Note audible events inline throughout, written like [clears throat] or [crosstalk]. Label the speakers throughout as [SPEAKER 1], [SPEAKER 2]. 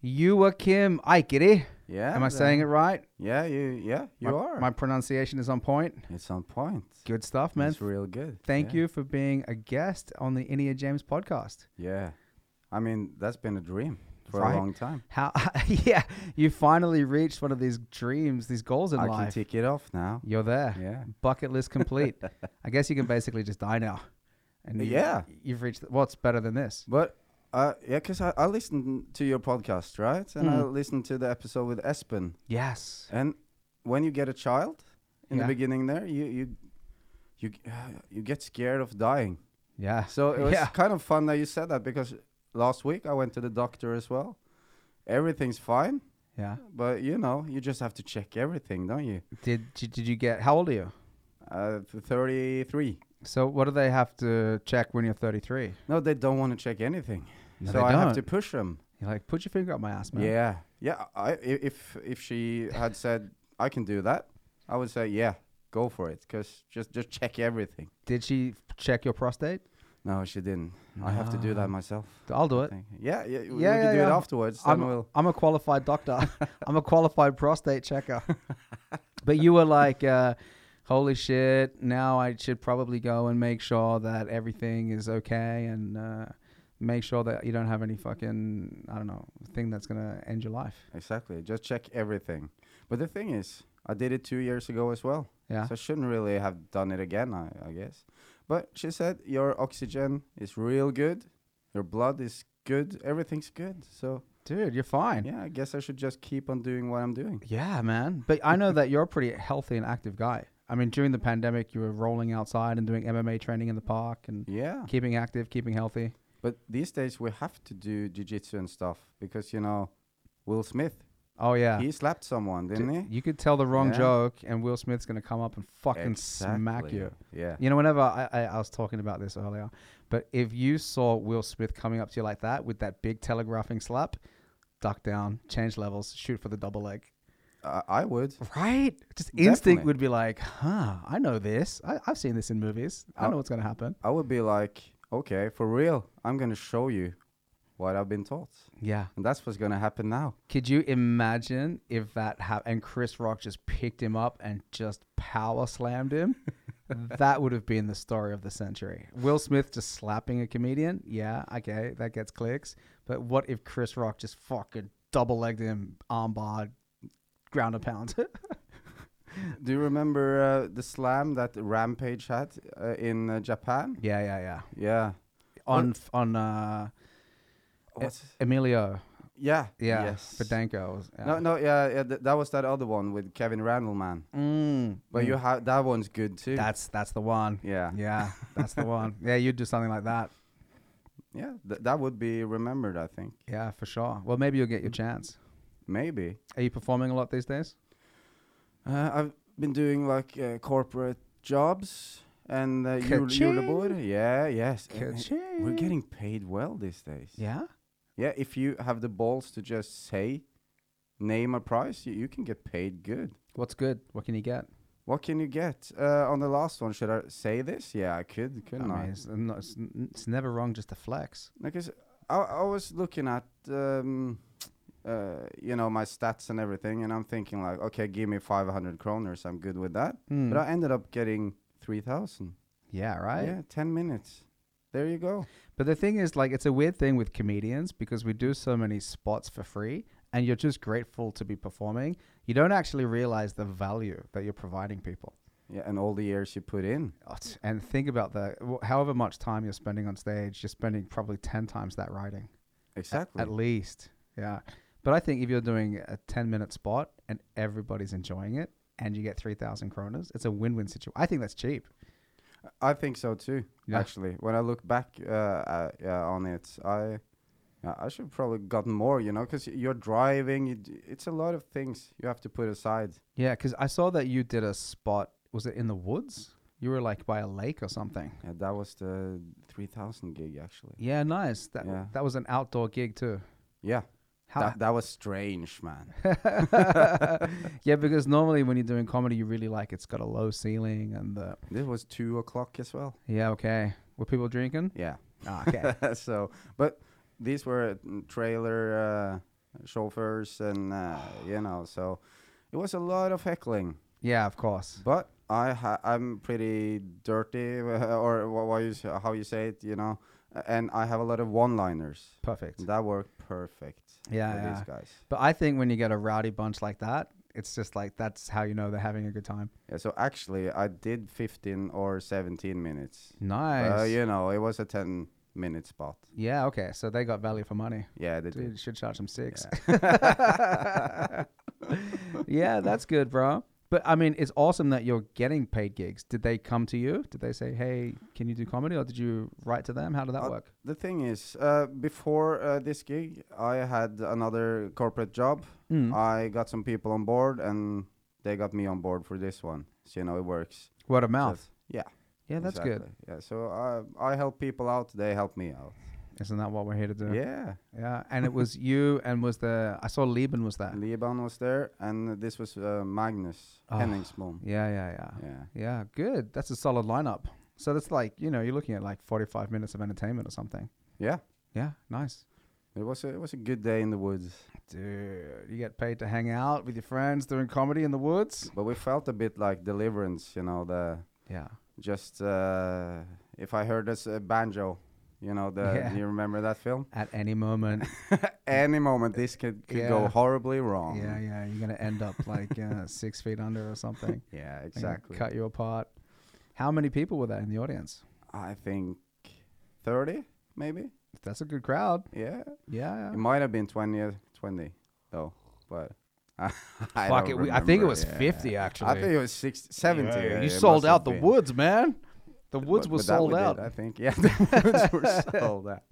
[SPEAKER 1] Joachim Aikiri.
[SPEAKER 2] Yeah.
[SPEAKER 1] Am I
[SPEAKER 2] the-
[SPEAKER 1] saying it right?
[SPEAKER 2] Yeah, you. Yeah, you
[SPEAKER 1] my,
[SPEAKER 2] are.
[SPEAKER 1] My pronunciation is on point.
[SPEAKER 2] it's on point.
[SPEAKER 1] Good stuff, man.
[SPEAKER 2] It's real good.
[SPEAKER 1] Thank
[SPEAKER 2] Yeah.
[SPEAKER 1] you for being a guest on the Inia James podcast.
[SPEAKER 2] Yeah, I mean that's been a dream for
[SPEAKER 1] Right.
[SPEAKER 2] a long time.
[SPEAKER 1] How? [laughs] yeah, you finally reached one of these dreams, these goals in
[SPEAKER 2] I can
[SPEAKER 1] life.
[SPEAKER 2] tick it off now.
[SPEAKER 1] You're there.
[SPEAKER 2] Yeah.
[SPEAKER 1] Bucket
[SPEAKER 2] [laughs]
[SPEAKER 1] list complete. I guess you can basically just die now. And you-
[SPEAKER 2] Yeah.
[SPEAKER 1] you've reached what's better than this.
[SPEAKER 2] But uh, yeah, because I, I listened to your podcast, right? And
[SPEAKER 1] Mm.
[SPEAKER 2] I listened to the episode with Espen.
[SPEAKER 1] Yes.
[SPEAKER 2] And when you get a child in
[SPEAKER 1] Yeah.
[SPEAKER 2] the beginning, there you you you g- you get scared of dying.
[SPEAKER 1] Yeah.
[SPEAKER 2] So it was
[SPEAKER 1] yeah.
[SPEAKER 2] kind of fun that you said that because last week I went to the doctor as well. Everything's fine,
[SPEAKER 1] Yeah.
[SPEAKER 2] but you know you just have to check everything, don't you?
[SPEAKER 1] Did did did you get? How old are you?
[SPEAKER 2] Uh, thirty three.
[SPEAKER 1] So what do they have to check when you're 33?
[SPEAKER 2] No, they don't want to check anything.
[SPEAKER 1] No,
[SPEAKER 2] so
[SPEAKER 1] they
[SPEAKER 2] I have to
[SPEAKER 1] don't.
[SPEAKER 2] push them.
[SPEAKER 1] You're like, put your finger up my ass, man.
[SPEAKER 2] Yeah, yeah. I i- if if she had said I can do that, I would say yeah, go for it. Cause just just check everything.
[SPEAKER 1] Did she check your prostate?
[SPEAKER 2] No, she didn't. I have to do that myself.
[SPEAKER 1] I'll do it.
[SPEAKER 2] Thing. Yeah, yeah. We, we
[SPEAKER 1] Yeah,
[SPEAKER 2] can
[SPEAKER 1] yeah,
[SPEAKER 2] do it
[SPEAKER 1] yeah.
[SPEAKER 2] afterwards.
[SPEAKER 1] I'm,
[SPEAKER 2] Then we'll.
[SPEAKER 1] I'm a qualified
[SPEAKER 2] [laughs]
[SPEAKER 1] doctor. I'm a qualified prostate checker. [laughs] but you were like, uh, holy shit, now I should probably go and make sure that everything is okay and uh, make sure that you don't have any fucking, I don't know, thing that's going to end your life.
[SPEAKER 2] Exactly. Just check everything. But the thing is, I did it two years ago as well.
[SPEAKER 1] Yeah.
[SPEAKER 2] So I shouldn't really have done it again, I, I guess. But she said your oxygen is real good, your blood is good, everything's good. So
[SPEAKER 1] Dude, you're fine.
[SPEAKER 2] yeah, I guess I should just keep on doing what I'm doing.
[SPEAKER 1] Yeah, man. But I know that you're a pretty healthy and active guy. I mean, during the pandemic, you were rolling outside and doing MMA training in the park and
[SPEAKER 2] Yeah.
[SPEAKER 1] keeping active, keeping healthy.
[SPEAKER 2] But these days we have to do jujitsu and stuff because you know, Will Smith,
[SPEAKER 1] Oh yeah.
[SPEAKER 2] he slapped someone,
[SPEAKER 1] D-
[SPEAKER 2] didn't he?
[SPEAKER 1] You could tell the wrong
[SPEAKER 2] Yeah.
[SPEAKER 1] joke, and Will Smith's gonna come up and fucking smack
[SPEAKER 2] Exactly.
[SPEAKER 1] you.
[SPEAKER 2] Yeah.
[SPEAKER 1] You know, whenever I, I, I was talking about this earlier, but if you saw Will Smith coming up to you like that with that big telegraphing slap, duck down, change levels, shoot for the double leg.
[SPEAKER 2] I, I would.
[SPEAKER 1] Right? Just
[SPEAKER 2] Definitely.
[SPEAKER 1] instinct would be like, huh, I know this. I, I've seen this in movies. I
[SPEAKER 2] Oh.
[SPEAKER 1] know what's gonna happen.
[SPEAKER 2] I would be like, okay, for real, I'm gonna show you what I've been taught,
[SPEAKER 1] Yeah.
[SPEAKER 2] and that's what's gonna happen now.
[SPEAKER 1] Could you imagine if that happened and Chris Rock just picked him up and just power slammed
[SPEAKER 2] [laughs]
[SPEAKER 1] him? that would have been the story of the century. Will Smith just slapping a comedian? Yeah, okay, that gets clicks. But what if Chris Rock just fucking double legged him, armbar, ground and pound? [laughs]
[SPEAKER 2] Do you remember uh, the slam that Rampage had uh, in uh, Japan?
[SPEAKER 1] yeah, yeah, yeah.
[SPEAKER 2] Yeah.
[SPEAKER 1] On f on uh,
[SPEAKER 2] What's
[SPEAKER 1] Emilio,
[SPEAKER 2] yeah.
[SPEAKER 1] yeah,
[SPEAKER 2] Yes.
[SPEAKER 1] Bedanko. was- Yeah.
[SPEAKER 2] No, no, yeah, yeah th- that was that other one with Kevin Randleman.
[SPEAKER 1] Mm,
[SPEAKER 2] But
[SPEAKER 1] mm.
[SPEAKER 2] you have that one's good too.
[SPEAKER 1] that's that's the one.
[SPEAKER 2] yeah, yeah,
[SPEAKER 1] Yeah, that's the
[SPEAKER 2] [laughs]
[SPEAKER 1] one. Yeah, you'd do something like that.
[SPEAKER 2] Th- that would be remembered, I think.
[SPEAKER 1] Yeah, for sure. Well, maybe you'll get your chance.
[SPEAKER 2] Maybe.
[SPEAKER 1] Are you performing a lot these days?
[SPEAKER 2] Uh, I've been doing like uh, corporate jobs and uh, Yule-
[SPEAKER 1] Ka-ching.
[SPEAKER 2] Yuleboard. Yeah, yes. And- and We're
[SPEAKER 1] Ka-ching.
[SPEAKER 2] getting paid well these days.
[SPEAKER 1] Yeah.
[SPEAKER 2] Yeah, if you have the balls to just say, name a price, you, you can get paid good.
[SPEAKER 1] What's good? What can you get?
[SPEAKER 2] What can you get? Uh, on the last one, should I say this? Yeah, I could, couldn't
[SPEAKER 1] I
[SPEAKER 2] I?
[SPEAKER 1] mean, it's, not, it's, n- it's never wrong just to flex.
[SPEAKER 2] Because I, I was looking at, um, uh, you know, my stats and everything, and I'm thinking like, okay, give me 500 kroners, I'm good with that. But I ended up getting 3,000.
[SPEAKER 1] Yeah, Hmm. right.
[SPEAKER 2] Yeah, 10 minutes. There you go.
[SPEAKER 1] But the thing is, like, it's a weird thing with comedians because we do so many spots for free, and you're just grateful to be performing. You don't actually realize the value that you're providing people.
[SPEAKER 2] Yeah, and all the years you put in.
[SPEAKER 1] Oh, t- And think about the wh- however much time you're spending on stage, you're spending probably ten times that writing.
[SPEAKER 2] Exactly.
[SPEAKER 1] At least. Yeah. But I think if you're doing a 10 minute spot and everybody's enjoying it and you get 3,000 kronas, it's a win win situation. I think that's cheap.
[SPEAKER 2] I think so too.
[SPEAKER 1] Yeah.
[SPEAKER 2] Actually, when I look back uh, uh, yeah, on it, I yeah, I should probably gotten more, you know, because you're driving. You d- it's a lot of things you have to put aside.
[SPEAKER 1] Yeah. Because I saw that you did a spot. Was it in the woods? You were like by a lake or something.
[SPEAKER 2] Yeah, that was the three thousand gig actually.
[SPEAKER 1] Yeah. Nice. That,
[SPEAKER 2] Yeah.
[SPEAKER 1] that was an outdoor gig too.
[SPEAKER 2] Yeah,
[SPEAKER 1] How,
[SPEAKER 2] that that was
[SPEAKER 1] [laughs]
[SPEAKER 2] strange, man. [laughs]
[SPEAKER 1] yeah. Because normally when you're doing comedy, you really like it's got a low ceiling and the.
[SPEAKER 2] this was two o'clock as well.
[SPEAKER 1] Yeah. Okay. Were people drinking?
[SPEAKER 2] Yeah. [laughs]
[SPEAKER 1] Ah, okay.
[SPEAKER 2] so, but these were mm, trailer chauffeurs, and uh, you know, so it was a lot of heckling.
[SPEAKER 1] Yeah, of course.
[SPEAKER 2] But I ha- I'm pretty dirty, [laughs] or wha- what you s- how you say it, you know, and I have a lot of one-liners.
[SPEAKER 1] Perfect.
[SPEAKER 2] That worked perfect
[SPEAKER 1] Yeah,
[SPEAKER 2] for
[SPEAKER 1] yeah.
[SPEAKER 2] these guys.
[SPEAKER 1] But I think when you get a rowdy bunch like that, it's just like that's how you know they're having a good time.
[SPEAKER 2] Yeah, so actually, I did 15 or 17 minutes.
[SPEAKER 1] Nice. yeah.
[SPEAKER 2] Uh, you know, it was a 10 minute spot.
[SPEAKER 1] Okay. So they got value for money.
[SPEAKER 2] Yeah, they
[SPEAKER 1] Dude,
[SPEAKER 2] did.
[SPEAKER 1] you should charge them six. [laughs] yeah, that's good, bro. But I mean, it's awesome that you're getting paid gigs. Did they come to you? Did they say, "Hey, can you do comedy?" Or did you write to them? How did that
[SPEAKER 2] Uh,
[SPEAKER 1] work?
[SPEAKER 2] The thing is, uh, before uh, this gig, I had another corporate job.
[SPEAKER 1] Mm.
[SPEAKER 2] I got some people on board, and they got me on board for this one. So, you know, it works.
[SPEAKER 1] Word of mouth.
[SPEAKER 2] Just- yeah.
[SPEAKER 1] Yeah, that's good.
[SPEAKER 2] exactly. Yeah, so uh, I, I help people out, they help me out.
[SPEAKER 1] Isn't that what we're here to do?
[SPEAKER 2] Yeah.
[SPEAKER 1] Yeah, And it was you and was the I saw Lieben was there.
[SPEAKER 2] Liban was there, and this was uh, Magnus
[SPEAKER 1] Ah.
[SPEAKER 2] Henningsmon.
[SPEAKER 1] Yeah, yeah, yeah.
[SPEAKER 2] Yeah.
[SPEAKER 1] Yeah, good. That's a solid lineup. So that's like, you know, you're looking at like 45 minutes of entertainment or something.
[SPEAKER 2] Yeah.
[SPEAKER 1] Yeah, nice.
[SPEAKER 2] It was a, it was a good day in the woods,
[SPEAKER 1] Dude, you get paid to hang out with your friends doing comedy in the woods?
[SPEAKER 2] but we felt a bit like deliverance, you know. The
[SPEAKER 1] Yeah.
[SPEAKER 2] just uh, if I heard this uh, banjo, you know, the
[SPEAKER 1] Yeah.
[SPEAKER 2] you remember that
[SPEAKER 1] [laughs]
[SPEAKER 2] film?
[SPEAKER 1] At any moment.
[SPEAKER 2] Any moment this could, could go
[SPEAKER 1] Yeah.
[SPEAKER 2] horribly wrong.
[SPEAKER 1] yeah, yeah. You're going to end up like [laughs] uh, six feet under or something.
[SPEAKER 2] yeah,
[SPEAKER 1] They're gonna
[SPEAKER 2] exactly.
[SPEAKER 1] Cut you apart. How many people were there in the audience?
[SPEAKER 2] I think thirty, maybe.
[SPEAKER 1] That's a good crowd.
[SPEAKER 2] Yeah,
[SPEAKER 1] Yeah.
[SPEAKER 2] it might have been 20, or 20 though, but. [laughs] I
[SPEAKER 1] Fuck
[SPEAKER 2] don't
[SPEAKER 1] it. We, I think it
[SPEAKER 2] remember.
[SPEAKER 1] was
[SPEAKER 2] Yeah.
[SPEAKER 1] 50, actually.
[SPEAKER 2] I think it was 60, 70.
[SPEAKER 1] Yeah,
[SPEAKER 2] yeah,
[SPEAKER 1] you
[SPEAKER 2] it must
[SPEAKER 1] sold
[SPEAKER 2] have
[SPEAKER 1] out the
[SPEAKER 2] been.
[SPEAKER 1] woods, man. The woods
[SPEAKER 2] But-
[SPEAKER 1] were
[SPEAKER 2] but that we
[SPEAKER 1] sold
[SPEAKER 2] did,
[SPEAKER 1] out. [laughs]
[SPEAKER 2] I think. Yeah, the woods were sold out.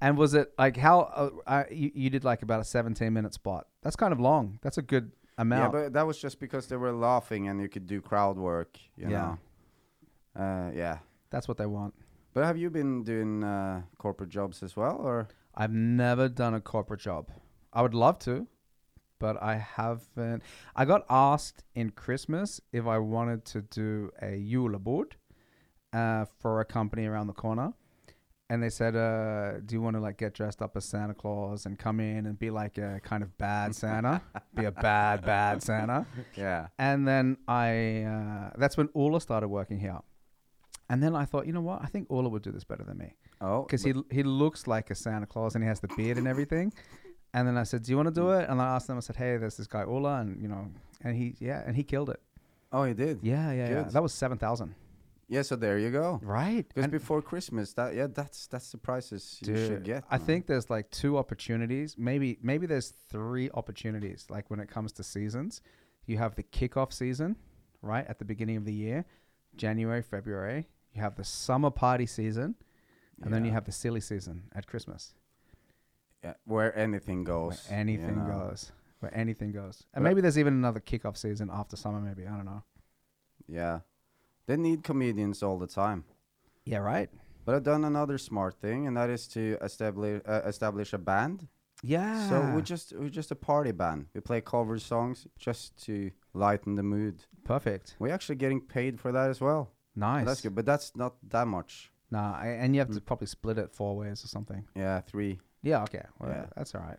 [SPEAKER 1] And was it like how uh, I, you, you did like about a 17 minute spot? That's kind of long. That's a good amount.
[SPEAKER 2] Yeah, but that was just because they were laughing and you could do crowd work, you
[SPEAKER 1] Yeah.
[SPEAKER 2] know. Uh, yeah.
[SPEAKER 1] That's what they want.
[SPEAKER 2] But have you been doing uh, corporate jobs as well, or
[SPEAKER 1] I've never done a corporate job. I would love to, but I haven't. I got asked in Christmas if I wanted to do a Julebord uh, for a company around the corner. And they said, uh, "Do you want to like get dressed up as Santa Claus and come in and be like a kind of bad Santa, be a bad bad Santa?"
[SPEAKER 2] yeah,
[SPEAKER 1] And then I, uh, that's when Ola started working here. And then I thought, you know what? I think Ola would do this better than me
[SPEAKER 2] oh,
[SPEAKER 1] because
[SPEAKER 2] but-
[SPEAKER 1] he he looks like a Santa Claus and he has the beard and everything. And then I said, "Do you want to do it?" And I asked them. I said, "Hey, there's this guy Ola, and you know, and he yeah, and he killed it.
[SPEAKER 2] oh, he did. Yeah.
[SPEAKER 1] Yeah, yeah, yeah.
[SPEAKER 2] Good.
[SPEAKER 1] That was seven thousand,
[SPEAKER 2] so there you go.
[SPEAKER 1] right?
[SPEAKER 2] Because
[SPEAKER 1] And-
[SPEAKER 2] before Christmas, that yeah, that's that's the prices you should
[SPEAKER 1] Dude,
[SPEAKER 2] get.
[SPEAKER 1] I
[SPEAKER 2] man.
[SPEAKER 1] think there's like two opportunities. Maybe maybe there's three opportunities. Like when it comes to seasons, you have the kickoff season, right at the beginning of the year, January, February. You have the summer party season, and then you
[SPEAKER 2] Yeah.
[SPEAKER 1] have the silly season at Christmas,
[SPEAKER 2] yeah, where anything
[SPEAKER 1] where
[SPEAKER 2] goes. you
[SPEAKER 1] anything
[SPEAKER 2] know.
[SPEAKER 1] goes, where anything goes. And
[SPEAKER 2] But-
[SPEAKER 1] maybe there's even another kickoff season after summer. Maybe I don't know.
[SPEAKER 2] Yeah, they need comedians all the time.
[SPEAKER 1] Yeah, right.
[SPEAKER 2] But I've done another smart thing, and that is to establish uh, establish a band.
[SPEAKER 1] Yeah.
[SPEAKER 2] So we're just we're just a party band. We play cover songs just to lighten the mood.
[SPEAKER 1] perfect.
[SPEAKER 2] We're actually getting paid for that as well.
[SPEAKER 1] Nice.
[SPEAKER 2] That's good, Mm. but that's not that much.
[SPEAKER 1] Nah, a- and you have to probably split it four ways or something.
[SPEAKER 2] Yeah, three.
[SPEAKER 1] Yeah, okay. Well,
[SPEAKER 2] Yeah.
[SPEAKER 1] That's all right.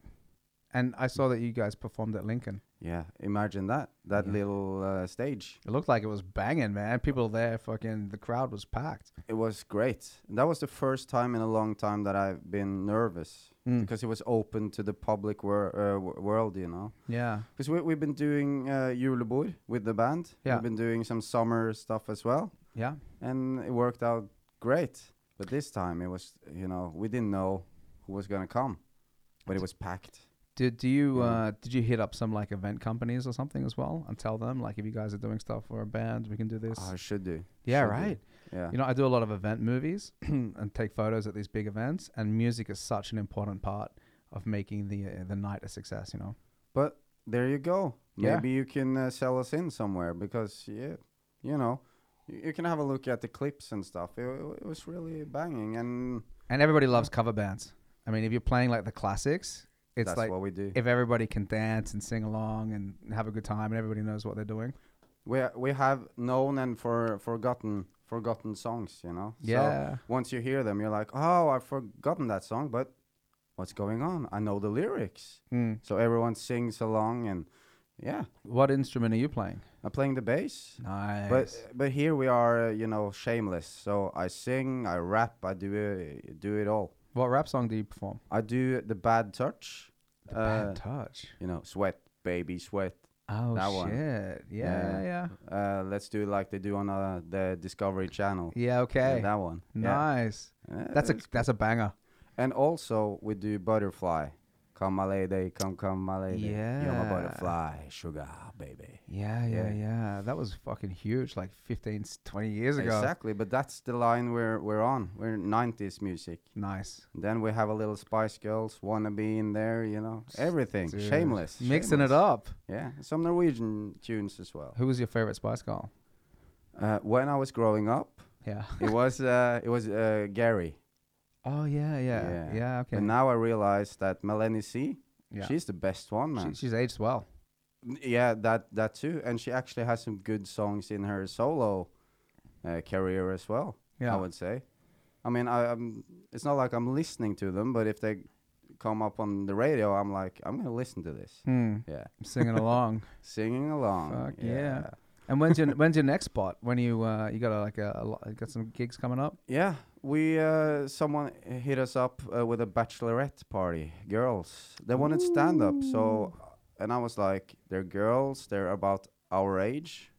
[SPEAKER 1] And I saw that you guys performed at Lincoln.
[SPEAKER 2] Yeah, imagine that that
[SPEAKER 1] Yeah.
[SPEAKER 2] little uh, stage.
[SPEAKER 1] It looked like it was banging, man. People there, fucking, the crowd was packed.
[SPEAKER 2] It was great. And that was the first time in a long time that I've been nervous because it was open to the public wor- uh, w- world, you know.
[SPEAKER 1] Yeah.
[SPEAKER 2] Because we, we've been doing uh, Julebord with the band.
[SPEAKER 1] Yeah.
[SPEAKER 2] We've been doing some summer stuff as well,
[SPEAKER 1] Yeah.
[SPEAKER 2] and it worked out great. But this time it was, you know, we didn't know who was gonna come, but it was packed.
[SPEAKER 1] Did do you
[SPEAKER 2] Yeah.
[SPEAKER 1] uh, did you hit up some like event companies or something as well and tell them like if you guys are doing stuff for a band we can do this?
[SPEAKER 2] I Ah, should do.
[SPEAKER 1] yeah,
[SPEAKER 2] should do.
[SPEAKER 1] right.
[SPEAKER 2] Yeah.
[SPEAKER 1] You know, I do a lot of event movies [clears throat] and take photos at these big events, and music is such an important part of making the uh, the night a success. You know.
[SPEAKER 2] But there you go.
[SPEAKER 1] Yeah.
[SPEAKER 2] Maybe you can uh, sell us in somewhere because yeah, you know, you, you can have a look at the clips and stuff. It, wa- it was really banging, and
[SPEAKER 1] And everybody loves cover bands. I mean, if you're playing like the classics, it's
[SPEAKER 2] that's
[SPEAKER 1] like
[SPEAKER 2] what we do.
[SPEAKER 1] if everybody can dance and sing along and have a good time and everybody knows what they're doing.
[SPEAKER 2] we we have known and for forgotten forgotten songs, you know. So
[SPEAKER 1] Yeah.
[SPEAKER 2] once you hear them, you're like, oh, I've forgotten that song, but what's going on? I know the lyrics.
[SPEAKER 1] Mm.
[SPEAKER 2] So everyone sings along and yeah,
[SPEAKER 1] What instrument are you playing?
[SPEAKER 2] I'm playing the bass.
[SPEAKER 1] Nice.
[SPEAKER 2] But but here we are, uh, you know, shameless. So I sing, I rap, I do it, do it all.
[SPEAKER 1] what rap song do you perform?
[SPEAKER 2] I do the bad touch.
[SPEAKER 1] The
[SPEAKER 2] uh,
[SPEAKER 1] Bad Touch.
[SPEAKER 2] You know, sweat, baby, sweat.
[SPEAKER 1] Oh
[SPEAKER 2] that
[SPEAKER 1] shit!
[SPEAKER 2] one.
[SPEAKER 1] Yeah, yeah,
[SPEAKER 2] Yeah.
[SPEAKER 1] yeah.
[SPEAKER 2] Uh, let's do it like they do on uh, the Discovery Channel.
[SPEAKER 1] Yeah,
[SPEAKER 2] Yeah,
[SPEAKER 1] okay.
[SPEAKER 2] that one. Yeah.
[SPEAKER 1] nice.
[SPEAKER 2] Yeah,
[SPEAKER 1] That's a
[SPEAKER 2] it's-
[SPEAKER 1] that's a banger.
[SPEAKER 2] And also we do butterfly. Come my lady, come come my lady. You're my
[SPEAKER 1] Yeah.
[SPEAKER 2] butterfly, sugar baby.
[SPEAKER 1] Yeah, yeah,
[SPEAKER 2] Yeah.
[SPEAKER 1] yeah. That was fucking huge, like 15, s- 20 years ago.
[SPEAKER 2] Exactly, but that's the line we're we're on. We're 90s music.
[SPEAKER 1] Nice.
[SPEAKER 2] Then we have a little Spice Girls wannabe in there, you know. Everything.
[SPEAKER 1] Dude.
[SPEAKER 2] Shameless.
[SPEAKER 1] Mixing
[SPEAKER 2] shameless.
[SPEAKER 1] it up.
[SPEAKER 2] Yeah. Some Norwegian tunes as well.
[SPEAKER 1] Who was your favorite Spice Girl?
[SPEAKER 2] Uh, when I was growing up,
[SPEAKER 1] Yeah.
[SPEAKER 2] it was uh, it was uh, Gary.
[SPEAKER 1] Oh yeah, yeah, yeah. [laughs]
[SPEAKER 2] Yeah.
[SPEAKER 1] okay.
[SPEAKER 2] But now I realize that Melanie C,
[SPEAKER 1] yeah.
[SPEAKER 2] she's the best one, man.
[SPEAKER 1] She- she's aged well.
[SPEAKER 2] N- Yeah, that that too, and she actually has some good songs in her solo uh, career as well.
[SPEAKER 1] Yeah.
[SPEAKER 2] I would say. I mean, I, I'm. It's not like I'm listening to them, but if they come up on the radio, I'm like, I'm gonna listen to this.
[SPEAKER 1] Hmm.
[SPEAKER 2] Yeah,
[SPEAKER 1] Singing along.
[SPEAKER 2] singing along.
[SPEAKER 1] Fuck yeah. And when's your when's your next spot? When you uh, you got a, like a, a lo- got some gigs coming up?
[SPEAKER 2] Yeah, we uh, someone hit us up uh, with a bachelorette party. Girls, they wanted stand up. So, and I was like, they're girls. They're about our age.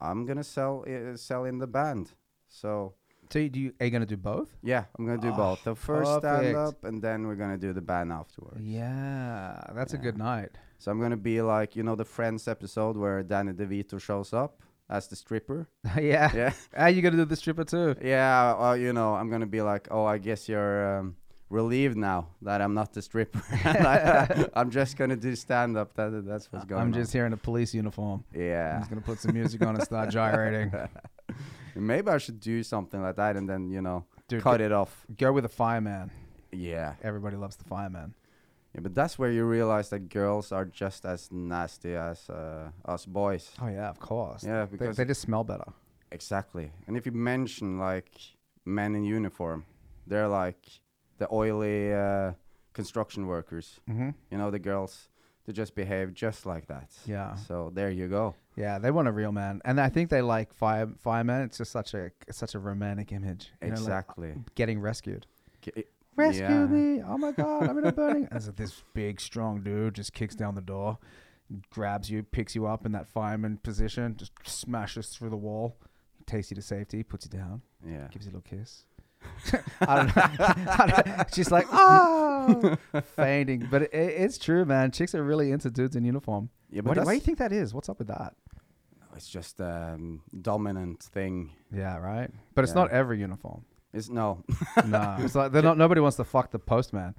[SPEAKER 2] I'm gonna sell uh, sell in the band. So
[SPEAKER 1] So you, do you are you gonna do both?
[SPEAKER 2] yeah, I'm gonna do
[SPEAKER 1] Ah,
[SPEAKER 2] both. The first
[SPEAKER 1] perfect.
[SPEAKER 2] stand up, and then we're gonna do the band afterwards.
[SPEAKER 1] Yeah, that's a
[SPEAKER 2] Yeah.
[SPEAKER 1] good night. [laughs]
[SPEAKER 2] So I'm gonna be like you know the Friends episode where Danny DeVito shows up as the stripper.
[SPEAKER 1] yeah.
[SPEAKER 2] Yeah.
[SPEAKER 1] Are you gonna do the stripper too?
[SPEAKER 2] Yeah, uh, you know, I'm gonna be like, oh, I guess you're um, relieved now that I'm not the stripper. [laughs] And I, am just gonna do stand up. That, that's what's going
[SPEAKER 1] I'm
[SPEAKER 2] on.
[SPEAKER 1] just here in a police uniform. I'm
[SPEAKER 2] yeah.
[SPEAKER 1] just gonna put some music on and
[SPEAKER 2] [laughs]
[SPEAKER 1] start gyrating.
[SPEAKER 2] Maybe I should do something like that and then you know
[SPEAKER 1] Dude,
[SPEAKER 2] cut it off.
[SPEAKER 1] Go with a fireman.
[SPEAKER 2] Yeah.
[SPEAKER 1] Everybody loves the fireman.
[SPEAKER 2] yeah, but that's where you realize that girls are just as nasty as uh, us boys.
[SPEAKER 1] Oh yeah, of course.
[SPEAKER 2] Yeah,
[SPEAKER 1] They,
[SPEAKER 2] because
[SPEAKER 1] they just smell better.
[SPEAKER 2] exactly. And if you mention like men in uniform, they're like the oily uh, construction workers.
[SPEAKER 1] Mm-hmm.
[SPEAKER 2] you know the girls they just behave just like that
[SPEAKER 1] Yeah.
[SPEAKER 2] so there you go
[SPEAKER 1] Yeah, they want a real man, and I think they like fire firemen. It's just such a such a romantic image. You know, like, uh,
[SPEAKER 2] exactly
[SPEAKER 1] getting rescued.
[SPEAKER 2] K- it-
[SPEAKER 1] Rescue
[SPEAKER 2] yeah.
[SPEAKER 1] me! Oh my god, I'm [laughs] in a burning. and so this big, strong dude just kicks down the door, grabs you, picks you up in that fireman position, just smashes through the wall, takes you to safety, puts you down,
[SPEAKER 2] yeah
[SPEAKER 1] gives you a little kiss. [laughs] I don't know. [laughs] I don't- She's like, oh, [laughs] fainting. But it, it's true, man. Chicks are really into dudes in uniform.
[SPEAKER 2] yeah
[SPEAKER 1] Why do,
[SPEAKER 2] but
[SPEAKER 1] why do you
[SPEAKER 2] that's,
[SPEAKER 1] think that is? What's up with that?
[SPEAKER 2] it's just um dominant thing
[SPEAKER 1] Yeah, right. But it's
[SPEAKER 2] Yeah.
[SPEAKER 1] not every uniform.
[SPEAKER 2] it's no [laughs]
[SPEAKER 1] no, it's like they're not. Nobody wants to fuck the postman.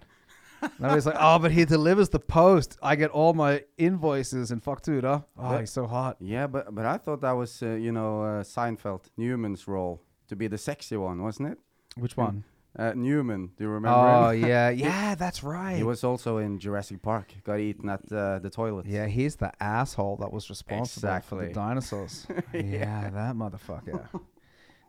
[SPEAKER 1] Nobody's like, oh, but he delivers the post. I get all my invoices and fuck dude, huh? Oh,
[SPEAKER 2] Yeah.
[SPEAKER 1] he's so hot.
[SPEAKER 2] yeah but but i thought that was uh, you know uh, seinfeld newman's role to be the sexy one wasn't it
[SPEAKER 1] Which one?
[SPEAKER 2] uh, newman do you remember
[SPEAKER 1] Oh
[SPEAKER 2] him? [laughs]
[SPEAKER 1] yeah, yeah, that's right.
[SPEAKER 2] he was also in jurassic park got eaten at uh, the toilet
[SPEAKER 1] yeah, he's the asshole that was responsible for the
[SPEAKER 2] Exactly. [laughs]
[SPEAKER 1] dinosaurs. yeah. that motherfucker.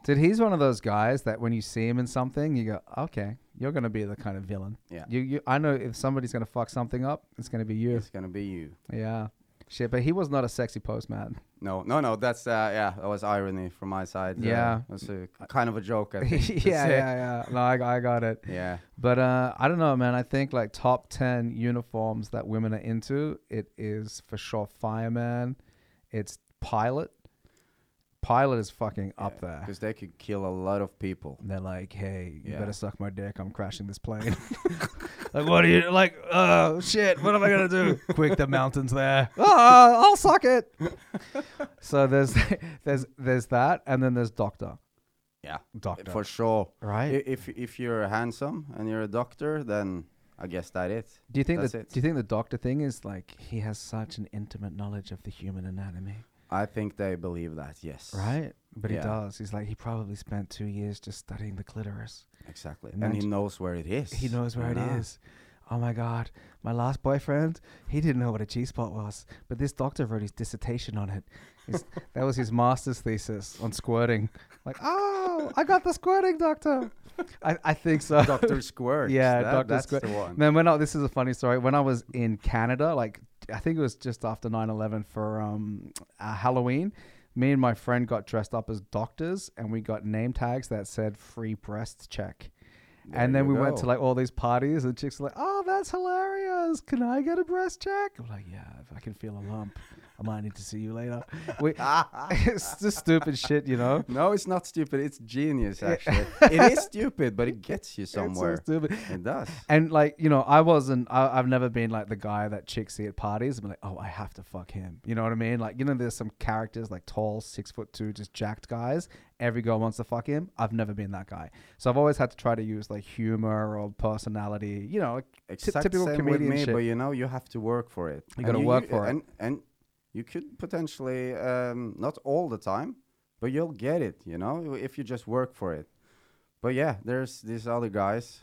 [SPEAKER 1] Dude, he's one of those guys that when you see him in something, you go, "Okay, you're gonna be the kind of villain."
[SPEAKER 2] Yeah.
[SPEAKER 1] You, you, I know if somebody's gonna fuck something up, it's gonna be you.
[SPEAKER 2] it's gonna be you
[SPEAKER 1] Yeah. Shit, but he was not a sexy postman.
[SPEAKER 2] no no no that's uh yeah that was irony from my side Uh,
[SPEAKER 1] Yeah.
[SPEAKER 2] it was a, kind of a joke
[SPEAKER 1] [laughs]
[SPEAKER 2] I [laughs]
[SPEAKER 1] yeah,
[SPEAKER 2] think, to
[SPEAKER 1] yeah,
[SPEAKER 2] say.
[SPEAKER 1] yeah. No, I, I got it.
[SPEAKER 2] yeah
[SPEAKER 1] But uh, I don't know, man. I think like top ten uniforms that women are into, it is for sure fireman. It's pilot. Pilot is fucking up there.
[SPEAKER 2] Because they could kill a lot of people.
[SPEAKER 1] They're like, hey, you
[SPEAKER 2] Yeah.
[SPEAKER 1] better suck my dick. I'm crashing this
[SPEAKER 2] [laughs]
[SPEAKER 1] plane. [laughs] like, what are you like? Oh shit! What am I gonna
[SPEAKER 2] [laughs]
[SPEAKER 1] do? Quick, the mountains there. [laughs] Ah, I'll suck it. so there's [laughs] there's there's that, and then there's doctor.
[SPEAKER 2] Yeah,
[SPEAKER 1] Doctor.
[SPEAKER 2] for sure. I-
[SPEAKER 1] right.
[SPEAKER 2] If if you're handsome and you're a doctor, then I guess that it.
[SPEAKER 1] Do you think
[SPEAKER 2] That's
[SPEAKER 1] that?
[SPEAKER 2] it.
[SPEAKER 1] Do you think the doctor thing is like he has such an intimate knowledge of the human anatomy,
[SPEAKER 2] I think they believe that. Yes.
[SPEAKER 1] right? But
[SPEAKER 2] Yeah.
[SPEAKER 1] he does. He's like he probably spent two years just studying the clitoris.
[SPEAKER 2] Exactly. And he
[SPEAKER 1] Imagine-
[SPEAKER 2] knows where it is.
[SPEAKER 1] He knows where it
[SPEAKER 2] Yeah.
[SPEAKER 1] is. Oh my god, my last boyfriend, he didn't know what a G spot was, but this doctor wrote his dissertation on it.
[SPEAKER 2] [laughs]
[SPEAKER 1] His- that was his master's thesis on squirting. Like, oh, I got the squirting doctor. I, I think so.
[SPEAKER 2] Doctor
[SPEAKER 1] [laughs]
[SPEAKER 2] Squirts.
[SPEAKER 1] Yeah,
[SPEAKER 2] that-
[SPEAKER 1] Dr.
[SPEAKER 2] That's
[SPEAKER 1] Squirt.
[SPEAKER 2] the one.
[SPEAKER 1] Man, when I, this is a funny story. When I was in Canada, like I think it was just after 9-11 for um, uh, Halloween, me and my friend got dressed up as doctors and we got name tags that said free breast check. and
[SPEAKER 2] There
[SPEAKER 1] then we
[SPEAKER 2] you
[SPEAKER 1] went to
[SPEAKER 2] go.
[SPEAKER 1] like all these parties and chicks were like, oh, that's hilarious. Can I get a breast check? I'm like, yeah, if I can feel a lump. I might need to see you
[SPEAKER 2] [laughs]
[SPEAKER 1] later. We, [laughs] it's just stupid shit, you know?
[SPEAKER 2] No, it's not stupid. It's
[SPEAKER 1] [laughs]
[SPEAKER 2] genius, actually. it is stupid, but it gets you somewhere.
[SPEAKER 1] It's so stupid.
[SPEAKER 2] It does.
[SPEAKER 1] And like you know, I wasn't. I, I've never been like the guy that chicks see at parties. and be like, oh, I have to fuck him. You know what I mean? Like you know, there's some characters like tall, six foot two, just jacked guys. Every girl wants to fuck him. I've never been that guy. So I've always had to try to use like humor or personality. You know, like ty-
[SPEAKER 2] Exact
[SPEAKER 1] typical
[SPEAKER 2] same
[SPEAKER 1] comedian
[SPEAKER 2] with me,
[SPEAKER 1] shit.
[SPEAKER 2] but you know, you have to work for it. And
[SPEAKER 1] gotta work for it.
[SPEAKER 2] and, And you could potentially, um, not all the time, but you'll get it, you know, if you just work for it. But yeah, there's these other guys,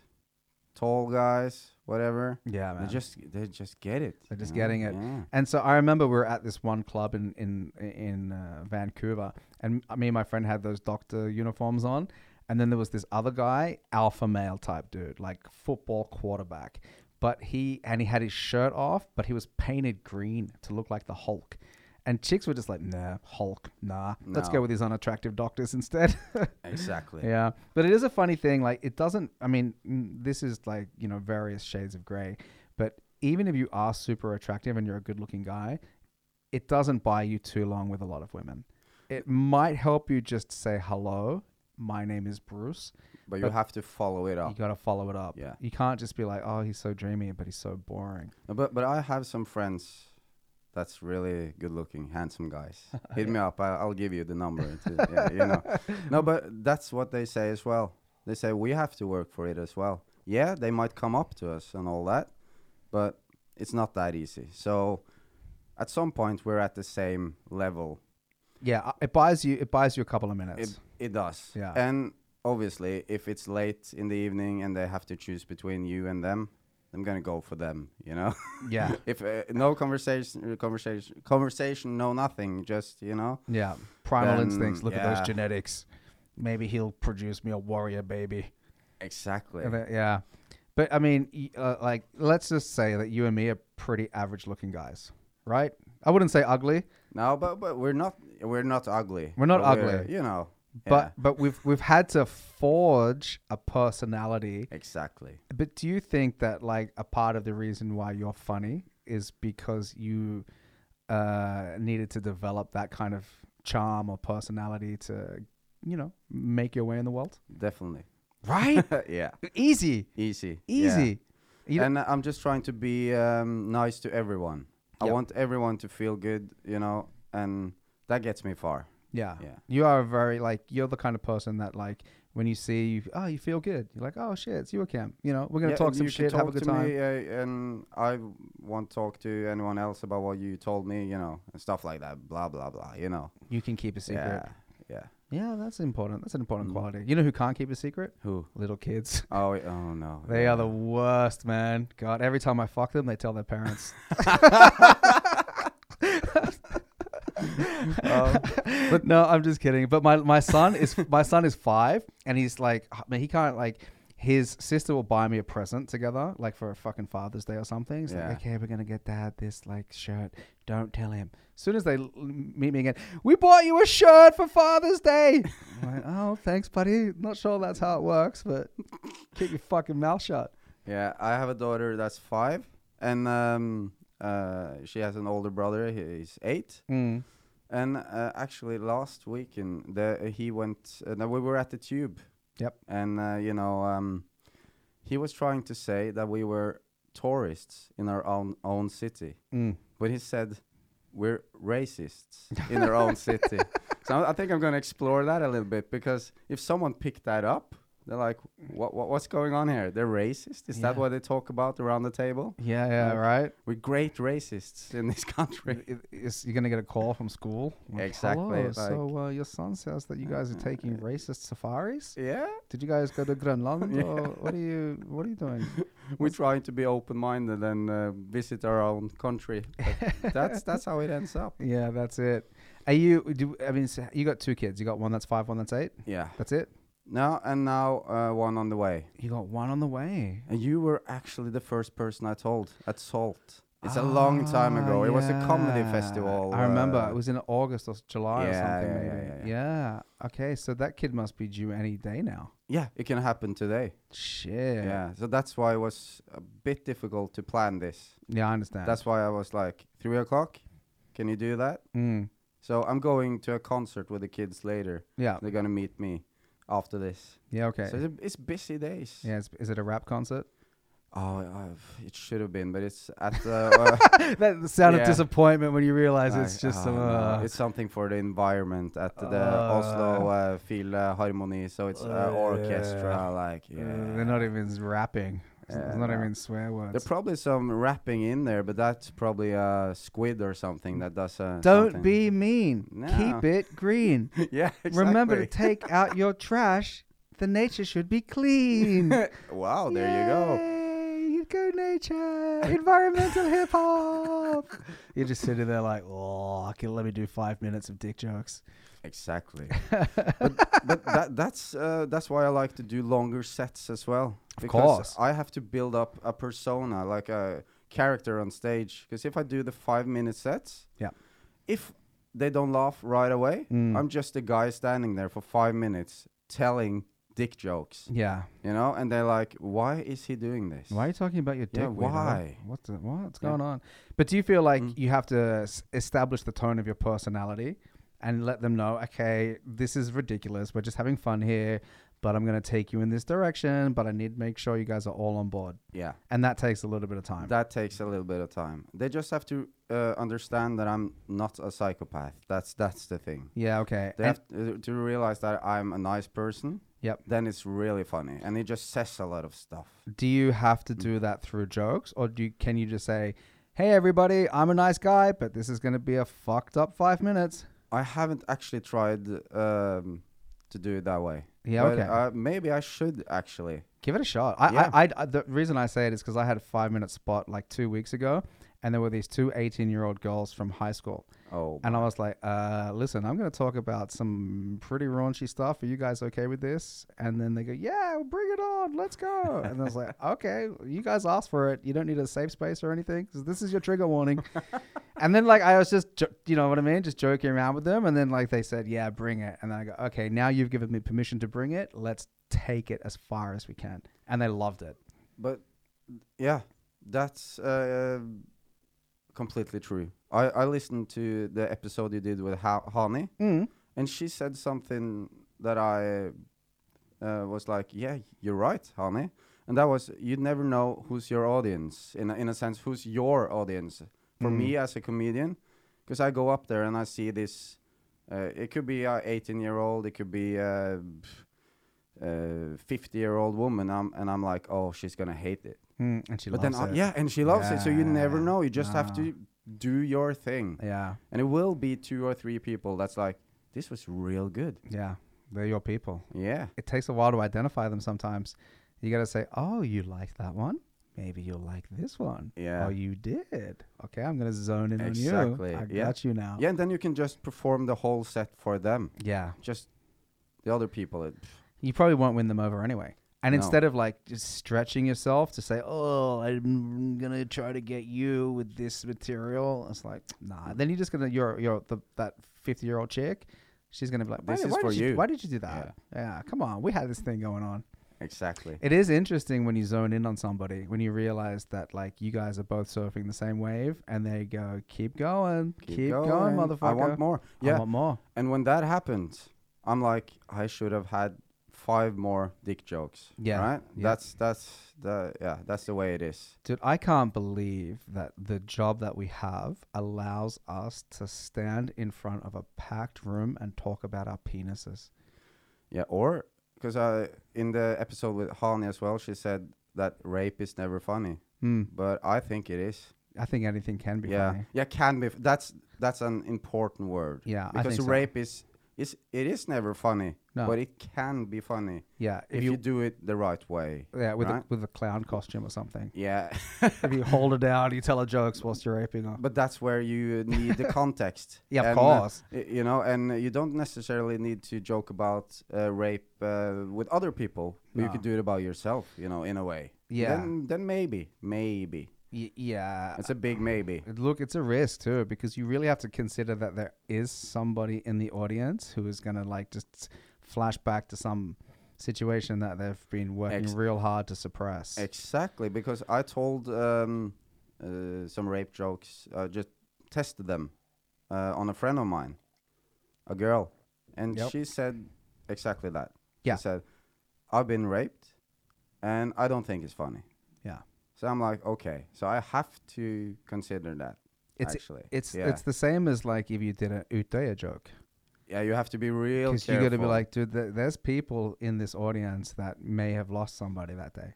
[SPEAKER 2] tall guys, whatever.
[SPEAKER 1] yeah, man.
[SPEAKER 2] They just they just get it.
[SPEAKER 1] They're
[SPEAKER 2] you
[SPEAKER 1] just
[SPEAKER 2] know?
[SPEAKER 1] getting it.
[SPEAKER 2] Yeah.
[SPEAKER 1] And so I remember we were at this one club in in in uh, Vancouver, and m- me and my friend had those doctor uniforms on. And then there was this other guy, alpha male type dude, like football quarterback. But he and he had his shirt off, but he was painted green to look like the Hulk. And chicks were just like, nah, Hulk, nah. Let's
[SPEAKER 2] No.
[SPEAKER 1] go with these unattractive doctors instead.
[SPEAKER 2] Exactly.
[SPEAKER 1] Yeah, but [laughs] it is a funny thing. Like it doesn't. I mean, mm, this is like you know various shades of gray. But even if you are super attractive and you're a good-looking guy, it doesn't buy you too long with a lot of women. It might help you just say hello. My name is Bruce.
[SPEAKER 2] But you
[SPEAKER 1] But-
[SPEAKER 2] have to follow it
[SPEAKER 1] You
[SPEAKER 2] up.
[SPEAKER 1] got to follow it up.
[SPEAKER 2] Yeah.
[SPEAKER 1] You can't just be like, oh, he's so dreamy, but he's so boring.
[SPEAKER 2] No, But but I have some friends that's really good looking, handsome guys. Hit me up. I, I'll give you the number. to- yeah, you know. No, but that's what they say as well. They say we have to work for it as well. Yeah, they might come up to us and all that, but it's not that easy. So at some point we're at the same level.
[SPEAKER 1] Yeah, uh, it buys you. It buys you a couple of minutes.
[SPEAKER 2] It it does.
[SPEAKER 1] Yeah.
[SPEAKER 2] And obviously, if it's late in the evening and they have to choose between you and them, I'm gonna go for them. You know.
[SPEAKER 1] [laughs] yeah.
[SPEAKER 2] if uh, no conversation, uh, conversation, conversation, no nothing, just you know. [laughs]
[SPEAKER 1] Yeah. Primal
[SPEAKER 2] Then,
[SPEAKER 1] instincts. Look at
[SPEAKER 2] yeah.
[SPEAKER 1] those genetics. Maybe he'll produce me a warrior baby.
[SPEAKER 2] Exactly.
[SPEAKER 1] And that- yeah. But I mean, y- uh, like, let's just say that you and me are pretty average looking guys, right? I wouldn't say ugly,
[SPEAKER 2] No, but but we're not we're not ugly.
[SPEAKER 1] We're not
[SPEAKER 2] but
[SPEAKER 1] ugly.
[SPEAKER 2] you know.
[SPEAKER 1] but
[SPEAKER 2] yeah,
[SPEAKER 1] but we've we've had to forge a personality.
[SPEAKER 2] exactly.
[SPEAKER 1] But do you think that like a part of the reason why you're funny is because you uh, needed to develop that kind of charm or personality to, you know, make your way in the world?
[SPEAKER 2] Definitely. [laughs]
[SPEAKER 1] Right?
[SPEAKER 2] yeah.
[SPEAKER 1] [laughs] Easy,
[SPEAKER 2] Easy. yeah.
[SPEAKER 1] easy. You don't-
[SPEAKER 2] And I'm just trying to be um, nice to everyone. I
[SPEAKER 1] Yep.
[SPEAKER 2] want everyone to feel good, you know, and that gets me far.
[SPEAKER 1] Yeah.
[SPEAKER 2] Yeah.
[SPEAKER 1] You are a very like you're the kind of person that like when you see you oh you feel good. You're like, Oh shit, it's you Cam. You know, we're gonna
[SPEAKER 2] Yeah,
[SPEAKER 1] talk
[SPEAKER 2] and
[SPEAKER 1] some
[SPEAKER 2] you can
[SPEAKER 1] shit, have a
[SPEAKER 2] talk
[SPEAKER 1] good
[SPEAKER 2] to
[SPEAKER 1] time.
[SPEAKER 2] Me, uh, and I w- won't talk to anyone else about what you told me, you know, and stuff like that. Blah blah blah. You know.
[SPEAKER 1] You can keep a secret.
[SPEAKER 2] Yeah. Yeah.
[SPEAKER 1] Yeah, that's important. That's an important
[SPEAKER 2] Mm.
[SPEAKER 1] quality. You know who can't keep a secret?
[SPEAKER 2] Who?
[SPEAKER 1] Little kids.
[SPEAKER 2] Oh, y- oh no.
[SPEAKER 1] They
[SPEAKER 2] yeah.
[SPEAKER 1] are the
[SPEAKER 2] [laughs]
[SPEAKER 1] worst, man. God, every time I fuck them, they tell their
[SPEAKER 2] [laughs]
[SPEAKER 1] parents. [laughs] Um, oh. but no, I'm just kidding. But my, my son is my son is five, and he's like, "Ah, man, he can't like. His sister will buy me a present together, like for a fucking Father's Day or something. It's
[SPEAKER 2] Yeah.
[SPEAKER 1] like, okay, we're gonna get Dad this like shirt. Don't tell him. As soon as they l- meet me again, we bought you a shirt for Father's Day. I'm [laughs] like, oh, thanks, buddy. Not sure that's how it works, but keep your fucking mouth shut.
[SPEAKER 2] Yeah, I have a daughter that's five, and um, uh, she has an older brother. He's eight.
[SPEAKER 1] Mm.
[SPEAKER 2] And uh, actually, last weekend, the, he went. Uh, no, we were at the tube.
[SPEAKER 1] Yep.
[SPEAKER 2] And uh, you know, um, he was trying to say that we were tourists in our own own city,
[SPEAKER 1] Mm.
[SPEAKER 2] but he said we're
[SPEAKER 1] [laughs]
[SPEAKER 2] racists in our own city. So I think I'm going to explore that a little bit because if someone picked that up, they're like, "What? what what's going on here? They're racist? Is that
[SPEAKER 1] Yeah.
[SPEAKER 2] what they talk about around the table?
[SPEAKER 1] Yeah, yeah,
[SPEAKER 2] Like,
[SPEAKER 1] right.
[SPEAKER 2] We're great racists in this [laughs] country."
[SPEAKER 1] It- it's- you're gonna get a call from school.
[SPEAKER 2] Exactly,
[SPEAKER 1] "Hello,
[SPEAKER 2] like-
[SPEAKER 1] so uh, your son says that you guys are [laughs] taking racist safaris.
[SPEAKER 2] yeah.
[SPEAKER 1] Did you guys go to Greenland? [laughs] Or what are you What are you doing? [laughs]
[SPEAKER 2] we're trying to be open-minded and uh, visit our own country.
[SPEAKER 1] [laughs]
[SPEAKER 2] But that's that's how it ends up.
[SPEAKER 1] yeah, that's it. Are you? Do I mean so you got two kids? You got one that's five, one that's eight.
[SPEAKER 2] Yeah,
[SPEAKER 1] That's it.
[SPEAKER 2] No, and now uh, one on the way.
[SPEAKER 1] You got one on the way.
[SPEAKER 2] And you were actually the first person I told at Salt. It's a long time
[SPEAKER 1] Ah,
[SPEAKER 2] ago. It was a comedy
[SPEAKER 1] yeah.
[SPEAKER 2] festival.
[SPEAKER 1] I remember
[SPEAKER 2] uh,
[SPEAKER 1] it was in August or July or
[SPEAKER 2] Yeah,
[SPEAKER 1] something.
[SPEAKER 2] yeah,
[SPEAKER 1] maybe.
[SPEAKER 2] yeah, yeah,
[SPEAKER 1] Yeah. Okay, so that kid must be due any day now.
[SPEAKER 2] yeah, it can happen today.
[SPEAKER 1] Shit.
[SPEAKER 2] Yeah. So that's why it was a bit difficult to plan this.
[SPEAKER 1] Yeah, I understand.
[SPEAKER 2] That's why I was like, three o'clock? Can you do that?
[SPEAKER 1] Mm.
[SPEAKER 2] So I'm going to a concert with the kids later.
[SPEAKER 1] Yeah.
[SPEAKER 2] They're going to meet me after this.
[SPEAKER 1] Yeah. Okay.
[SPEAKER 2] So it's, it's busy days.
[SPEAKER 1] yeah. It's, is it a rap concert?
[SPEAKER 2] Oh, I've, it should have been, but it's at the.
[SPEAKER 1] [laughs]
[SPEAKER 2] uh,
[SPEAKER 1] [laughs] that sound of
[SPEAKER 2] Yeah.
[SPEAKER 1] disappointment when you realize it's
[SPEAKER 2] I-
[SPEAKER 1] just
[SPEAKER 2] ah,
[SPEAKER 1] some.
[SPEAKER 2] no,
[SPEAKER 1] Uh,
[SPEAKER 2] it's something for the environment at the
[SPEAKER 1] Uh,
[SPEAKER 2] Oslo uh, Phil uh, Harmony, so it's uh,
[SPEAKER 1] Uh,
[SPEAKER 2] orchestra. Like,
[SPEAKER 1] uh,
[SPEAKER 2] yeah,
[SPEAKER 1] They're not even rapping. It's
[SPEAKER 2] Yeah,
[SPEAKER 1] not
[SPEAKER 2] no.
[SPEAKER 1] even swear
[SPEAKER 2] There's
[SPEAKER 1] words.
[SPEAKER 2] probably some rapping in there, but that's probably a squid or something that does. Uh,
[SPEAKER 1] Don't
[SPEAKER 2] something.
[SPEAKER 1] be mean.
[SPEAKER 2] No.
[SPEAKER 1] Keep it [laughs] green.
[SPEAKER 2] [laughs] yeah,
[SPEAKER 1] Remember [laughs] to
[SPEAKER 2] exactly.
[SPEAKER 1] take out your trash. The nature should be [laughs] clean. Oh,
[SPEAKER 2] Wow, there you go.
[SPEAKER 1] Yay, You go nature, environmental hip hop. [laughs] You're just sitting there like, oh, okay, let me do five minutes of dick jokes. [laughs]
[SPEAKER 2] Exactly. but but that, that's uh, that's why I like to do longer sets as well. Of
[SPEAKER 1] course.
[SPEAKER 2] I have to build up a persona, like a character on stage. Because if I do the five minute sets,
[SPEAKER 1] Yeah.
[SPEAKER 2] if they don't laugh right away,
[SPEAKER 1] Mm.
[SPEAKER 2] I'm just a guy standing there for five minutes telling dick jokes,
[SPEAKER 1] Yeah.
[SPEAKER 2] you know, and they're like, "Why is he doing this?"
[SPEAKER 1] Why are you talking about your dick?
[SPEAKER 2] Yeah,
[SPEAKER 1] weirdo?
[SPEAKER 2] why?
[SPEAKER 1] What the, what's
[SPEAKER 2] Yeah.
[SPEAKER 1] going on? But do you feel like
[SPEAKER 2] Mm.
[SPEAKER 1] you have to s- establish the tone of your personality and let them know, okay, this is ridiculous. We're just having fun here, but I'm going to take you in this direction, but I need to make sure you guys are all on board.
[SPEAKER 2] Yeah,
[SPEAKER 1] And that takes a little bit of time.
[SPEAKER 2] that takes a little bit of time. They just have to uh, understand that I'm not a psychopath. That's that's the thing.
[SPEAKER 1] yeah, okay.
[SPEAKER 2] They
[SPEAKER 1] And-
[SPEAKER 2] have to, to realize that I'm a nice person.
[SPEAKER 1] Yep.
[SPEAKER 2] Then it's really funny, and it just says a lot of stuff.
[SPEAKER 1] do you have to do that through jokes or do you, can you just say hey everybody i'm a nice guy but this is going to be a fucked up five minutes
[SPEAKER 2] I haven't actually tried um, to do it that way.
[SPEAKER 1] Yeah,
[SPEAKER 2] But,
[SPEAKER 1] okay.
[SPEAKER 2] Uh, maybe I should actually.
[SPEAKER 1] give it a shot i,
[SPEAKER 2] Yeah.
[SPEAKER 1] I, I, I the reason i say it is because i had a five minute spot like two weeks ago and there were these two 18 year old girls from high school
[SPEAKER 2] Oh,
[SPEAKER 1] and i was like uh, listen i'm going to talk about some pretty raunchy stuff are you guys okay with this and then they go yeah well, bring it on let's go and i was
[SPEAKER 2] [laughs]
[SPEAKER 1] like okay you guys asked for it you don't need a safe space or anything 'cause this is your trigger warning [laughs] And then like I was just jo- you know what I mean, just joking around with them, and then like they said, "Yeah, bring it," and then I go, "Okay, now you've given me permission to bring it. Let's take it as far as we can." And they loved it.
[SPEAKER 2] but yeah, that's uh, completely true. I, I listened to the episode you did with ha- Hani,
[SPEAKER 1] Mm.
[SPEAKER 2] and she said something that I uh, was like, "Yeah, you're right, Hani." And that was, you never know who's your audience. In a, in a sense, who's your audience? For
[SPEAKER 1] Mm.
[SPEAKER 2] me as a comedian, because I go up there and I see this. Uh, it could be a 18 year old. It could be a 50 year old woman. I'm, and I'm like, oh, she's gonna hate it.
[SPEAKER 1] Mm. And she
[SPEAKER 2] but then,
[SPEAKER 1] loves
[SPEAKER 2] I-
[SPEAKER 1] it.
[SPEAKER 2] yeah, and she loves it. So you never
[SPEAKER 1] Yeah,
[SPEAKER 2] know. You just have
[SPEAKER 1] no.
[SPEAKER 2] to do your thing,
[SPEAKER 1] yeah,
[SPEAKER 2] and it will be two or three people that's like, this was real good.
[SPEAKER 1] yeah. They're your people.
[SPEAKER 2] Yeah.
[SPEAKER 1] It takes a while to identify them sometimes. You got to say, "Oh, you like that one? Maybe you'll like this one."
[SPEAKER 2] Yeah.
[SPEAKER 1] Oh, you did. Okay, I'm gonna zone in on
[SPEAKER 2] Exactly,
[SPEAKER 1] you. I
[SPEAKER 2] yeah.
[SPEAKER 1] got you now.
[SPEAKER 2] Yeah, and then you can just perform the whole set for them.
[SPEAKER 1] Yeah.
[SPEAKER 2] Just the other people. It,
[SPEAKER 1] you probably won't win them over anyway. And
[SPEAKER 2] No.
[SPEAKER 1] instead of like just stretching yourself to say, "Oh, I'm gonna try to get you with this material," it's like, nah. Then you're just gonna you're you're the, that fifty year old chick. She's gonna be like, why,
[SPEAKER 2] This is
[SPEAKER 1] why
[SPEAKER 2] for
[SPEAKER 1] did you.
[SPEAKER 2] you."
[SPEAKER 1] Why did you do that? yeah, come on, we had this thing going on.
[SPEAKER 2] exactly.
[SPEAKER 1] It is interesting when you zone in on somebody when you realize that like you guys are both surfing the same wave, and they go, "Keep going, keep, going, motherfucker."
[SPEAKER 2] I want more.
[SPEAKER 1] I
[SPEAKER 2] Yeah.
[SPEAKER 1] want more.
[SPEAKER 2] and when that happened, I'm like, I should have had five more dick jokes.
[SPEAKER 1] Yeah,
[SPEAKER 2] Right?
[SPEAKER 1] yeah.
[SPEAKER 2] That's that's the yeah, that's the way it is.
[SPEAKER 1] Dude, I can't believe that the job that we have allows us to stand in front of a packed room and talk about our penises.
[SPEAKER 2] Yeah. Or because uh, in the episode with Hani as well, she said that rape is never funny.
[SPEAKER 1] Hmm.
[SPEAKER 2] But I think it is.
[SPEAKER 1] I think anything can be
[SPEAKER 2] yeah.
[SPEAKER 1] funny.
[SPEAKER 2] Yeah, can be. F- that's that's an important word.
[SPEAKER 1] Yeah, I
[SPEAKER 2] Because
[SPEAKER 1] think so.
[SPEAKER 2] rape is is it is never funny.
[SPEAKER 1] No.
[SPEAKER 2] but it can be funny
[SPEAKER 1] yeah.
[SPEAKER 2] if, you, do it the right way.
[SPEAKER 1] yeah with a,
[SPEAKER 2] right?
[SPEAKER 1] with a clown costume or something.
[SPEAKER 2] Yeah, [laughs]
[SPEAKER 1] if you hold it down, you tell her jokes whilst you're aping her.
[SPEAKER 2] but that's where you need the context.
[SPEAKER 1] [laughs] Yeah, of
[SPEAKER 2] And, uh,
[SPEAKER 1] course.
[SPEAKER 2] y- you know, and you don't necessarily need to joke about uh, rape uh, with other people. but You
[SPEAKER 1] No.
[SPEAKER 2] could do it about yourself, you know, in a way.
[SPEAKER 1] Yeah.
[SPEAKER 2] Then, then maybe, maybe
[SPEAKER 1] Y- yeah.
[SPEAKER 2] it's a big maybe.
[SPEAKER 1] Look, it's a risk too because you really have to consider that there is somebody in the audience who is gonna like just flash back to some situation that they've been working
[SPEAKER 2] Ex-
[SPEAKER 1] real hard to suppress.
[SPEAKER 2] Exactly, because I told um, uh, some rape jokes, uh, just tested them uh, on a friend of mine, a girl, and
[SPEAKER 1] Yep.
[SPEAKER 2] she said exactly that.
[SPEAKER 1] Yeah.
[SPEAKER 2] She said, "I've been raped, and I don't think it's funny."
[SPEAKER 1] yeah.
[SPEAKER 2] So I'm like, okay, so I have to consider that.
[SPEAKER 1] It's
[SPEAKER 2] actually,
[SPEAKER 1] it's
[SPEAKER 2] yeah.
[SPEAKER 1] it's the same as like if you did an utaya joke.
[SPEAKER 2] yeah, you have to be real.
[SPEAKER 1] Because you got to be
[SPEAKER 2] careful.
[SPEAKER 1] like, dude, th- there's people in this audience that may have lost somebody that day,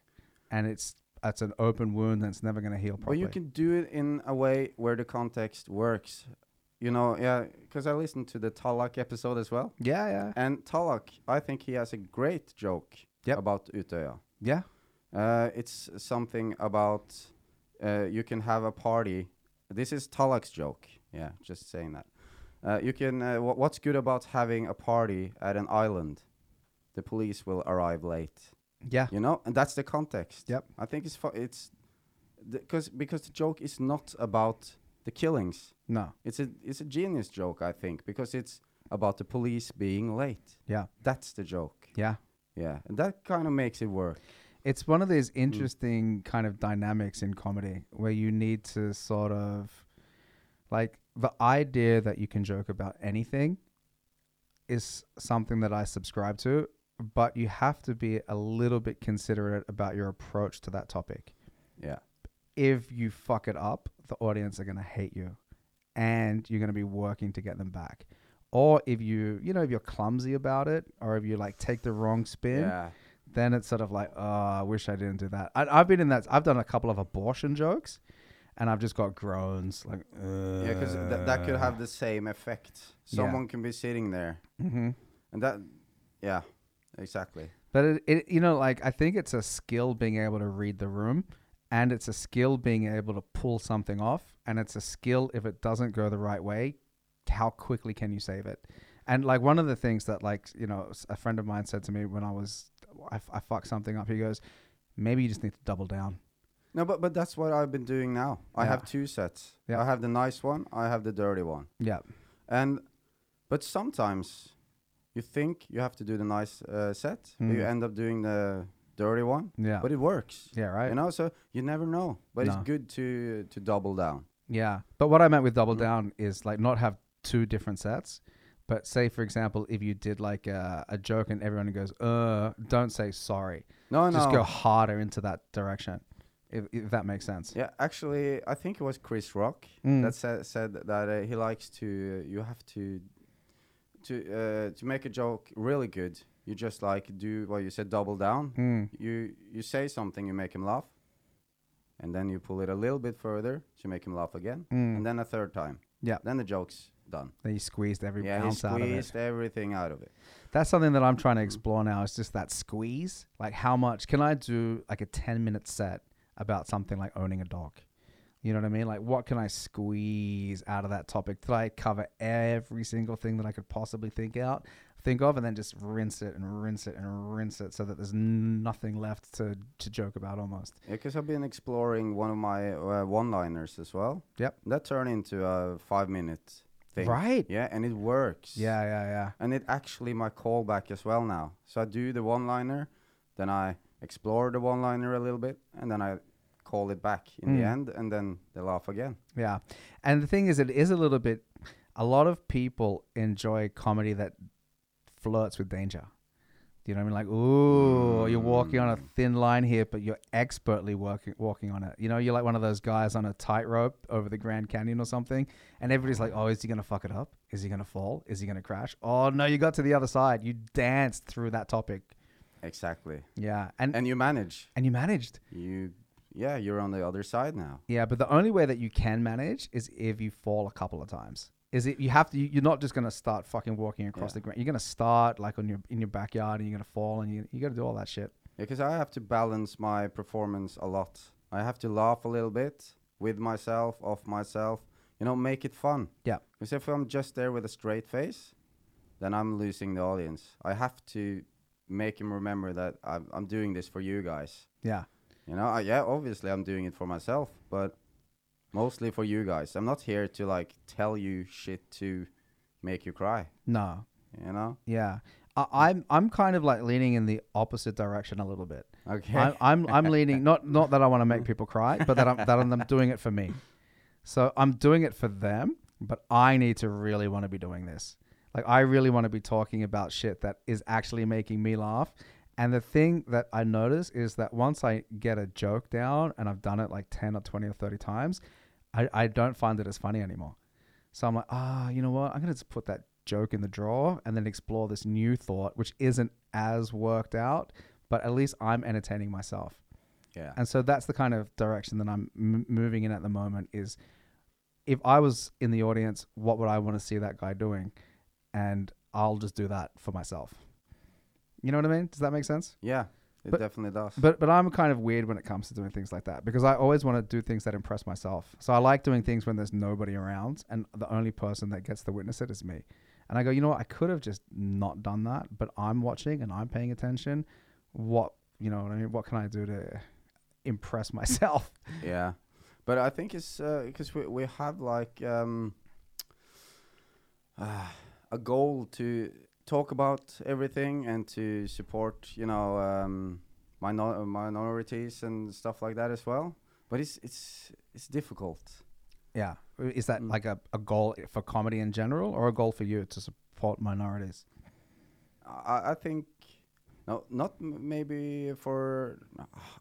[SPEAKER 1] and it's it's an open wound that's never going to heal
[SPEAKER 2] But
[SPEAKER 1] properly.
[SPEAKER 2] you can do it in a way where the context works. You know, yeah, because I listened to the Talak episode as well.
[SPEAKER 1] yeah, yeah,
[SPEAKER 2] And Talak, I think he has a great joke
[SPEAKER 1] Yep.
[SPEAKER 2] about Utøya.
[SPEAKER 1] yeah,
[SPEAKER 2] Uh, it's something about uh, you can have a party. This is Talak's joke. Yeah, just saying that. Uh, you can. Uh, wha what's good about having a party at an island? The police will arrive late.
[SPEAKER 1] yeah,
[SPEAKER 2] You know, and that's the context.
[SPEAKER 1] Yep.
[SPEAKER 2] I think it's fu- it's because because the joke is not about the killings.
[SPEAKER 1] no,
[SPEAKER 2] It's a it's a genius joke, I think, because it's about the police being late.
[SPEAKER 1] yeah,
[SPEAKER 2] That's the joke.
[SPEAKER 1] yeah.
[SPEAKER 2] Yeah, and that kind of makes it work.
[SPEAKER 1] It's one of these interesting kind of dynamics in comedy where you need to sort of like the idea that you can joke about anything is something that I subscribe to, but you have to be a little bit considerate about your approach to that topic.
[SPEAKER 2] Yeah,
[SPEAKER 1] if you fuck it up, the audience are going to hate you and you're going to be working to get them back. Or if you, you know, if you're clumsy about it or if you like take the wrong spin,
[SPEAKER 2] yeah,
[SPEAKER 1] then it's sort of like, oh, I wish I didn't do that. I, I've been in that, I've done a couple of abortion jokes and I've just got groans like, uh,
[SPEAKER 2] yeah, because th- that could have the same effect.
[SPEAKER 1] Yeah.
[SPEAKER 2] Someone can be sitting there,
[SPEAKER 1] hmm
[SPEAKER 2] and that, yeah, exactly.
[SPEAKER 1] But it, it, you know, like I think it's a skill being able to read the room, and it's a skill being able to pull something off, and it's a skill if it doesn't go the right way, how quickly can you save it? And like one of the things that like you know s- a friend of mine said to me when I was I, f- I fucked something up, he goes, maybe you just need to double down.
[SPEAKER 2] No, but but that's what I've been doing now. I
[SPEAKER 1] Yeah.
[SPEAKER 2] have two sets.
[SPEAKER 1] Yeah.
[SPEAKER 2] I have the nice one. I have the dirty one.
[SPEAKER 1] Yeah,
[SPEAKER 2] And but sometimes you think you have to do the nice uh, set, but you
[SPEAKER 1] Mm.
[SPEAKER 2] end up doing the dirty one.
[SPEAKER 1] yeah,
[SPEAKER 2] But it works.
[SPEAKER 1] yeah, right.
[SPEAKER 2] You know, so you never know. But it's
[SPEAKER 1] No.
[SPEAKER 2] good to to double down.
[SPEAKER 1] Yeah. But what I meant with double
[SPEAKER 2] Mm.
[SPEAKER 1] down is like not have two different sets. But say, for example, if you did like a, a joke and everyone goes, uh, don't say sorry.
[SPEAKER 2] No, no.
[SPEAKER 1] Just go harder into that direction, if, if that makes sense.
[SPEAKER 2] Yeah, actually, I think it was Chris Rock
[SPEAKER 1] Mm.
[SPEAKER 2] that sa- said that uh, he likes to. You have to to uh, to make a joke really good. You just like do what you said, double down.
[SPEAKER 1] Mm.
[SPEAKER 2] You you say something, you make him laugh, and then you pull it a little bit further to make him laugh again,
[SPEAKER 1] Mm.
[SPEAKER 2] and then a third time.
[SPEAKER 1] Yeah.
[SPEAKER 2] Then the joke's done.
[SPEAKER 1] Then you squeezed every
[SPEAKER 2] yeah, he
[SPEAKER 1] ounce out of it.
[SPEAKER 2] squeezed everything out of it.
[SPEAKER 1] That's something that I'm trying to explore now. It's just that squeeze. Like, how much can I do like a 10 minute set about something like owning a dog? You know what I mean? Like, what can I squeeze out of that topic? Did I cover every single thing that I could possibly think out, think of, and then just rinse it and rinse it and rinse it so that there's nothing left to, to joke about almost?
[SPEAKER 2] Because I've been exploring one of my uh, one-liners as well.
[SPEAKER 1] Yep.
[SPEAKER 2] That turned into a five-minute thing.
[SPEAKER 1] Right?
[SPEAKER 2] Yeah, and it works.
[SPEAKER 1] Yeah, yeah, yeah.
[SPEAKER 2] and it actually my callback as well now. So I do the one liner, then I explore the one liner a little bit, and then I call it back in the
[SPEAKER 1] Mm.
[SPEAKER 2] end, and then they laugh again.
[SPEAKER 1] Yeah. And the thing is, it is a little bit, a lot of people enjoy comedy that flirts with danger. Do you know what I mean? Like, ooh, you're walking on a thin line here, but you're expertly working, walking on it. You know, you're like one of those guys on a tightrope over the Grand Canyon or something. And everybody's like, oh, is he going to fuck it up? Is he going to fall? Is he going to crash? Oh, no, you got to the other side. You danced through that topic.
[SPEAKER 2] Exactly.
[SPEAKER 1] Yeah. And, and,
[SPEAKER 2] And you manage.
[SPEAKER 1] and you managed.
[SPEAKER 2] You, yeah, you're on the other side now.
[SPEAKER 1] Yeah, but the only way that you can manage is if you fall a couple of times. is it you have to you- you're not just gonna start fucking walking across
[SPEAKER 2] Yeah.
[SPEAKER 1] the ground. You're gonna start like on your in your backyard and you're gonna fall and you you gotta do all that shit.
[SPEAKER 2] because I have to balance my performance a lot. I have to laugh a little bit with myself, off myself, you know, make it fun.
[SPEAKER 1] Yeah.
[SPEAKER 2] Because if I'm just there with a straight face, then I'm losing the audience. I have to make him remember that I'm, I'm doing this for you guys.
[SPEAKER 1] Yeah.
[SPEAKER 2] You know, I, yeah, obviously I'm doing it for myself, but mostly for you guys. I'm not here to like tell you shit to make you cry,
[SPEAKER 1] No.
[SPEAKER 2] you know?
[SPEAKER 1] Yeah. I, I'm I'm kind of like leaning in the opposite direction a little bit.
[SPEAKER 2] Okay.
[SPEAKER 1] I'm, I'm I'm leaning not not that I want to make people cry, but that I'm that I'm doing it for me. So I'm doing it for them, but I need to really want to be doing this. Like I really want to be talking about shit that is actually making me laugh. And the thing that I notice is that once I get a joke down and I've done it like 10 or 20 or 30 times, I, I don't find it as funny anymore. So I'm like, ah, you know what? I'm going to just put that joke in the drawer and then explore this new thought, which isn't as worked out, but at least I'm entertaining myself.
[SPEAKER 2] yeah.
[SPEAKER 1] And so that's the kind of direction that I'm m- moving in at the moment is if I was in the audience, what would I want to see that guy doing? And I'll just do that for myself. You know what I mean? Does that make sense?
[SPEAKER 2] Yeah, it
[SPEAKER 1] But-
[SPEAKER 2] definitely does.
[SPEAKER 1] But but I'm kind of weird when it comes to doing things like that because I always want to do things that impress myself. So I like doing things when there's nobody around and the only person that gets to witness it is me. And I go, you know what? I could have just not done that, but I'm watching and I'm paying attention. What you know what I mean? What can I do to impress [laughs] myself?
[SPEAKER 2] yeah but i think it's because we, we have like um uh, a goal to talk about everything and to support you know um minor- minorities and stuff like that as well but it's it's it's difficult
[SPEAKER 1] yeah. Is that
[SPEAKER 2] Mm.
[SPEAKER 1] like a, a goal for comedy in general or a goal for you to support minorities?
[SPEAKER 2] i i think no not m- maybe for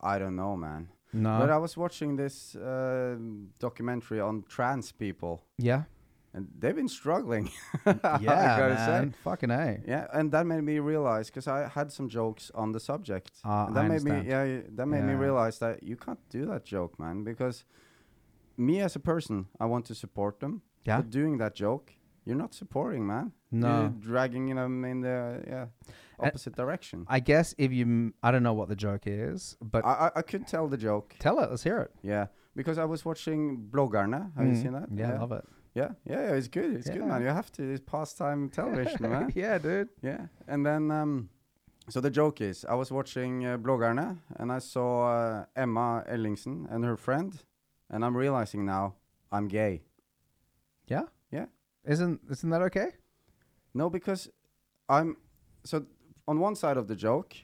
[SPEAKER 2] i don't know man
[SPEAKER 1] No.
[SPEAKER 2] but i was watching this uh, documentary on trans people [laughs]
[SPEAKER 1] yeah.
[SPEAKER 2] and they've been struggling
[SPEAKER 1] Yeah.
[SPEAKER 2] I gotta say.
[SPEAKER 1] man. Fucking A.
[SPEAKER 2] Yeah, and that made me realize because I had some jokes on the subject.
[SPEAKER 1] Ah,
[SPEAKER 2] And that
[SPEAKER 1] I
[SPEAKER 2] made
[SPEAKER 1] understand.
[SPEAKER 2] me yeah, y- that made me
[SPEAKER 1] Yeah.
[SPEAKER 2] realize that you can't do that joke, man, because me as a person, I want to support them.
[SPEAKER 1] Yeah.
[SPEAKER 2] But doing that joke, you're not supporting, man.
[SPEAKER 1] No.
[SPEAKER 2] You're dragging them in the yeah,
[SPEAKER 1] A-
[SPEAKER 2] opposite direction.
[SPEAKER 1] I guess if you, m- I don't know what the joke is, but
[SPEAKER 2] I, I I could tell the joke.
[SPEAKER 1] tell it. Let's hear it.
[SPEAKER 2] Yeah. Because I was watching Blogarna. Have you seen that?
[SPEAKER 1] Mm-hmm. Yeah, I
[SPEAKER 2] Yeah.
[SPEAKER 1] love it.
[SPEAKER 2] yeah. Yeah, yeah, it's good. It's
[SPEAKER 1] Yeah.
[SPEAKER 2] good, man. You have to. It's pastime
[SPEAKER 1] [laughs]
[SPEAKER 2] television, man.
[SPEAKER 1] yeah, dude.
[SPEAKER 2] Yeah, and then um, so the joke is, I was watching uh, Bloggerne, and I saw uh, Emma Ellingsen and her friend, and I'm realizing now I'm gay.
[SPEAKER 1] Yeah,
[SPEAKER 2] Yeah,
[SPEAKER 1] isn't isn't that okay?
[SPEAKER 2] no, because I'm so on one side of the joke,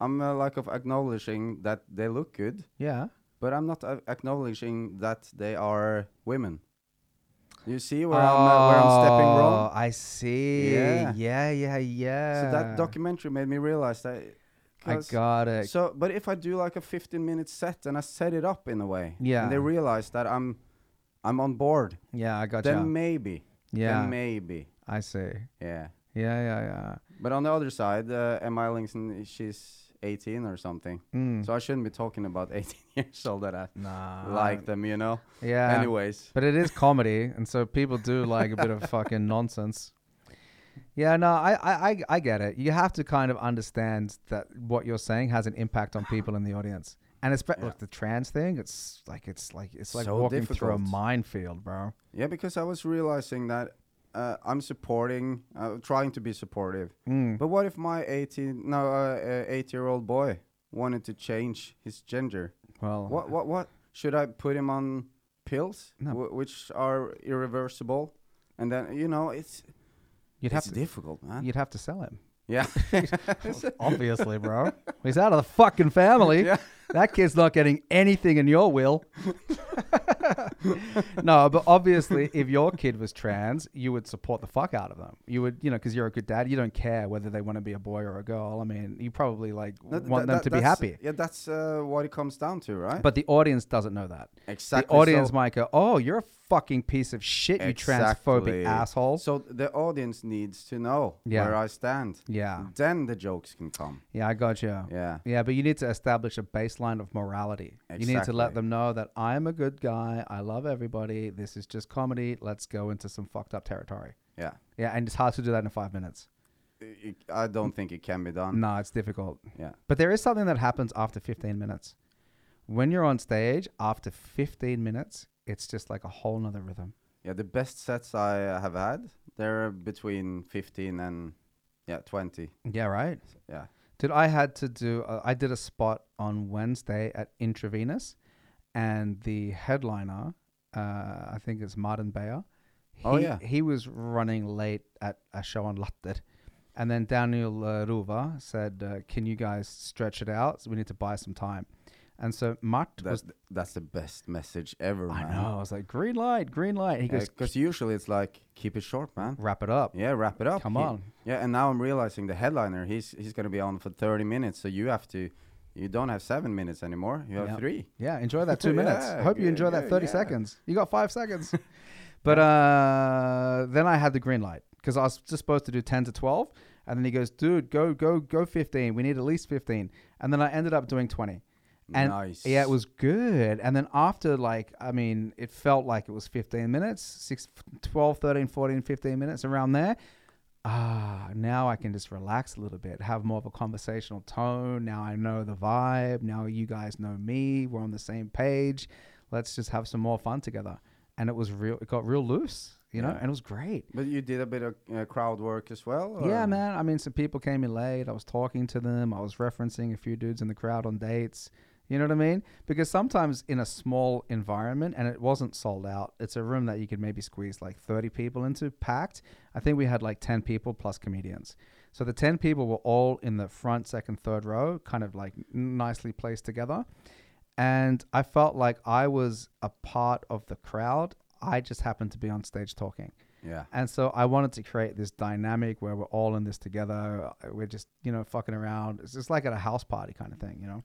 [SPEAKER 2] I'm uh, like of acknowledging that they look good,
[SPEAKER 1] Yeah,
[SPEAKER 2] but I'm not uh, acknowledging that they are women. You see where I'm uh, where I'm stepping
[SPEAKER 1] Oh,
[SPEAKER 2] wrong.
[SPEAKER 1] I see. Yeah,
[SPEAKER 2] Yeah.
[SPEAKER 1] yeah, yeah.
[SPEAKER 2] So that documentary made me realize that.
[SPEAKER 1] I
[SPEAKER 2] 'cause-
[SPEAKER 1] got it.
[SPEAKER 2] So, but if I do like a 15 minute set and I set it up in a way,
[SPEAKER 1] Yeah.
[SPEAKER 2] and they realize that I'm, I'm on board,
[SPEAKER 1] yeah, I got
[SPEAKER 2] then
[SPEAKER 1] you.
[SPEAKER 2] maybe,
[SPEAKER 1] Yeah.
[SPEAKER 2] then maybe,
[SPEAKER 1] I see.
[SPEAKER 2] yeah.
[SPEAKER 1] Yeah, yeah, yeah.
[SPEAKER 2] But on the other side, uh, Emma Ellingsen, she's 18 or something,
[SPEAKER 1] Mm.
[SPEAKER 2] so I shouldn't be talking about [laughs] 18 years old that I
[SPEAKER 1] nah.
[SPEAKER 2] like them, you know.
[SPEAKER 1] Uh, Yeah.
[SPEAKER 2] Anyways,
[SPEAKER 1] But it is comedy, and so people do like a bit
[SPEAKER 2] [laughs]
[SPEAKER 1] of fucking nonsense. Yeah, no, I, I, I, I get it. You have to kind of understand that what you're saying has an impact on people in the audience, and it's
[SPEAKER 2] Yeah.
[SPEAKER 1] look the trans thing. It's like it's like it's like
[SPEAKER 2] So
[SPEAKER 1] walking through a
[SPEAKER 2] difficult.
[SPEAKER 1] minefield, bro.
[SPEAKER 2] yeah, because I was realizing that uh, I'm supporting, uh, trying to be supportive.
[SPEAKER 1] Mm.
[SPEAKER 2] But what if my 18, no, uh, uh, eight year old boy wanted to change his gender?
[SPEAKER 1] Well,
[SPEAKER 2] What what what should I put him on pills
[SPEAKER 1] No.
[SPEAKER 2] wh- which are irreversible? And then you know it's
[SPEAKER 1] you'd have to
[SPEAKER 2] it's difficult, man.
[SPEAKER 1] you'd have to sell him.
[SPEAKER 2] Yeah.
[SPEAKER 1] [laughs] Obviously, bro. He's out of the fucking family.
[SPEAKER 2] Yeah.
[SPEAKER 1] That kid's not getting anything in your
[SPEAKER 2] [laughs]
[SPEAKER 1] will. no, but obviously, if your kid was trans, you would support the fuck out of them. You would, you know, because you're a good dad. You don't care whether they want to be a boy or a girl. I mean, you probably like
[SPEAKER 2] That-
[SPEAKER 1] want
[SPEAKER 2] that-
[SPEAKER 1] them to be
[SPEAKER 2] that's-
[SPEAKER 1] happy.
[SPEAKER 2] Yeah, that's uh, what it comes down to, right?
[SPEAKER 1] But the audience doesn't know that.
[SPEAKER 2] exactly.
[SPEAKER 1] the audience
[SPEAKER 2] so-
[SPEAKER 1] might go, "Oh, you're a fucking piece of shit, you
[SPEAKER 2] Exactly.
[SPEAKER 1] transphobic asshole.
[SPEAKER 2] So the audience needs to know
[SPEAKER 1] Yeah.
[SPEAKER 2] where I stand.
[SPEAKER 1] yeah,
[SPEAKER 2] Then the jokes can come.
[SPEAKER 1] yeah, I got you.
[SPEAKER 2] Yeah.
[SPEAKER 1] Yeah, but you need to establish a baseline of morality. You need to let
[SPEAKER 2] Exactly.
[SPEAKER 1] them know that I'm a good guy. I love everybody. This is just comedy. Let's go into some fucked up territory.
[SPEAKER 2] Yeah.
[SPEAKER 1] Yeah, and it's hard to do that in five minutes.
[SPEAKER 2] I- I don't think it can be done.
[SPEAKER 1] No, it's difficult.
[SPEAKER 2] Yeah.
[SPEAKER 1] But there is something that happens after 15 minutes. When you're on stage, after 15 minutes, it's just like a whole nother rhythm.
[SPEAKER 2] Yeah, the best sets I have had, they're between 15 and yeah, 20.
[SPEAKER 1] Yeah, right?
[SPEAKER 2] Yeah.
[SPEAKER 1] Dude, I had to do, uh, I did a spot on Wednesday at Intravenous, and the headliner, uh, I think it's Martin Bayer. He,
[SPEAKER 2] Oh, yeah.
[SPEAKER 1] He was running late at a show on Latter. And then Daniel uh, Ruva said, uh, Can you guys stretch it out? we need to buy some time. And so Mart was.
[SPEAKER 2] That's, that's the best message ever,
[SPEAKER 1] I
[SPEAKER 2] man.
[SPEAKER 1] know. I was like, green light, green light. He goes,
[SPEAKER 2] Because Uh, usually it's like, keep it short, man.
[SPEAKER 1] wrap it up.
[SPEAKER 2] Yeah, wrap it up.
[SPEAKER 1] Come
[SPEAKER 2] He-
[SPEAKER 1] on.
[SPEAKER 2] Yeah, and now I'm realizing the headliner, he's he's going to be on for 30 minutes. So you have to, you don't have seven minutes anymore. You have
[SPEAKER 1] Yeah.
[SPEAKER 2] three.
[SPEAKER 1] Yeah, enjoy that two minutes.
[SPEAKER 2] [laughs] Yeah,
[SPEAKER 1] Hope you
[SPEAKER 2] good,
[SPEAKER 1] enjoy that
[SPEAKER 2] good,
[SPEAKER 1] 30
[SPEAKER 2] yeah.
[SPEAKER 1] seconds. You got five
[SPEAKER 2] [laughs]
[SPEAKER 1] seconds. but uh, then I had the green light because I was just supposed to do 10 to 12. And then he goes, dude, go, go, go 15. We need at least 15. And then I ended up doing 20. And
[SPEAKER 2] Nice.
[SPEAKER 1] yeah, it was good. And then after, like, I mean, it felt like it was 15 minutes, six, 12, 13, 14, 15 minutes around there. Ah, now I can just relax a little bit, have more of a conversational tone. Now I know the vibe. Now you guys know me. We're on the same page. Let's just have some more fun together. And it was real, it got real loose, you know,
[SPEAKER 2] Yeah.
[SPEAKER 1] and it was great.
[SPEAKER 2] But you did a bit of uh, crowd work as well?
[SPEAKER 1] Yeah,
[SPEAKER 2] or-
[SPEAKER 1] man. I mean, some people came in late. I was talking to them. I was referencing a few dudes in the crowd on dates. You know what I mean? Because sometimes in a small environment, and it wasn't sold out, it's a room that you could maybe squeeze like 30 people into, packed. I think we had like 10 people plus comedians. So the 10 people were all in the front, second, third row, kind of like nicely placed together. And I felt like I was a part of the crowd. I just happened to be on stage talking.
[SPEAKER 2] Yeah.
[SPEAKER 1] And so I wanted to create this dynamic where we're all in this together. Uh, We're just, you know, fucking around. It's just like at a house party kind of thing, you know?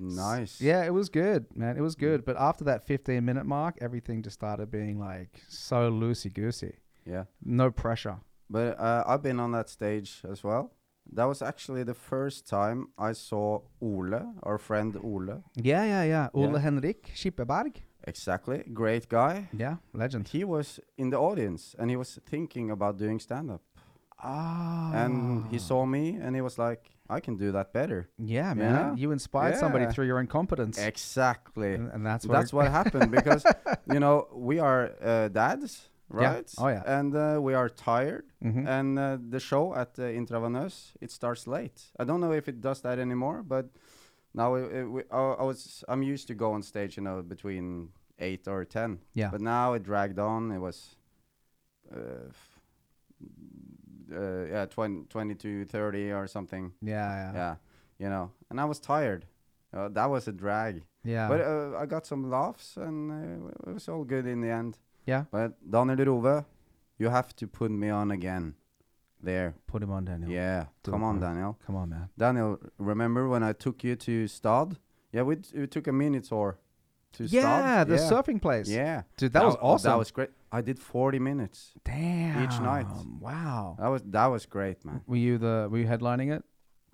[SPEAKER 2] Nice.
[SPEAKER 1] Yeah, it was good, man. It was good. But after that 15 minute mark, everything just started being like so loosey goosey.
[SPEAKER 2] Yeah.
[SPEAKER 1] No pressure.
[SPEAKER 2] But uh, I've been on that stage as well. That was actually the first time I saw Ole, our friend Ole.
[SPEAKER 1] Yeah, yeah, yeah. Ole
[SPEAKER 2] Yeah.
[SPEAKER 1] Henrik Schipperberg.
[SPEAKER 2] Exactly. Great guy.
[SPEAKER 1] Yeah, legend.
[SPEAKER 2] He was in the audience and he was thinking about doing stand up.
[SPEAKER 1] Ah.
[SPEAKER 2] And he saw me and he was like, I can do that better.
[SPEAKER 1] Yeah, man.
[SPEAKER 2] Yeah.
[SPEAKER 1] You inspired somebody
[SPEAKER 2] Yeah.
[SPEAKER 1] through your incompetence.
[SPEAKER 2] Exactly.
[SPEAKER 1] And, and that's what.
[SPEAKER 2] That's what
[SPEAKER 1] [laughs]
[SPEAKER 2] happened because, you know, we are uh, dads,
[SPEAKER 1] Yeah.
[SPEAKER 2] right?
[SPEAKER 1] Oh, yeah.
[SPEAKER 2] And uh, we are tired.
[SPEAKER 1] Mhm.
[SPEAKER 2] And uh, the show at uh, Intravenös, it starts late. I don't know if it does that anymore, but now it, it, we, I, I was, I'm used to go on stage, you know, between 8 or 10.
[SPEAKER 1] Yeah.
[SPEAKER 2] But now it dragged on. It was, uh, f- uh, yeah, 20, 22, 30 or something.
[SPEAKER 1] yeah, yeah.
[SPEAKER 2] Yeah. You know, and I was tired. Uh, that was a drag.
[SPEAKER 1] Yeah.
[SPEAKER 2] But uh, I got some laughs, and uh, it was all good in the end.
[SPEAKER 1] yeah.
[SPEAKER 2] But Daniel Rove, you have to put me on again. There.
[SPEAKER 1] Put him on, Daniel.
[SPEAKER 2] Yeah.
[SPEAKER 1] Do
[SPEAKER 2] Come
[SPEAKER 1] it,
[SPEAKER 2] on,
[SPEAKER 1] man.
[SPEAKER 2] Daniel.
[SPEAKER 1] Come on, man.
[SPEAKER 2] Daniel, remember when I took you to Stad? Yeah, we, t- we took a mini tour to Stad.
[SPEAKER 1] Yeah, the
[SPEAKER 2] yeah.
[SPEAKER 1] surfing place.
[SPEAKER 2] Yeah.
[SPEAKER 1] Dude, that was
[SPEAKER 2] oh,
[SPEAKER 1] awesome.
[SPEAKER 2] That was great. I did 40 minutes.
[SPEAKER 1] Damn.
[SPEAKER 2] night.
[SPEAKER 1] Wow.
[SPEAKER 2] That was that was great, man.
[SPEAKER 1] Were you the were you headlining it?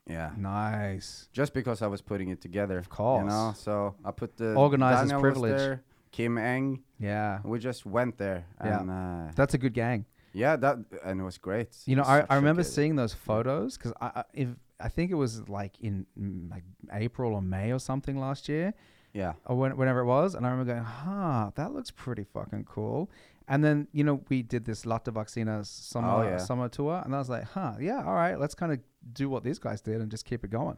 [SPEAKER 2] Yeah.
[SPEAKER 1] Nice.
[SPEAKER 2] Just because I was putting it together. Of
[SPEAKER 1] course.
[SPEAKER 2] You know, so I put the
[SPEAKER 1] Organizer's
[SPEAKER 2] Daniel
[SPEAKER 1] privilege.
[SPEAKER 2] Was there, Kim Eng.
[SPEAKER 1] Yeah.
[SPEAKER 2] We just went there
[SPEAKER 1] Yeah.
[SPEAKER 2] and uh,
[SPEAKER 1] That's a good gang.
[SPEAKER 2] Yeah, that and it was great.
[SPEAKER 1] You know,
[SPEAKER 2] It's
[SPEAKER 1] I,
[SPEAKER 2] such
[SPEAKER 1] I
[SPEAKER 2] a
[SPEAKER 1] remember
[SPEAKER 2] good-
[SPEAKER 1] seeing those photos because I, I if I think it was like in mm, like April or May or something last year
[SPEAKER 2] Yeah,
[SPEAKER 1] or when, whenever it was, and I remember going, "Huh, that looks pretty fucking cool." And then you know we did this Latte Vaccina summer
[SPEAKER 2] Oh, yeah.
[SPEAKER 1] summer tour, and I was like, "Huh, yeah, all right, let's kind of do what these guys did and just keep it going."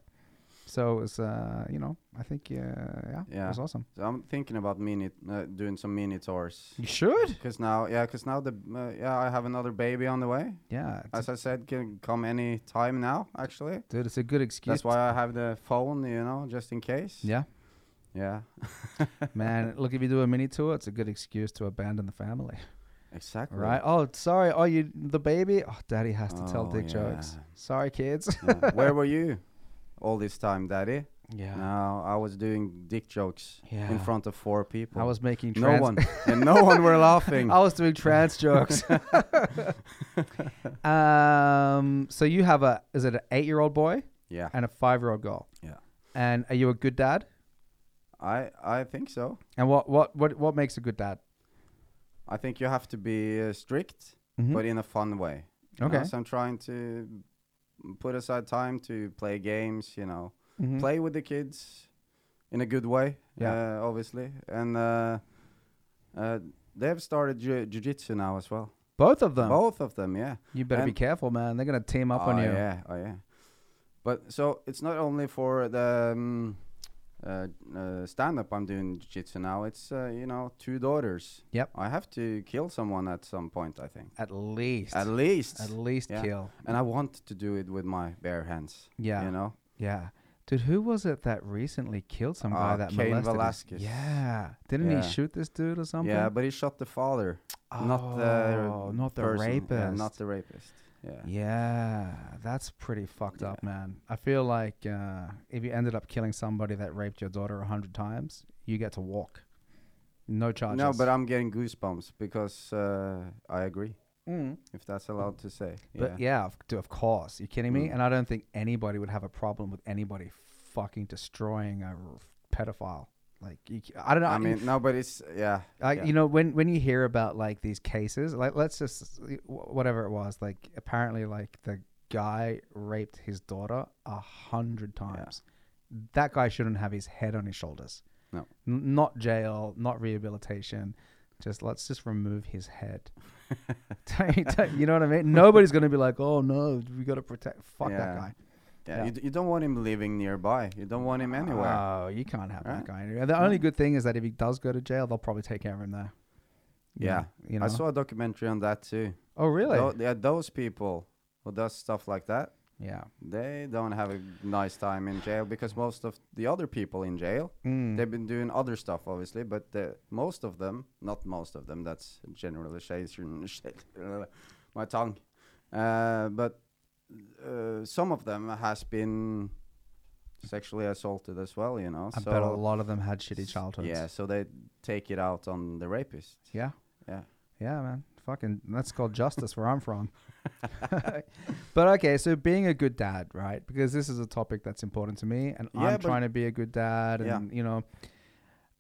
[SPEAKER 1] So it was, uh, you know, I think yeah, yeah, it
[SPEAKER 2] Yeah.
[SPEAKER 1] was awesome.
[SPEAKER 2] so I'm thinking about mini uh, doing some mini tours.
[SPEAKER 1] You should.
[SPEAKER 2] Cause now, yeah, cause now the uh, yeah I have another baby on the way.
[SPEAKER 1] Yeah, it's-
[SPEAKER 2] As I said, can come any time now. Actually,
[SPEAKER 1] dude, it's a good excuse.
[SPEAKER 2] that's why I have the phone, you know, just in case. [laughs]
[SPEAKER 1] yeah,
[SPEAKER 2] yeah,
[SPEAKER 1] man. Look, if you do a mini tour, it's a good excuse to abandon the family,
[SPEAKER 2] exactly.
[SPEAKER 1] right? Oh, sorry. Oh, you the baby. Oh, daddy has to tell
[SPEAKER 2] Oh,
[SPEAKER 1] dick jokes.
[SPEAKER 2] yeah.
[SPEAKER 1] Sorry, kids.
[SPEAKER 2] Yeah. Where were you? all this time, daddy.
[SPEAKER 1] Yeah.
[SPEAKER 2] No, I was doing dick jokes
[SPEAKER 1] Yeah.
[SPEAKER 2] in front of four people.
[SPEAKER 1] I was making
[SPEAKER 2] no
[SPEAKER 1] trans-
[SPEAKER 2] one, [laughs] and no one were laughing.
[SPEAKER 1] [laughs] I was doing trans jokes. um, so you have a is it an eight year old boy
[SPEAKER 2] Yeah,
[SPEAKER 1] and a five year old girl?
[SPEAKER 2] Yeah.
[SPEAKER 1] And are you a good dad?
[SPEAKER 2] I I think so.
[SPEAKER 1] And what what what what makes a good dad?
[SPEAKER 2] I think you have to be uh, strict,
[SPEAKER 1] Mhm.
[SPEAKER 2] but in a fun way. you know?
[SPEAKER 1] Okay.
[SPEAKER 2] So I'm trying to put aside time to play games. You know,
[SPEAKER 1] Mhm.
[SPEAKER 2] play with the kids in a good way.
[SPEAKER 1] Yeah.
[SPEAKER 2] Uh, obviously, and uh, uh, they've started ju- jujitsu now as well.
[SPEAKER 1] Both of them.
[SPEAKER 2] Both of them, yeah.
[SPEAKER 1] You better be
[SPEAKER 2] and-
[SPEAKER 1] careful, man. They're gonna team up on
[SPEAKER 2] oh,
[SPEAKER 1] you.
[SPEAKER 2] Yeah, oh yeah. But so it's not only for the um, uh, uh, stand up I'm doing jiu jitsu now. It's uh, you know two daughters.
[SPEAKER 1] Yep.
[SPEAKER 2] I have to kill someone at some point. I think
[SPEAKER 1] At least.
[SPEAKER 2] at least.
[SPEAKER 1] At least
[SPEAKER 2] Yeah.
[SPEAKER 1] kill.
[SPEAKER 2] and I want to do it with my bare hands.
[SPEAKER 1] Yeah.
[SPEAKER 2] You know.
[SPEAKER 1] Yeah. Dude, who was it that recently killed some guy
[SPEAKER 2] Uh,
[SPEAKER 1] that
[SPEAKER 2] Cain
[SPEAKER 1] molested? his-
[SPEAKER 2] Velasquez.
[SPEAKER 1] Yeah. Didn't
[SPEAKER 2] Yeah.
[SPEAKER 1] he shoot this dude or something?
[SPEAKER 2] Yeah, but he shot the father, not the
[SPEAKER 1] Oh, not the
[SPEAKER 2] person. Yeah,
[SPEAKER 1] rapist.
[SPEAKER 2] not the rapist. Yeah.
[SPEAKER 1] Yeah, that's pretty fucked up, man. I feel like uh, if you ended up killing somebody that raped your daughter a hundred times, you get to walk, no charges.
[SPEAKER 2] No, but I'm getting goosebumps because uh, I agree. If that's allowed to say.
[SPEAKER 1] but yeah, of, dude, of course. You kidding me?
[SPEAKER 2] Mm.
[SPEAKER 1] And I don't think anybody would have a problem with anybody fucking destroying a r- pedophile. Like, you, c- I don't know.
[SPEAKER 2] I mean, no, but it's yeah.
[SPEAKER 1] I,
[SPEAKER 2] yeah.
[SPEAKER 1] you know when when you hear about like these cases like let's just wh- whatever it was like apparently like the guy raped his daughter a hundred times that guy shouldn't have his head on his shoulders
[SPEAKER 2] No.
[SPEAKER 1] N- not jail not rehabilitation just let's just remove his
[SPEAKER 2] [laughs]
[SPEAKER 1] head Don't you- don't- you know what i mean nobody's gonna be like oh no we gotta protect fuck that
[SPEAKER 2] Yeah.
[SPEAKER 1] guy
[SPEAKER 2] Yeah,
[SPEAKER 1] Yeah.
[SPEAKER 2] You, d- you don't want him living nearby. You don't want him anywhere.
[SPEAKER 1] oh you can't have that
[SPEAKER 2] Right.
[SPEAKER 1] guy anywhere. the only good thing is that if he does go to jail they'll probably take care of him there
[SPEAKER 2] yeah,
[SPEAKER 1] you know
[SPEAKER 2] I saw a documentary on that too.
[SPEAKER 1] oh really
[SPEAKER 2] Tho- yeah, those people who does stuff like that,
[SPEAKER 1] yeah
[SPEAKER 2] they don't have a nice time in jail because most of the other people in jail,
[SPEAKER 1] Mm.
[SPEAKER 2] they've been doing other stuff, obviously. But the, most of them, not most of them, that's a generalization. [laughs] shit, my tongue. Uh, but uh, some of them has been sexually assaulted as well. You know,
[SPEAKER 1] I
[SPEAKER 2] so
[SPEAKER 1] bet a lot of them had shitty childhoods.
[SPEAKER 2] Yeah, so they take it out on the rapist.
[SPEAKER 1] Yeah.
[SPEAKER 2] Yeah.
[SPEAKER 1] Yeah, man. Fucking, that's
[SPEAKER 2] [laughs]
[SPEAKER 1] called justice where I'm from. [laughs] but okay, so being a good dad, right? Because this is a topic that's important to me, and
[SPEAKER 2] Yeah,
[SPEAKER 1] I'm
[SPEAKER 2] but-
[SPEAKER 1] trying to be a good dad,
[SPEAKER 2] Yeah.
[SPEAKER 1] and you know,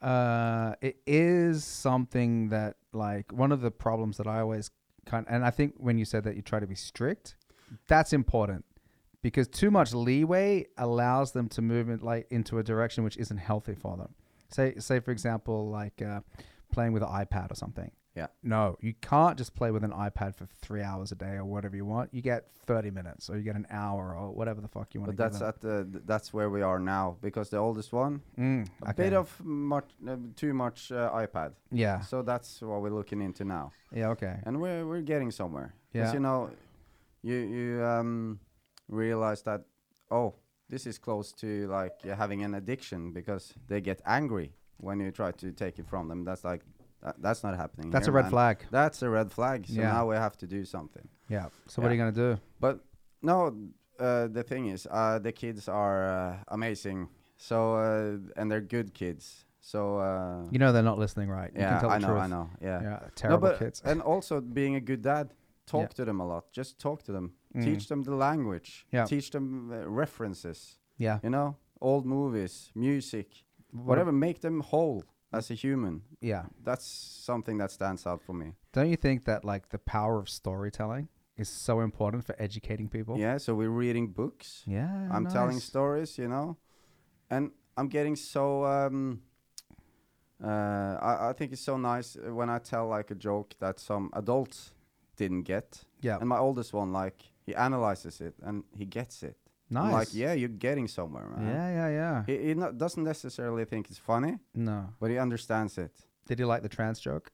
[SPEAKER 1] uh, it is something that like one of the problems that I always kind, and I think when you said that you try to be strict, that's important because too much leeway allows them to move in, like into a direction which isn't healthy for them. Say, say for example, like uh, playing with an iPad or something.
[SPEAKER 2] Yeah.
[SPEAKER 1] No, you can't just play with an iPad for three hours a day or whatever you want. You get thirty minutes or you get an hour or whatever the fuck you want.
[SPEAKER 2] But that's at the th- that's where we are now because the oldest one
[SPEAKER 1] mm,
[SPEAKER 2] a bit of much uh, too much uh, iPad.
[SPEAKER 1] yeah,
[SPEAKER 2] So that's what we're looking into now,
[SPEAKER 1] yeah, Ah. okay,
[SPEAKER 2] and we're we're getting somewhere.
[SPEAKER 1] Yeah.
[SPEAKER 2] you know, you you um realize that oh this is close to like uh, having an addiction because they get angry when you try to take it from them. That's like tha- that's not happening.
[SPEAKER 1] that's a
[SPEAKER 2] here,
[SPEAKER 1] red
[SPEAKER 2] man.
[SPEAKER 1] flag.
[SPEAKER 2] That's a red flag. So
[SPEAKER 1] Yeah.
[SPEAKER 2] now we have to do something.
[SPEAKER 1] Yeah. So what are you gonna do?
[SPEAKER 2] But no, uh, the thing is, uh, the kids are uh, amazing. So uh, and they're good kids. So uh,
[SPEAKER 1] You know they're not listening, right? you
[SPEAKER 2] yeah,
[SPEAKER 1] can tell
[SPEAKER 2] I
[SPEAKER 1] the
[SPEAKER 2] know,
[SPEAKER 1] truth.
[SPEAKER 2] I know. Yeah,
[SPEAKER 1] Yeah,
[SPEAKER 2] No,
[SPEAKER 1] terrible
[SPEAKER 2] but
[SPEAKER 1] kids.
[SPEAKER 2] and also being a good dad, talk to them a lot. Just talk to them.
[SPEAKER 1] Mm.
[SPEAKER 2] Teach them the language.
[SPEAKER 1] Yeah.
[SPEAKER 2] Teach them uh, references.
[SPEAKER 1] Yeah.
[SPEAKER 2] You know, old movies, music,
[SPEAKER 1] What-
[SPEAKER 2] whatever. Make them whole as a human.
[SPEAKER 1] Yeah.
[SPEAKER 2] That's something that stands out for me.
[SPEAKER 1] Don't you think that like the power of storytelling is so important for educating people?
[SPEAKER 2] Yeah. So we're reading books.
[SPEAKER 1] Yeah.
[SPEAKER 2] I'm telling
[SPEAKER 1] nice.
[SPEAKER 2] stories, you know, and I'm getting so. Um, uh, I, I think it's so nice uh, when I tell like a joke that some adults didn't get,
[SPEAKER 1] Yeah.
[SPEAKER 2] and my oldest one like he analyzes it and he gets it. I'm
[SPEAKER 1] Nice.
[SPEAKER 2] like yeah, you're getting somewhere, man.
[SPEAKER 1] Yeah, yeah, yeah.
[SPEAKER 2] He, he not, doesn't necessarily think it's funny,
[SPEAKER 1] No.
[SPEAKER 2] but he understands it.
[SPEAKER 1] Did you like the trans
[SPEAKER 2] [laughs]
[SPEAKER 1] joke?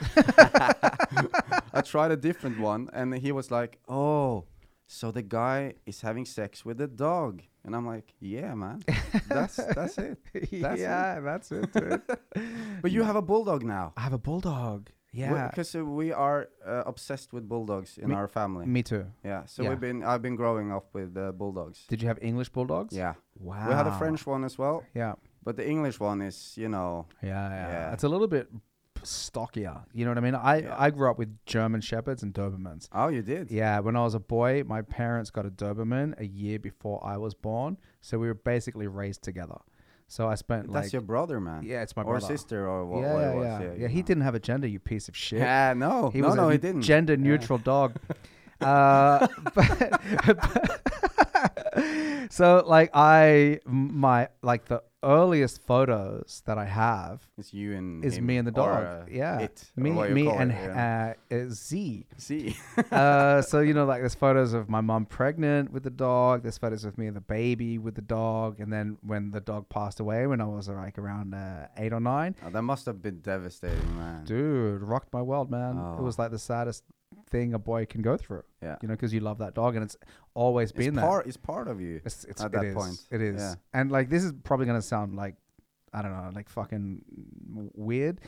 [SPEAKER 2] I tried a different one, and he was like, "Oh, so the guy is having sex with a dog," and I'm like, "Yeah, man, that's that's it."
[SPEAKER 1] yeah, that's it. Dude. [laughs]
[SPEAKER 2] But you have a bulldog now.
[SPEAKER 1] I have a bulldog. Yeah.
[SPEAKER 2] Because uh, we are uh, obsessed with bulldogs in
[SPEAKER 1] Me-
[SPEAKER 2] our family.
[SPEAKER 1] Me too.
[SPEAKER 2] yeah. So
[SPEAKER 1] yeah.
[SPEAKER 2] we've been I've been growing up with uh, bulldogs.
[SPEAKER 1] Did you have English bulldogs?
[SPEAKER 2] Yeah.
[SPEAKER 1] Wow.
[SPEAKER 2] We had a French one as well,
[SPEAKER 1] Yeah.
[SPEAKER 2] but the English one is, you know,
[SPEAKER 1] Yeah, yeah.
[SPEAKER 2] Yeah.
[SPEAKER 1] It's a little bit stockier. You know what I mean? I,
[SPEAKER 2] Yeah.
[SPEAKER 1] I grew up with German shepherds and Dobermans.
[SPEAKER 2] oh, you did.
[SPEAKER 1] Yeah, when I was a boy, my parents got a Doberman a year before I was born, so we were basically raised together. So I spent
[SPEAKER 2] That's
[SPEAKER 1] like
[SPEAKER 2] your brother, man.
[SPEAKER 1] yeah, it's my
[SPEAKER 2] or
[SPEAKER 1] brother.
[SPEAKER 2] sister
[SPEAKER 1] Yeah,
[SPEAKER 2] or what, what
[SPEAKER 1] yeah,
[SPEAKER 2] it was.
[SPEAKER 1] yeah.
[SPEAKER 2] you
[SPEAKER 1] Yeah, he
[SPEAKER 2] know.
[SPEAKER 1] didn't have a gender, you piece of shit.
[SPEAKER 2] Yeah, no.
[SPEAKER 1] He
[SPEAKER 2] no,
[SPEAKER 1] was
[SPEAKER 2] no,
[SPEAKER 1] a
[SPEAKER 2] he didn't.
[SPEAKER 1] gender neutral
[SPEAKER 2] [laughs]
[SPEAKER 1] dog. Uh, [laughs] but, but- so like I my like the earliest photos that I have
[SPEAKER 2] It's you and
[SPEAKER 1] is
[SPEAKER 2] him,
[SPEAKER 1] me and the
[SPEAKER 2] or,
[SPEAKER 1] dog.
[SPEAKER 2] uh,
[SPEAKER 1] yeah,
[SPEAKER 2] it, or
[SPEAKER 1] me,
[SPEAKER 2] what you
[SPEAKER 1] me
[SPEAKER 2] call
[SPEAKER 1] and
[SPEAKER 2] it, yeah.
[SPEAKER 1] uh, uh, Z.
[SPEAKER 2] [laughs]
[SPEAKER 1] [laughs]
[SPEAKER 2] see,
[SPEAKER 1] Uh, so you know, like there's photos of my mom pregnant with the dog. There's photos of me and the baby with the dog. And then when the dog passed away, when I was uh, like around uh, eight or nine,
[SPEAKER 2] Oh, that must have been devastating, man.
[SPEAKER 1] dude, rocked my world, man. It
[SPEAKER 2] Oh.
[SPEAKER 1] was like the saddest thing a boy can go through.
[SPEAKER 2] Yeah.
[SPEAKER 1] you know, because you love that dog, and it's always
[SPEAKER 2] it's
[SPEAKER 1] been there.
[SPEAKER 2] part, it's part of you.
[SPEAKER 1] It's, it's
[SPEAKER 2] at
[SPEAKER 1] it
[SPEAKER 2] that
[SPEAKER 1] is.
[SPEAKER 2] point.
[SPEAKER 1] It is.
[SPEAKER 2] Yeah.
[SPEAKER 1] And like this is probably gonna sound like I don't know, like fucking weird.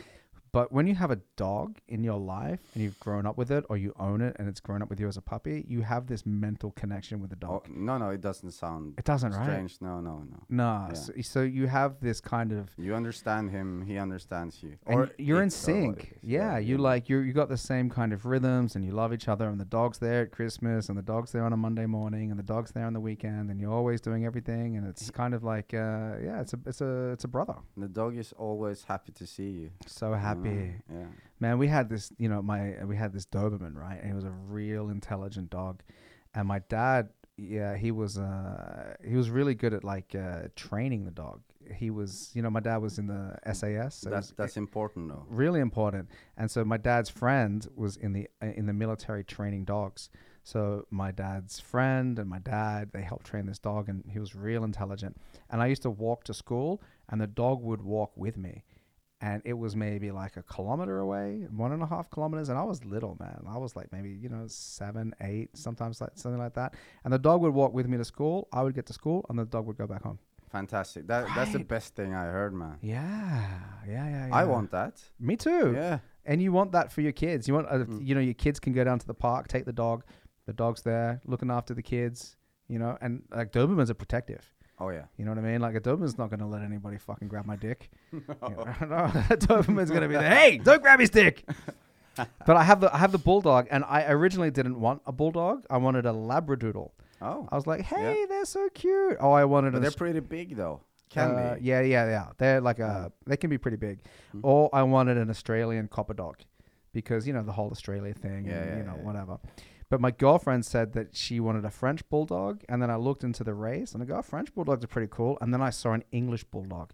[SPEAKER 1] But when you have a dog in your life and you've grown up with it or you own it and it's grown up with you as a puppy, you have this mental connection with the
[SPEAKER 2] Oh,
[SPEAKER 1] dog.
[SPEAKER 2] no, no, it doesn't sound
[SPEAKER 1] it doesn't, right?
[SPEAKER 2] strange. No, no, no.
[SPEAKER 1] Nah.
[SPEAKER 2] Yeah.
[SPEAKER 1] So, so you have this kind of
[SPEAKER 2] You understand him. He understands you.
[SPEAKER 1] and y- you're in
[SPEAKER 2] it, or what
[SPEAKER 1] sync.
[SPEAKER 2] it is.
[SPEAKER 1] yeah, you like you you got the same kind of rhythms, and you love each other. And the dog's there at Christmas, and the dog's there on a Monday morning, and the dog's there on the weekend, and you're always doing everything. And it's kind of like, uh, yeah, it's a it's a it's a brother.
[SPEAKER 2] The dog is always happy to see you.
[SPEAKER 1] So
[SPEAKER 2] you know?
[SPEAKER 1] happy,
[SPEAKER 2] Yeah.
[SPEAKER 1] man. We had this, you know, my we had this Doberman, right? And he was a real intelligent dog, and my dad. Yeah, he was uh he was really good at like uh training the dog. He was, you know, my dad was in the SAS. so he
[SPEAKER 2] that's
[SPEAKER 1] was-
[SPEAKER 2] that's important though.
[SPEAKER 1] really important. And so my dad's friend was in the uh, in the military training dogs. So my dad's friend and my dad they helped train this dog, and he was real intelligent. And I used to walk to school, and the dog would walk with me. And it was maybe like a kilometer away, one and a half kilometers, and I was little, man. I was like maybe you know seven, eight, sometimes like something like that. And the dog would walk with me to school. I would get to school, and the dog would go back home.
[SPEAKER 2] Fantastic. That that's the
[SPEAKER 1] Right.
[SPEAKER 2] best thing I heard, man.
[SPEAKER 1] Yeah, yeah, yeah.
[SPEAKER 2] I
[SPEAKER 1] yeah.
[SPEAKER 2] want that.
[SPEAKER 1] Me too.
[SPEAKER 2] Yeah.
[SPEAKER 1] and you want that for your kids. You want, uh,
[SPEAKER 2] Mm.
[SPEAKER 1] you know, your kids can go down to the park, take the dog. The dog's there looking after the kids, you know, and like Dobermans are protective.
[SPEAKER 2] Oh yeah.
[SPEAKER 1] You know what I mean? Like a Doberman's not going to let anybody fucking grab my
[SPEAKER 2] [laughs]
[SPEAKER 1] dick. You know, [laughs] no, a Doberman's going to be there. Hey, don't grab his
[SPEAKER 2] [laughs]
[SPEAKER 1] dick. but I have the I have the bulldog, and I originally didn't want a bulldog. I wanted a labradoodle.
[SPEAKER 2] Oh.
[SPEAKER 1] I was like, hey, they're so cute. Oh, I wanted
[SPEAKER 2] But
[SPEAKER 1] an
[SPEAKER 2] they're pretty big though. Can
[SPEAKER 1] uh,
[SPEAKER 2] be. Mm. Mm-hmm.
[SPEAKER 1] Yeah, yeah, yeah. They're like a they can be pretty big. Or I wanted an Australian copper dog because you know the whole Australia thing
[SPEAKER 2] Yeah,
[SPEAKER 1] and
[SPEAKER 2] yeah,
[SPEAKER 1] you know
[SPEAKER 2] yeah.
[SPEAKER 1] whatever. But my girlfriend said that she wanted a French bulldog, and then I looked into the race and I go, oh, French bulldogs are pretty cool. And then I saw an English bulldog,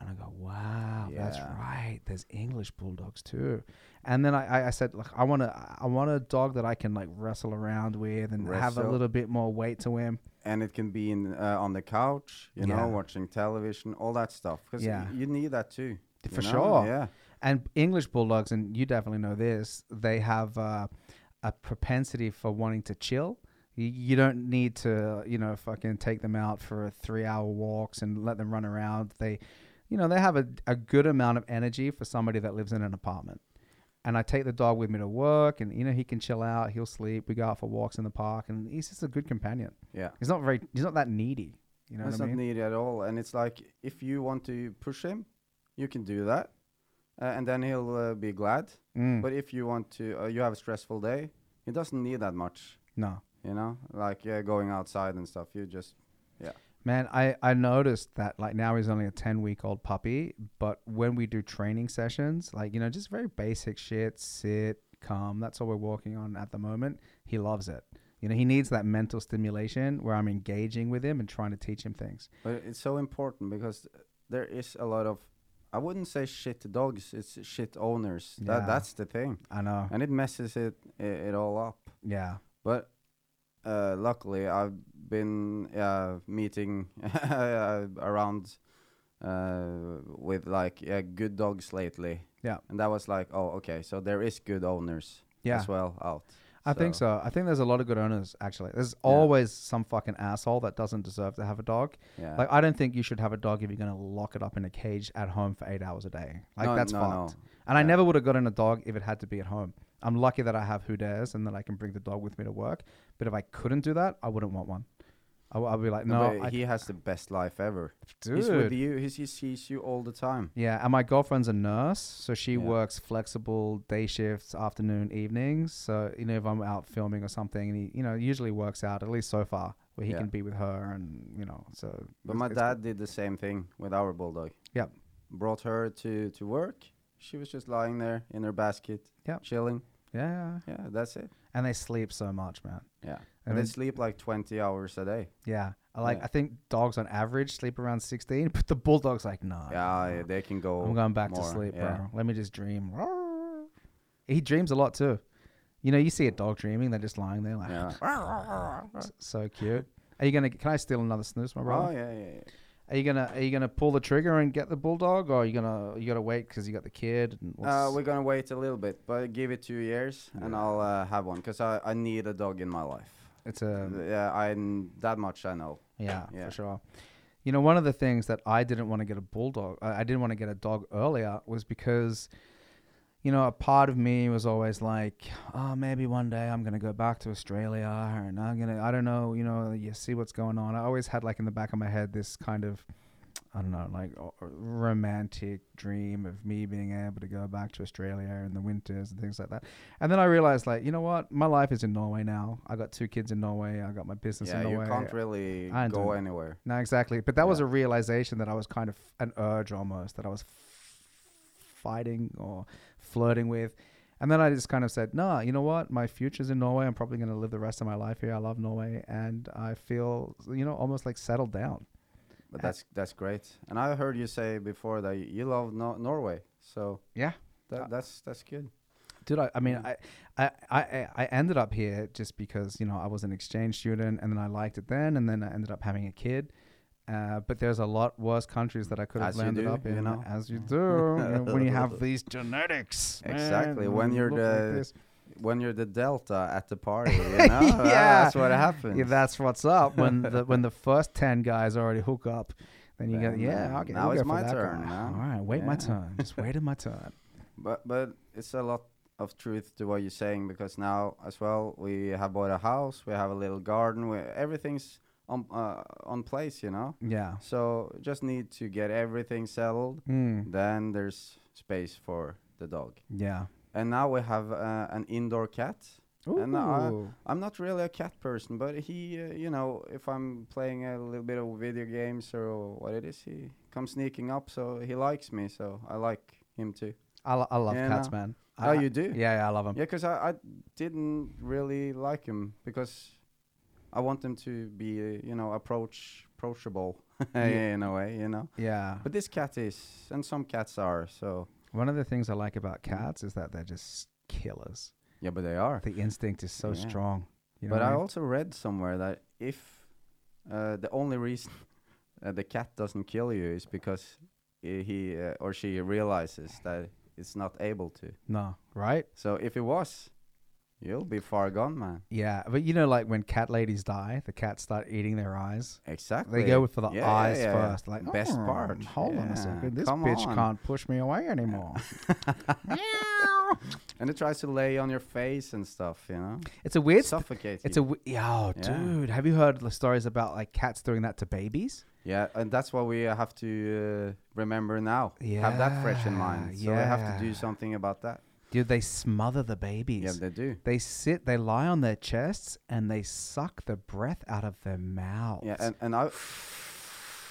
[SPEAKER 1] and I go, wow, that's
[SPEAKER 2] Yeah.
[SPEAKER 1] right. There's English bulldogs too. And then I, I, I said, look, I want a, I want a dog that I can like wrestle around with and have a
[SPEAKER 2] Wrestle.
[SPEAKER 1] little bit more weight to him.
[SPEAKER 2] and it can be in uh, on the couch, you
[SPEAKER 1] Yeah.
[SPEAKER 2] know, watching television, all that stuff. Because
[SPEAKER 1] Yeah.
[SPEAKER 2] you need that too, you
[SPEAKER 1] For
[SPEAKER 2] know?
[SPEAKER 1] sure.
[SPEAKER 2] Yeah,
[SPEAKER 1] And English bulldogs, and you definitely know this, they have uh, a propensity for wanting to chill. You, you don't need to, you know, fucking take them out for three hour walks and let them run around. They, you know, they have a, a good amount of energy for somebody that lives in an apartment. And I take the dog with me to work, and, you know, he can chill out, he'll sleep. We go out for walks in the park, and he's just a good companion.
[SPEAKER 2] yeah.
[SPEAKER 1] He's not very, he's not that needy. You know
[SPEAKER 2] That's
[SPEAKER 1] what I
[SPEAKER 2] not
[SPEAKER 1] mean?
[SPEAKER 2] needed at all. And it's like if you want to push him, you can do that, uh, and then he'll uh, be glad.
[SPEAKER 1] Mm,
[SPEAKER 2] But if you want to, uh, you have a stressful day, he doesn't need that much,
[SPEAKER 1] no.
[SPEAKER 2] you know, like yeah, going outside and stuff. You just
[SPEAKER 1] Man, I, I noticed that like now he's only a 10 week old puppy, but when we do training sessions, like, you know, just very basic shit, sit, calm, that's all we're working on at the moment. He loves it. You know, he needs that mental stimulation where I'm engaging with him and trying to teach him things.
[SPEAKER 2] But it's so important because there is a lot of, I wouldn't say shit dogs. It's shit owners.
[SPEAKER 1] Yeah.
[SPEAKER 2] That that's the thing,
[SPEAKER 1] I know.
[SPEAKER 2] and it messes it it, it all up.
[SPEAKER 1] Yeah.
[SPEAKER 2] But uh, luckily, I've been uh, meeting [laughs] uh, around uh, with like uh, good dogs lately.
[SPEAKER 1] Yeah.
[SPEAKER 2] and that was like, oh, okay, so there is good owners
[SPEAKER 1] Yeah.
[SPEAKER 2] as well out.
[SPEAKER 1] I think so.
[SPEAKER 2] uh,
[SPEAKER 1] I think there's a lot of good owners actually. There's always some fucking asshole that doesn't deserve to have a dog.
[SPEAKER 2] Yeah.
[SPEAKER 1] Like I don't think you should have a dog if you're gonna lock it up in a cage at home for eight hours a day. Like
[SPEAKER 2] No,
[SPEAKER 1] that's
[SPEAKER 2] no, no.
[SPEAKER 1] fucked. And I
[SPEAKER 2] Yeah.
[SPEAKER 1] never would have gotten a dog if it had to be at home. I'm lucky that I have Who Dares and that I can bring the dog with me to work. But if I couldn't do that, I wouldn't want one. I w- I'd be like, no,
[SPEAKER 2] But
[SPEAKER 1] I,
[SPEAKER 2] he has the best life ever. He's
[SPEAKER 1] dude.
[SPEAKER 2] with you. He's, he sees you all the time.
[SPEAKER 1] Yeah, and my girlfriend's a nurse, so she
[SPEAKER 2] Yeah.
[SPEAKER 1] works flexible day shifts, afternoon, evenings. So you know, if I'm out filming or something, and he, you know, usually works out at least so far where he
[SPEAKER 2] Yeah.
[SPEAKER 1] can be with her, and you know, so.
[SPEAKER 2] But
[SPEAKER 1] it's-
[SPEAKER 2] my
[SPEAKER 1] it's
[SPEAKER 2] dad did the same thing with our bulldog.
[SPEAKER 1] Yep.
[SPEAKER 2] Brought her to, to work. She was just lying there in her basket,
[SPEAKER 1] Yep.
[SPEAKER 2] chilling.
[SPEAKER 1] good. Yeah, yeah,
[SPEAKER 2] Yeah, that's it.
[SPEAKER 1] and they sleep so much, man.
[SPEAKER 2] Yeah.
[SPEAKER 1] And
[SPEAKER 2] And they
[SPEAKER 1] then-
[SPEAKER 2] sleep like 20 hours a day.
[SPEAKER 1] Yeah, I like
[SPEAKER 2] Yeah.
[SPEAKER 1] I think dogs on average sleep around sixteen, but the bulldog's like, nah.
[SPEAKER 2] Yeah,
[SPEAKER 1] nah,
[SPEAKER 2] yeah, they can go.
[SPEAKER 1] I'm going back to
[SPEAKER 2] more,
[SPEAKER 1] sleep,
[SPEAKER 2] yeah. Oh,
[SPEAKER 1] bro. Let me just dream. He dreams a lot too. You know, you see a dog dreaming, they're just lying there like,
[SPEAKER 2] Yeah.
[SPEAKER 1] [laughs] S- so cute. Are you gonna? Can I steal another snooze, my brother?
[SPEAKER 2] Oh, yeah, yeah, yeah.
[SPEAKER 1] Are you gonna? Are you gonna pull the trigger and get the bulldog, or are you gonna? You gotta wait because you got the kid. And
[SPEAKER 2] Uh,
[SPEAKER 1] what's-
[SPEAKER 2] we're gonna wait a little bit, but give it two years, and I'll uh, have one because I, I need a dog in my life.
[SPEAKER 1] it's um, a
[SPEAKER 2] yeah, I that much I know.
[SPEAKER 1] yeah,
[SPEAKER 2] yeah.
[SPEAKER 1] for sure. You know, one of the things that I didn't want to get a bulldog, I I didn't want to get a dog earlier, was because, you know, a part of me was always like, oh, maybe one day I'm gonna go back to Australia, and I'm gonna, I don't know, you know, you see what's going on. I always had like in the back of my head this kind of I don't know, like o- romantic dream of me being able to go back to Australia in the winters and things like that. And then I realized, like, you know what? My life is in Norway now. I got two kids in Norway. I got my business
[SPEAKER 2] Yeah,
[SPEAKER 1] in
[SPEAKER 2] you
[SPEAKER 1] Norway.
[SPEAKER 2] can't really
[SPEAKER 1] I
[SPEAKER 2] go
[SPEAKER 1] don't-
[SPEAKER 2] anywhere.
[SPEAKER 1] no, exactly. But that was
[SPEAKER 2] Yeah.
[SPEAKER 1] a realization that I was kind of an urge almost that I was fighting or flirting with. And then I just kind of said, nah, you know what? My future's in Norway. I'm probably going to live the rest of my life here. I love Norway. And I feel, you know, almost like settled down.
[SPEAKER 2] But
[SPEAKER 1] Uh,
[SPEAKER 2] that's that's great. And I heard you say before that y- you love no- Norway, so
[SPEAKER 1] Yeah. Uh,
[SPEAKER 2] that, that's that's good.
[SPEAKER 1] dude i, I mean
[SPEAKER 2] Mm.
[SPEAKER 1] I, I i i ended up here just because you know i was an exchange student and then i liked it then and then i ended up having a kid uh, but there's a lot worse countries that I could have
[SPEAKER 2] As you
[SPEAKER 1] landed
[SPEAKER 2] do,
[SPEAKER 1] up
[SPEAKER 2] you
[SPEAKER 1] in,
[SPEAKER 2] know? Mm.
[SPEAKER 1] as you do, you know, when you
[SPEAKER 2] [laughs]
[SPEAKER 1] have these genetics. man,
[SPEAKER 2] Exactly,
[SPEAKER 1] and
[SPEAKER 2] when
[SPEAKER 1] you
[SPEAKER 2] you're
[SPEAKER 1] look like
[SPEAKER 2] the-
[SPEAKER 1] this.
[SPEAKER 2] When you're the Delta at the party,
[SPEAKER 1] [laughs]
[SPEAKER 2] you know? Ah,
[SPEAKER 1] Yeah.
[SPEAKER 2] that's what happens.
[SPEAKER 1] yeah, that's what's up. When the
[SPEAKER 2] [laughs]
[SPEAKER 1] when the first ten guys already hook up, then you go,
[SPEAKER 2] Then,
[SPEAKER 1] yeah,
[SPEAKER 2] uh,
[SPEAKER 1] okay,
[SPEAKER 2] now
[SPEAKER 1] we'll
[SPEAKER 2] it's
[SPEAKER 1] go for
[SPEAKER 2] my
[SPEAKER 1] that
[SPEAKER 2] turn,
[SPEAKER 1] guy.
[SPEAKER 2] man.
[SPEAKER 1] All right, wait my
[SPEAKER 2] Yeah.
[SPEAKER 1] turn.
[SPEAKER 2] [laughs]
[SPEAKER 1] Just waited my turn.
[SPEAKER 2] But but it's a lot of truth to what you're saying because now as well we have bought a house, we have a little garden, where everything's on uh, on place, you know.
[SPEAKER 1] Yeah.
[SPEAKER 2] So just need to get everything settled.
[SPEAKER 1] Mm,
[SPEAKER 2] Then there's space for the dog.
[SPEAKER 1] yeah.
[SPEAKER 2] And now we have uh, an indoor cat. And uh, I-
[SPEAKER 1] Ooh.
[SPEAKER 2] I'm not really a cat person, but he, uh, you know, if I'm playing a little bit of video games or what it is, he comes sneaking up. So he likes me, so I like him too.
[SPEAKER 1] I, lo- I love
[SPEAKER 2] Yeah,
[SPEAKER 1] cats,
[SPEAKER 2] no.
[SPEAKER 1] man.
[SPEAKER 2] Oh,
[SPEAKER 1] I,
[SPEAKER 2] you do?
[SPEAKER 1] Yeah, yeah, I love them.
[SPEAKER 2] Yeah, because I, I didn't really like him because I want them to be, uh, you know, approach approachable [laughs]
[SPEAKER 1] Yeah.
[SPEAKER 2] in a way, you know.
[SPEAKER 1] Yeah.
[SPEAKER 2] But this cat is, and some cats are. So
[SPEAKER 1] One of the things I like about cats is that they're just killers.
[SPEAKER 2] yeah, but they are.
[SPEAKER 1] The instinct is so
[SPEAKER 2] Yeah.
[SPEAKER 1] strong. You know
[SPEAKER 2] but
[SPEAKER 1] what
[SPEAKER 2] I
[SPEAKER 1] mean?
[SPEAKER 2] also read somewhere that if uh, the only reason [laughs] uh, the cat doesn't kill you is because i- he uh, or she realizes that it's not able to.
[SPEAKER 1] no, right?
[SPEAKER 2] So if it was, you'll be far gone, man.
[SPEAKER 1] Yeah, but you know, like when cat ladies die, the cats start eating their eyes.
[SPEAKER 2] Exactly.
[SPEAKER 1] They go for the
[SPEAKER 2] Yeah, yeah,
[SPEAKER 1] eyes
[SPEAKER 2] yeah, yeah.
[SPEAKER 1] first. Like
[SPEAKER 2] best
[SPEAKER 1] "Oh,
[SPEAKER 2] part.
[SPEAKER 1] Hold on
[SPEAKER 2] Yeah,
[SPEAKER 1] a second, this
[SPEAKER 2] come
[SPEAKER 1] bitch
[SPEAKER 2] on."
[SPEAKER 1] can't push me away
[SPEAKER 2] [laughs]
[SPEAKER 1] anymore. Meow.
[SPEAKER 2] And it tries to lay on your face and stuff, you know.
[SPEAKER 1] it's a weird. st-
[SPEAKER 2] Suffocate
[SPEAKER 1] it's a
[SPEAKER 2] you.
[SPEAKER 1] w- oh,
[SPEAKER 2] Yeah.
[SPEAKER 1] dude. Have you heard the stories about like cats doing that to babies?
[SPEAKER 2] yeah, and that's what we uh, have to uh, remember now. Have that fresh in mind. So
[SPEAKER 1] Yeah,
[SPEAKER 2] we have to do
[SPEAKER 1] yeah.
[SPEAKER 2] something about that.
[SPEAKER 1] Dude, they smother the babies.
[SPEAKER 2] Yeah, they do.
[SPEAKER 1] They sit, they lie on their chests, and they suck the breath out of their mouths.
[SPEAKER 2] Yeah, and, and I. [sighs]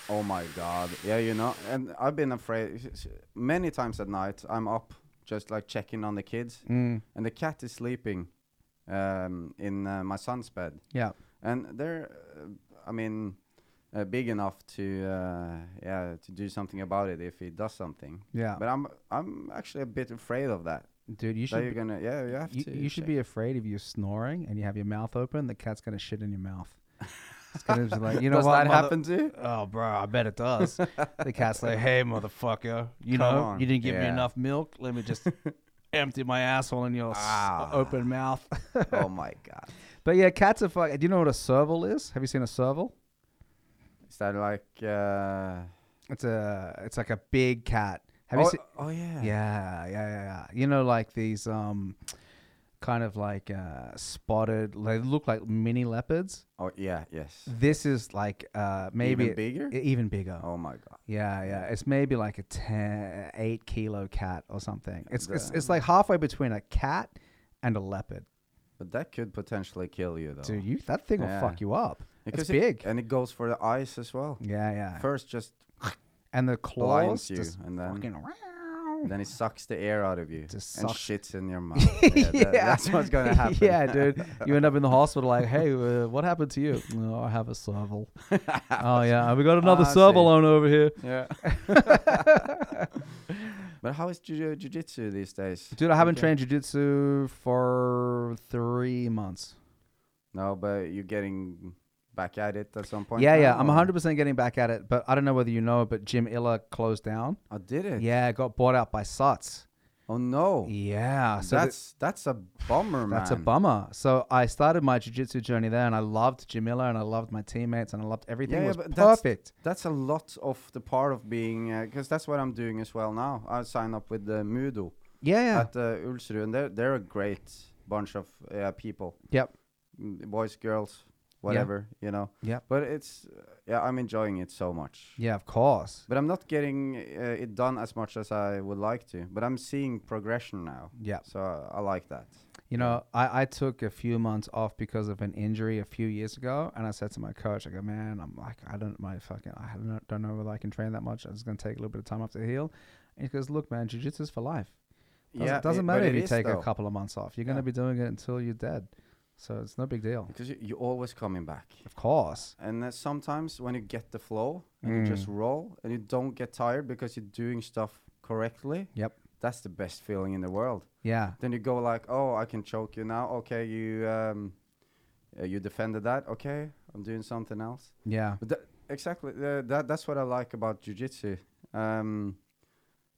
[SPEAKER 2] Oh my god. Yeah, you know, and I've been afraid s- s- many times at night. I'm up just like checking on the kids,
[SPEAKER 1] Mm,
[SPEAKER 2] and the cat is sleeping um, in uh, my son's bed,
[SPEAKER 1] yeah,
[SPEAKER 2] and they're, uh, I mean, uh, big enough to uh, yeah to do something about it if he does something.
[SPEAKER 1] yeah.
[SPEAKER 2] But I'm I'm actually a bit afraid of that.
[SPEAKER 1] Dude, you
[SPEAKER 2] You
[SPEAKER 1] should
[SPEAKER 2] you're gonna yeah you have
[SPEAKER 1] be, you,
[SPEAKER 2] to.
[SPEAKER 1] you should
[SPEAKER 2] check.
[SPEAKER 1] be afraid if you're snoring and you have your mouth open. The cat's gonna shit in your mouth. It's gonna be
[SPEAKER 2] [laughs]
[SPEAKER 1] like, you know
[SPEAKER 2] does
[SPEAKER 1] what?
[SPEAKER 2] that
[SPEAKER 1] mother-
[SPEAKER 2] happen to?
[SPEAKER 1] [laughs]
[SPEAKER 2] you?
[SPEAKER 1] Oh, bro, I bet it
[SPEAKER 2] [laughs]
[SPEAKER 1] does. the cat's like, hey, motherfucker, you
[SPEAKER 2] Come
[SPEAKER 1] know,
[SPEAKER 2] on.
[SPEAKER 1] you didn't give me
[SPEAKER 2] Yeah. [laughs]
[SPEAKER 1] enough milk. Let me just empty my asshole in your s-
[SPEAKER 2] Ah.
[SPEAKER 1] open mouth.
[SPEAKER 2] oh my god.
[SPEAKER 1] but yeah, cats are fuck. Do you know what a serval is? Have you seen a serval?
[SPEAKER 2] Is that like? Uh,
[SPEAKER 1] It's a it's like a big cat. Have
[SPEAKER 2] oh,
[SPEAKER 1] you seen?
[SPEAKER 2] oh yeah.
[SPEAKER 1] Yeah, yeah, yeah, yeah. You know, like these um, kind of like uh, spotted. They look like mini leopards.
[SPEAKER 2] Oh yeah. Yes.
[SPEAKER 1] This is like uh, maybe
[SPEAKER 2] Even bigger.
[SPEAKER 1] e- even bigger.
[SPEAKER 2] oh my god.
[SPEAKER 1] Yeah, yeah. It's maybe like a ten, eight kilo cat or something. It's, it's
[SPEAKER 2] The-
[SPEAKER 1] it's like halfway between a cat and a leopard.
[SPEAKER 2] But that could potentially kill you though.
[SPEAKER 1] Dude, you that thing
[SPEAKER 2] Yeah.
[SPEAKER 1] will fuck you up.
[SPEAKER 2] Because
[SPEAKER 1] it's
[SPEAKER 2] it-
[SPEAKER 1] big.
[SPEAKER 2] and it goes for the eyes as well.
[SPEAKER 1] yeah, yeah.
[SPEAKER 2] First, just
[SPEAKER 1] and the claws
[SPEAKER 2] blinds you,
[SPEAKER 1] just
[SPEAKER 2] and then
[SPEAKER 1] fucking
[SPEAKER 2] then it sucks the air out of you
[SPEAKER 1] Just
[SPEAKER 2] and
[SPEAKER 1] sucks-
[SPEAKER 2] shits in
[SPEAKER 1] [laughs]
[SPEAKER 2] your mouth. yeah, that- that's what's gonna happen.
[SPEAKER 1] yeah, dude. You end up [laughs] in the hospital like, hey, uh, what happened to you? No, I have a [laughs] serval. oh yeah, we got another
[SPEAKER 2] Ah, I
[SPEAKER 1] serval
[SPEAKER 2] see.
[SPEAKER 1] on over here,
[SPEAKER 2] [laughs]
[SPEAKER 1] [laughs]
[SPEAKER 2] Yeah. but how is jiu- jiu-jitsu these days?
[SPEAKER 1] dude. I haven't
[SPEAKER 2] Okay.
[SPEAKER 1] trained jujitsu for three months.
[SPEAKER 2] No, but you're getting back at it at some point.
[SPEAKER 1] yeah, yeah.
[SPEAKER 2] now,
[SPEAKER 1] I'm
[SPEAKER 2] or-
[SPEAKER 1] 100 percent getting back at it, but I don't know whether you know, it, but Jim Illa closed down.
[SPEAKER 2] I did it.
[SPEAKER 1] Yeah, it got bought out by Suts.
[SPEAKER 2] Oh no.
[SPEAKER 1] Yeah, so th-
[SPEAKER 2] that's that's a bummer, man.
[SPEAKER 1] that's a bummer. So I started my jiu-jitsu journey there, and I loved Jim Illa, and I loved my teammates, and I loved everything.
[SPEAKER 2] Yeah,
[SPEAKER 1] It
[SPEAKER 2] yeah,
[SPEAKER 1] was
[SPEAKER 2] but that's-
[SPEAKER 1] perfect.
[SPEAKER 2] That's a lot of the part of being because that's what I'm doing as well now. I sign up with the Moodle
[SPEAKER 1] Yeah, yeah.
[SPEAKER 2] at uh, Ulsrud, and they're they're a great bunch of uh, people,
[SPEAKER 1] yep.
[SPEAKER 2] Mm, boys, girls, whatever you know.
[SPEAKER 1] Yep.
[SPEAKER 2] But it's uh, yeah, I'm enjoying it so much.
[SPEAKER 1] Yeah, of course.
[SPEAKER 2] But I'm not getting uh, it done as much as I would like to. But I'm seeing progression now.
[SPEAKER 1] Yeah.
[SPEAKER 2] So I, I like that.
[SPEAKER 1] You know, I, I took a few months off because of an injury a few years ago, and I said to my coach, I go, man, I'm like, I don't, my fucking, I don't, don't know whether I can train that much. It's going to take a little bit of time off to heal. And he goes, look, man, jujitsu's for life. Doesn't,
[SPEAKER 2] yeah,
[SPEAKER 1] doesn't
[SPEAKER 2] it- but
[SPEAKER 1] matter if
[SPEAKER 2] it
[SPEAKER 1] you
[SPEAKER 2] is
[SPEAKER 1] take
[SPEAKER 2] though,
[SPEAKER 1] a couple of months off. You're going
[SPEAKER 2] Yeah.
[SPEAKER 1] to be doing it until you're dead. So it's no big deal.
[SPEAKER 2] because you, you're always coming back.
[SPEAKER 1] Of course.
[SPEAKER 2] And uh, sometimes when you get the flow and you
[SPEAKER 1] Mm.
[SPEAKER 2] just roll and you don't get tired because you're doing stuff correctly,
[SPEAKER 1] Yep.
[SPEAKER 2] that's the best feeling in the world.
[SPEAKER 1] Yeah.
[SPEAKER 2] Then you go like, oh, I can choke you now. Okay, you um, uh, you defended that. Okay, I'm doing something else.
[SPEAKER 1] Yeah.
[SPEAKER 2] But tha- exactly, uh, that that's what I like about jujitsu. Um,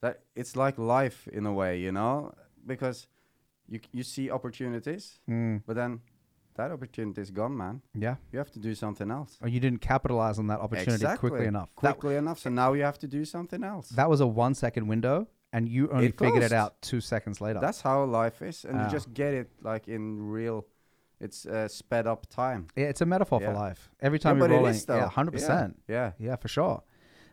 [SPEAKER 2] that it's like life in a way, you know, because you c- you see opportunities,
[SPEAKER 1] Mm.
[SPEAKER 2] but then that opportunity is gone, man.
[SPEAKER 1] Yeah.
[SPEAKER 2] You have to do something else.
[SPEAKER 1] Or you didn't capitalize on that opportunity quickly
[SPEAKER 2] Exactly.
[SPEAKER 1] enough. That,
[SPEAKER 2] Quickly enough. So now you have to do something else.
[SPEAKER 1] that was a one second window, and you only
[SPEAKER 2] It
[SPEAKER 1] figured it
[SPEAKER 2] closed.
[SPEAKER 1] out two seconds later.
[SPEAKER 2] That's how life is, and
[SPEAKER 1] Ah.
[SPEAKER 2] you just get it like in real. It's uh, sped up time.
[SPEAKER 1] Yeah, it's a metaphor for
[SPEAKER 2] Yeah.
[SPEAKER 1] life. Every
[SPEAKER 2] Yeah,
[SPEAKER 1] time
[SPEAKER 2] but
[SPEAKER 1] you're
[SPEAKER 2] it
[SPEAKER 1] rolling,
[SPEAKER 2] is,
[SPEAKER 1] yeah,
[SPEAKER 2] though.
[SPEAKER 1] hundred percent.
[SPEAKER 2] Yeah.
[SPEAKER 1] Yeah, for sure.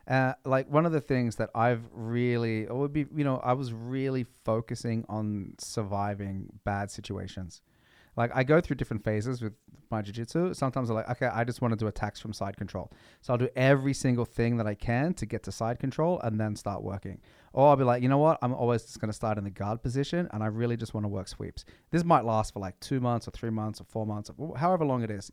[SPEAKER 1] Uh, like one of the things that I've really, I would be, you know, I was really focusing on surviving bad situations. Like I go through different phases with my jujitsu. Sometimes I'm like, okay, I just want to do attacks from side control, so I'll do every single thing that I can to get to side control and then start working. Or I'll be like, you know what, I'm always just going to start in the guard position, and I really just want to work sweeps. This might last for like two months or three months or four months or wh- however long it is.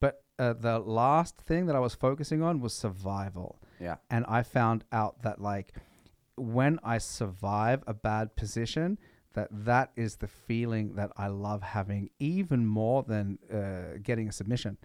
[SPEAKER 1] But uh, the last thing that I was focusing on was survival.
[SPEAKER 2] Yeah.
[SPEAKER 1] And I found out that like when I survive a bad position, that that is the feeling that I love having even more than uh, getting a submission.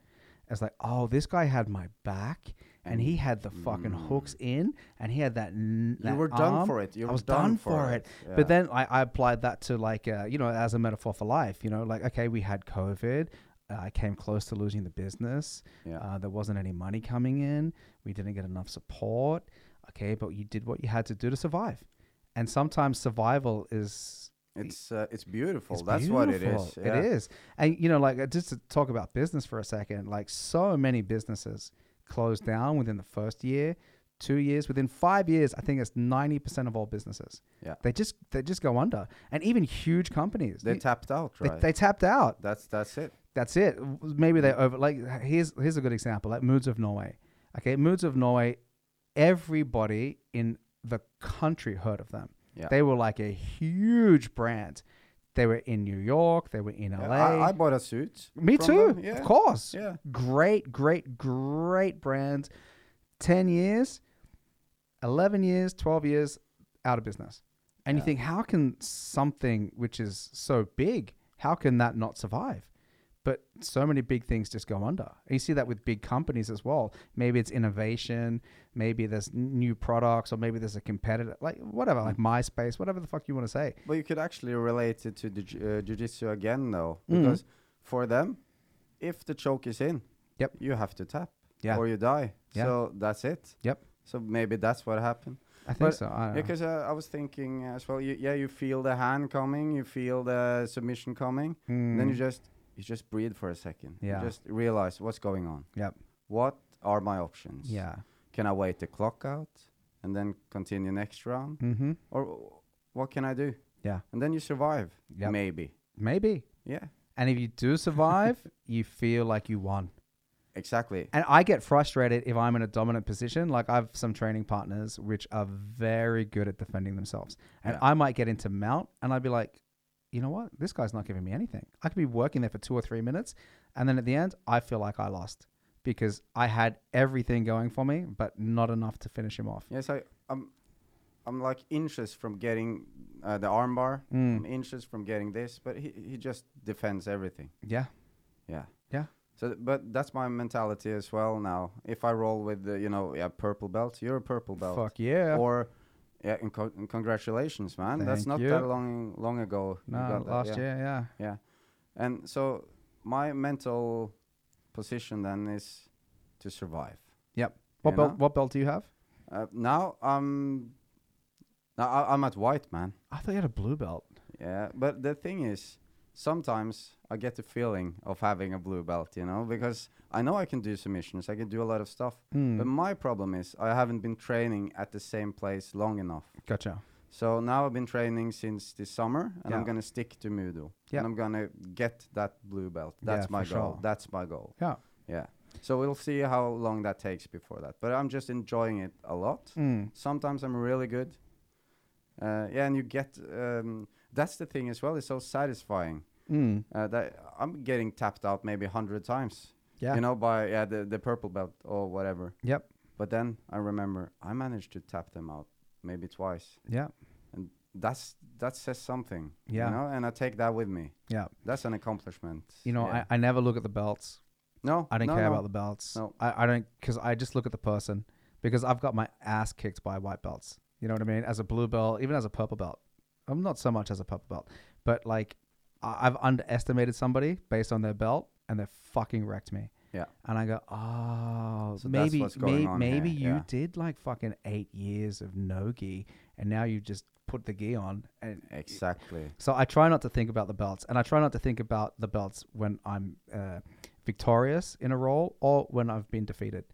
[SPEAKER 1] It's like, oh, this guy had my back, and he had the fucking hooks in, and he had that. N-
[SPEAKER 2] You
[SPEAKER 1] that
[SPEAKER 2] were done
[SPEAKER 1] arm.
[SPEAKER 2] for it. You
[SPEAKER 1] I
[SPEAKER 2] were
[SPEAKER 1] was
[SPEAKER 2] done
[SPEAKER 1] done
[SPEAKER 2] for
[SPEAKER 1] for it.
[SPEAKER 2] it.
[SPEAKER 1] But
[SPEAKER 2] Yeah.
[SPEAKER 1] then I, I applied that to like uh, you know as a metaphor for life. You know, like okay, we had COVID. Uh, I came close to losing the business.
[SPEAKER 2] Yeah.
[SPEAKER 1] Uh, there wasn't any money coming in. We didn't get enough support. Okay, but you did what you had to do to survive. And sometimes survival is
[SPEAKER 2] It's uh, it's beautiful.
[SPEAKER 1] it's
[SPEAKER 2] That's what it is.
[SPEAKER 1] beautiful.
[SPEAKER 2] Yeah.
[SPEAKER 1] It is. And you know, like uh, just to talk about business for a second, like so many businesses closed down within the first year, two years, within five years, I think it's ninety percent of all businesses.
[SPEAKER 2] Yeah.
[SPEAKER 1] They just they just go under. And even huge companies.
[SPEAKER 2] They
[SPEAKER 1] you-
[SPEAKER 2] tapped out,
[SPEAKER 1] they,
[SPEAKER 2] right?
[SPEAKER 1] they tapped out
[SPEAKER 2] that's that's it.
[SPEAKER 1] that's it. W- Maybe
[SPEAKER 2] Mm.
[SPEAKER 1] they over like here's here's a good example like Moods of Norway. Okay, Moods of Norway. Everybody in the country heard of them.
[SPEAKER 2] Yeah.
[SPEAKER 1] They were like a huge brand. They were in New York. They were in
[SPEAKER 2] Yeah,
[SPEAKER 1] LA.
[SPEAKER 2] I, I bought a suit.
[SPEAKER 1] Me
[SPEAKER 2] from
[SPEAKER 1] too.
[SPEAKER 2] them, Yeah.
[SPEAKER 1] Of course.
[SPEAKER 2] Yeah.
[SPEAKER 1] Great, great, great brand. Ten years, eleven years, twelve years out of business. And you
[SPEAKER 2] Yeah.
[SPEAKER 1] think, how can something which is so big, how can that not survive? But so many big things just go under. You see that with big companies as well. Maybe it's innovation, maybe there's n- new products, or maybe there's a competitor, like whatever,
[SPEAKER 2] Hmm.
[SPEAKER 1] like MySpace, whatever the fuck you want to say.
[SPEAKER 2] But you could actually relate it to the ju- uh, jiu-jitsu again, though,
[SPEAKER 1] Mm.
[SPEAKER 2] because for them, if the choke is in,
[SPEAKER 1] Yep.
[SPEAKER 2] you have to tap,
[SPEAKER 1] Yeah.
[SPEAKER 2] or you die.
[SPEAKER 1] Yeah.
[SPEAKER 2] So that's it.
[SPEAKER 1] Yep. Uh-huh.
[SPEAKER 2] So maybe that's what happened.
[SPEAKER 1] I think
[SPEAKER 2] But-
[SPEAKER 1] so. I don't know.
[SPEAKER 2] Because uh, I was thinking as well. You, yeah, you feel the hand coming, you feel the submission coming, and then you
[SPEAKER 1] Mm.
[SPEAKER 2] just you just breathe for a second.
[SPEAKER 1] Yeah.
[SPEAKER 2] You just realize what's going on.
[SPEAKER 1] Yep.
[SPEAKER 2] What are my options?
[SPEAKER 1] Yeah.
[SPEAKER 2] Can I wait the clock out and then continue next round,
[SPEAKER 1] Mm-hmm.
[SPEAKER 2] or what can I do?
[SPEAKER 1] Yeah.
[SPEAKER 2] And then you survive.
[SPEAKER 1] Yep.
[SPEAKER 2] Maybe.
[SPEAKER 1] Maybe.
[SPEAKER 2] Yeah.
[SPEAKER 1] And if you
[SPEAKER 2] [laughs]
[SPEAKER 1] do survive, you feel like you won.
[SPEAKER 2] Exactly.
[SPEAKER 1] And I get frustrated if I'm in a dominant position. Like I've some training partners which are very good at defending themselves. And
[SPEAKER 2] Yeah.
[SPEAKER 1] I might get into mount and I'd be like, you know what? This guy's not giving me anything. I could be working there for two or three minutes. And then at the end, I feel like I lost because I had everything going for me, but not enough to finish him off.
[SPEAKER 2] Yes, I, I'm, I'm like inches from getting uh, the armbar.
[SPEAKER 1] Mm.
[SPEAKER 2] I'm inches from getting this, but he, he just defends everything.
[SPEAKER 1] Yeah.
[SPEAKER 2] Yeah.
[SPEAKER 1] Yeah.
[SPEAKER 2] So, th- but that's my mentality as well now. If I roll with the, you know, yeah, purple belt, you're a purple belt.
[SPEAKER 1] Fuck yeah.
[SPEAKER 2] Or, yeah, and, co- and congratulations, man. that's
[SPEAKER 1] Thank
[SPEAKER 2] not
[SPEAKER 1] you.
[SPEAKER 2] that long, long ago. you
[SPEAKER 1] no,
[SPEAKER 2] got that,
[SPEAKER 1] last
[SPEAKER 2] yeah.
[SPEAKER 1] year, yeah.
[SPEAKER 2] Yeah. And so my mental position then is to survive.
[SPEAKER 1] Yep. What
[SPEAKER 2] You
[SPEAKER 1] belt
[SPEAKER 2] know?
[SPEAKER 1] what belt do you have?
[SPEAKER 2] Uh, now I'm, now I, I'm at white, man.
[SPEAKER 1] I thought you had a blue belt.
[SPEAKER 2] Yeah, but the thing is, sometimes I get the feeling of having a blue belt, you know, because I know I can do submissions, I can do a lot of stuff.
[SPEAKER 1] Hmm. Mm.
[SPEAKER 2] But my problem is I haven't been training at the same place long enough.
[SPEAKER 1] Gotcha.
[SPEAKER 2] So now I've been training since this summer, and I'm
[SPEAKER 1] Yeah.
[SPEAKER 2] gonna stick to Mudo,
[SPEAKER 1] Yeah.
[SPEAKER 2] and I'm gonna get that blue belt. That's
[SPEAKER 1] Yeah,
[SPEAKER 2] my
[SPEAKER 1] for
[SPEAKER 2] goal.
[SPEAKER 1] sure.
[SPEAKER 2] That's my goal.
[SPEAKER 1] Yeah.
[SPEAKER 2] Yeah. So we'll see how long that takes before that. But I'm just enjoying it a lot
[SPEAKER 1] Mm.
[SPEAKER 2] sometimes I'm really good. Uh, yeah, and you get um, that's the thing as well. It's so satisfying
[SPEAKER 1] Mm.
[SPEAKER 2] uh, that I'm getting tapped out maybe hundred times.
[SPEAKER 1] Yeah.
[SPEAKER 2] you know by yeah the the purple belt or whatever.
[SPEAKER 1] Yep.
[SPEAKER 2] But then I remember I managed to tap them out maybe twice,
[SPEAKER 1] Yeah.
[SPEAKER 2] and that's that says something.
[SPEAKER 1] Yeah.
[SPEAKER 2] you know, and I take that with me.
[SPEAKER 1] Yeah.
[SPEAKER 2] That's an accomplishment.
[SPEAKER 1] You know,
[SPEAKER 2] yeah.
[SPEAKER 1] I, I never look at the belts.
[SPEAKER 2] no,
[SPEAKER 1] I don't
[SPEAKER 2] no,
[SPEAKER 1] care
[SPEAKER 2] no.
[SPEAKER 1] about the belts.
[SPEAKER 2] No.
[SPEAKER 1] I, I don't because I just look at the person because I've got my ass kicked by white belts. You know what I mean? As a blue belt, even as a purple belt. I'm not so much as a purple belt, but like I- I've underestimated somebody based on their belt and they fucking wrecked me.
[SPEAKER 2] Yeah.
[SPEAKER 1] And I go, oh,
[SPEAKER 2] So that's
[SPEAKER 1] maybe
[SPEAKER 2] what's
[SPEAKER 1] may,
[SPEAKER 2] going on
[SPEAKER 1] maybe
[SPEAKER 2] here,
[SPEAKER 1] you
[SPEAKER 2] yeah.
[SPEAKER 1] did like fucking eight years of no gi and now you just put the gi on and
[SPEAKER 2] exactly.
[SPEAKER 1] so I try not to think about the belts, and I try not to think about the belts when I'm uh, victorious in a role or when I've been defeated.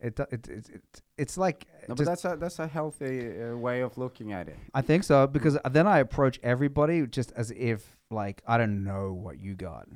[SPEAKER 1] It do- it, it, it it's like
[SPEAKER 2] No, but
[SPEAKER 1] just-
[SPEAKER 2] that's a that's a healthy uh, way of looking at it.
[SPEAKER 1] I think so because then I approach everybody just as if like I don't know what you got,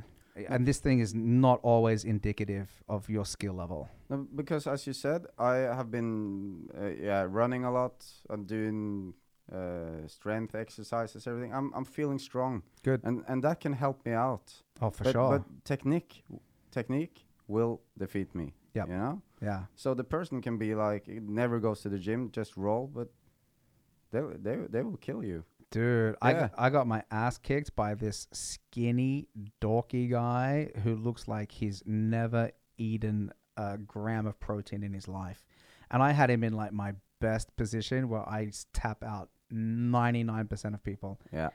[SPEAKER 1] and this thing is not always indicative of your skill level.
[SPEAKER 2] No, because as you said, I have been uh, yeah running a lot. I'm doing uh, strength exercises, everything. I'm I'm feeling strong,
[SPEAKER 1] Good.
[SPEAKER 2] and and that can help me out
[SPEAKER 1] Oh, for
[SPEAKER 2] but,
[SPEAKER 1] sure.
[SPEAKER 2] But technique, technique will defeat me.
[SPEAKER 1] Yep.
[SPEAKER 2] you know.
[SPEAKER 1] yeah.
[SPEAKER 2] So the person can be like, it never goes to the gym, just roll, but they will- they will- they will kill you.
[SPEAKER 1] Dude, I,
[SPEAKER 2] Yeah.
[SPEAKER 1] got, I got my ass kicked by this skinny, dorky guy who looks like he's never eaten a gram of protein in his life. And I had him in like my best position where I s- tap out 99% of people.
[SPEAKER 2] Yeah,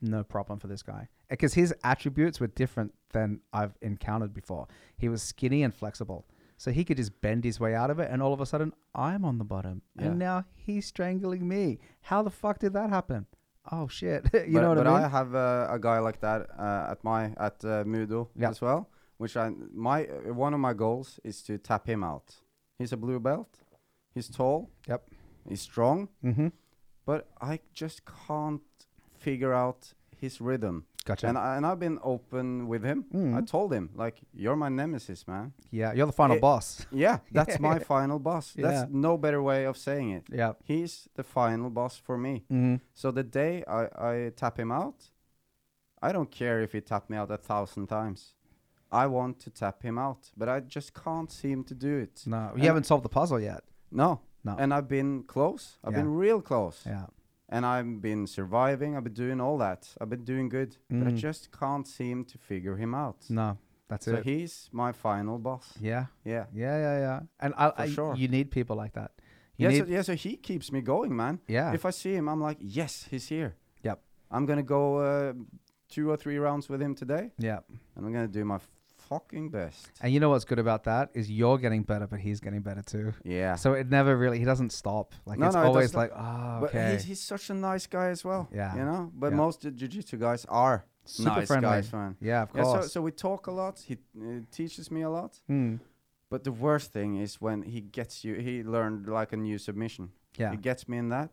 [SPEAKER 1] No problem for this guy. Because his attributes were different than I've encountered before. He was skinny and flexible. So he could just bend his way out of it. And all of a sudden, I'm on the bottom.
[SPEAKER 2] Yeah.
[SPEAKER 1] And now he's strangling me. How the fuck did that happen? Oh shit! [laughs] you
[SPEAKER 2] but,
[SPEAKER 1] know what
[SPEAKER 2] but
[SPEAKER 1] I mean?
[SPEAKER 2] have uh, a guy like that uh, at my at uh, Mudo
[SPEAKER 1] Yeah.
[SPEAKER 2] as well. Which I my uh, one of my goals is to tap him out. He's a blue belt. He's tall.
[SPEAKER 1] Yep.
[SPEAKER 2] He's strong,
[SPEAKER 1] mm-hmm.
[SPEAKER 2] but I just can't figure out his rhythm.
[SPEAKER 1] Gotcha.
[SPEAKER 2] And I, and I've been open with him. I
[SPEAKER 1] Mm.
[SPEAKER 2] told him like, "You're my nemesis, man."
[SPEAKER 1] yeah, you're the final
[SPEAKER 2] It-
[SPEAKER 1] boss.
[SPEAKER 2] Yeah, that's [laughs] my final boss.
[SPEAKER 1] Yeah.
[SPEAKER 2] That's no better way of saying it.
[SPEAKER 1] Yeah.
[SPEAKER 2] He's the final boss for me.
[SPEAKER 1] Mm-hmm.
[SPEAKER 2] So the day I, I tap him out, I don't care if he tapped me out a thousand times. I want to tap him out, but I just can't seem to do it.
[SPEAKER 1] No, you
[SPEAKER 2] And-
[SPEAKER 1] haven't solved the puzzle yet.
[SPEAKER 2] No.
[SPEAKER 1] No.
[SPEAKER 2] And I've been close. I've
[SPEAKER 1] Yeah.
[SPEAKER 2] been real close.
[SPEAKER 1] Yeah.
[SPEAKER 2] and I've been surviving. I've been doing all that. I've been doing good, but I
[SPEAKER 1] Mm.
[SPEAKER 2] just can't seem to figure him out.
[SPEAKER 1] No, that's
[SPEAKER 2] so
[SPEAKER 1] it.
[SPEAKER 2] he's my final boss.
[SPEAKER 1] yeah,
[SPEAKER 2] Yeah.
[SPEAKER 1] yeah, yeah, yeah. And I,
[SPEAKER 2] For
[SPEAKER 1] I
[SPEAKER 2] sure.
[SPEAKER 1] you need people like that. You
[SPEAKER 2] Yeah.
[SPEAKER 1] need,
[SPEAKER 2] so, yeah. So he keeps me going, man.
[SPEAKER 1] yeah,
[SPEAKER 2] If I see him, I'm like, yes, he's here.
[SPEAKER 1] Yep.
[SPEAKER 2] I'm gonna go uh, two or three rounds with him today,
[SPEAKER 1] yeah.
[SPEAKER 2] and I'm gonna do my fucking best.
[SPEAKER 1] And you know what's good about that is you're getting better, but he's getting better too.
[SPEAKER 2] Yeah.
[SPEAKER 1] So it never really he doesn't stop. Like
[SPEAKER 2] No,
[SPEAKER 1] it's
[SPEAKER 2] no, it
[SPEAKER 1] always
[SPEAKER 2] doesn't.
[SPEAKER 1] like, oh,
[SPEAKER 2] But
[SPEAKER 1] okay,
[SPEAKER 2] he's, he's such a nice guy as well.
[SPEAKER 1] Yeah.
[SPEAKER 2] You know? But
[SPEAKER 1] Yeah.
[SPEAKER 2] most jiu jitsu guys are
[SPEAKER 1] super
[SPEAKER 2] nice
[SPEAKER 1] friendly.
[SPEAKER 2] guys, man.
[SPEAKER 1] Yeah, of
[SPEAKER 2] Yeah, so,
[SPEAKER 1] course.
[SPEAKER 2] so we talk a lot. He uh, teaches me a lot.
[SPEAKER 1] Hmm.
[SPEAKER 2] But the worst thing is when he gets you, he learned like a new submission.
[SPEAKER 1] Yeah,
[SPEAKER 2] He gets me in that.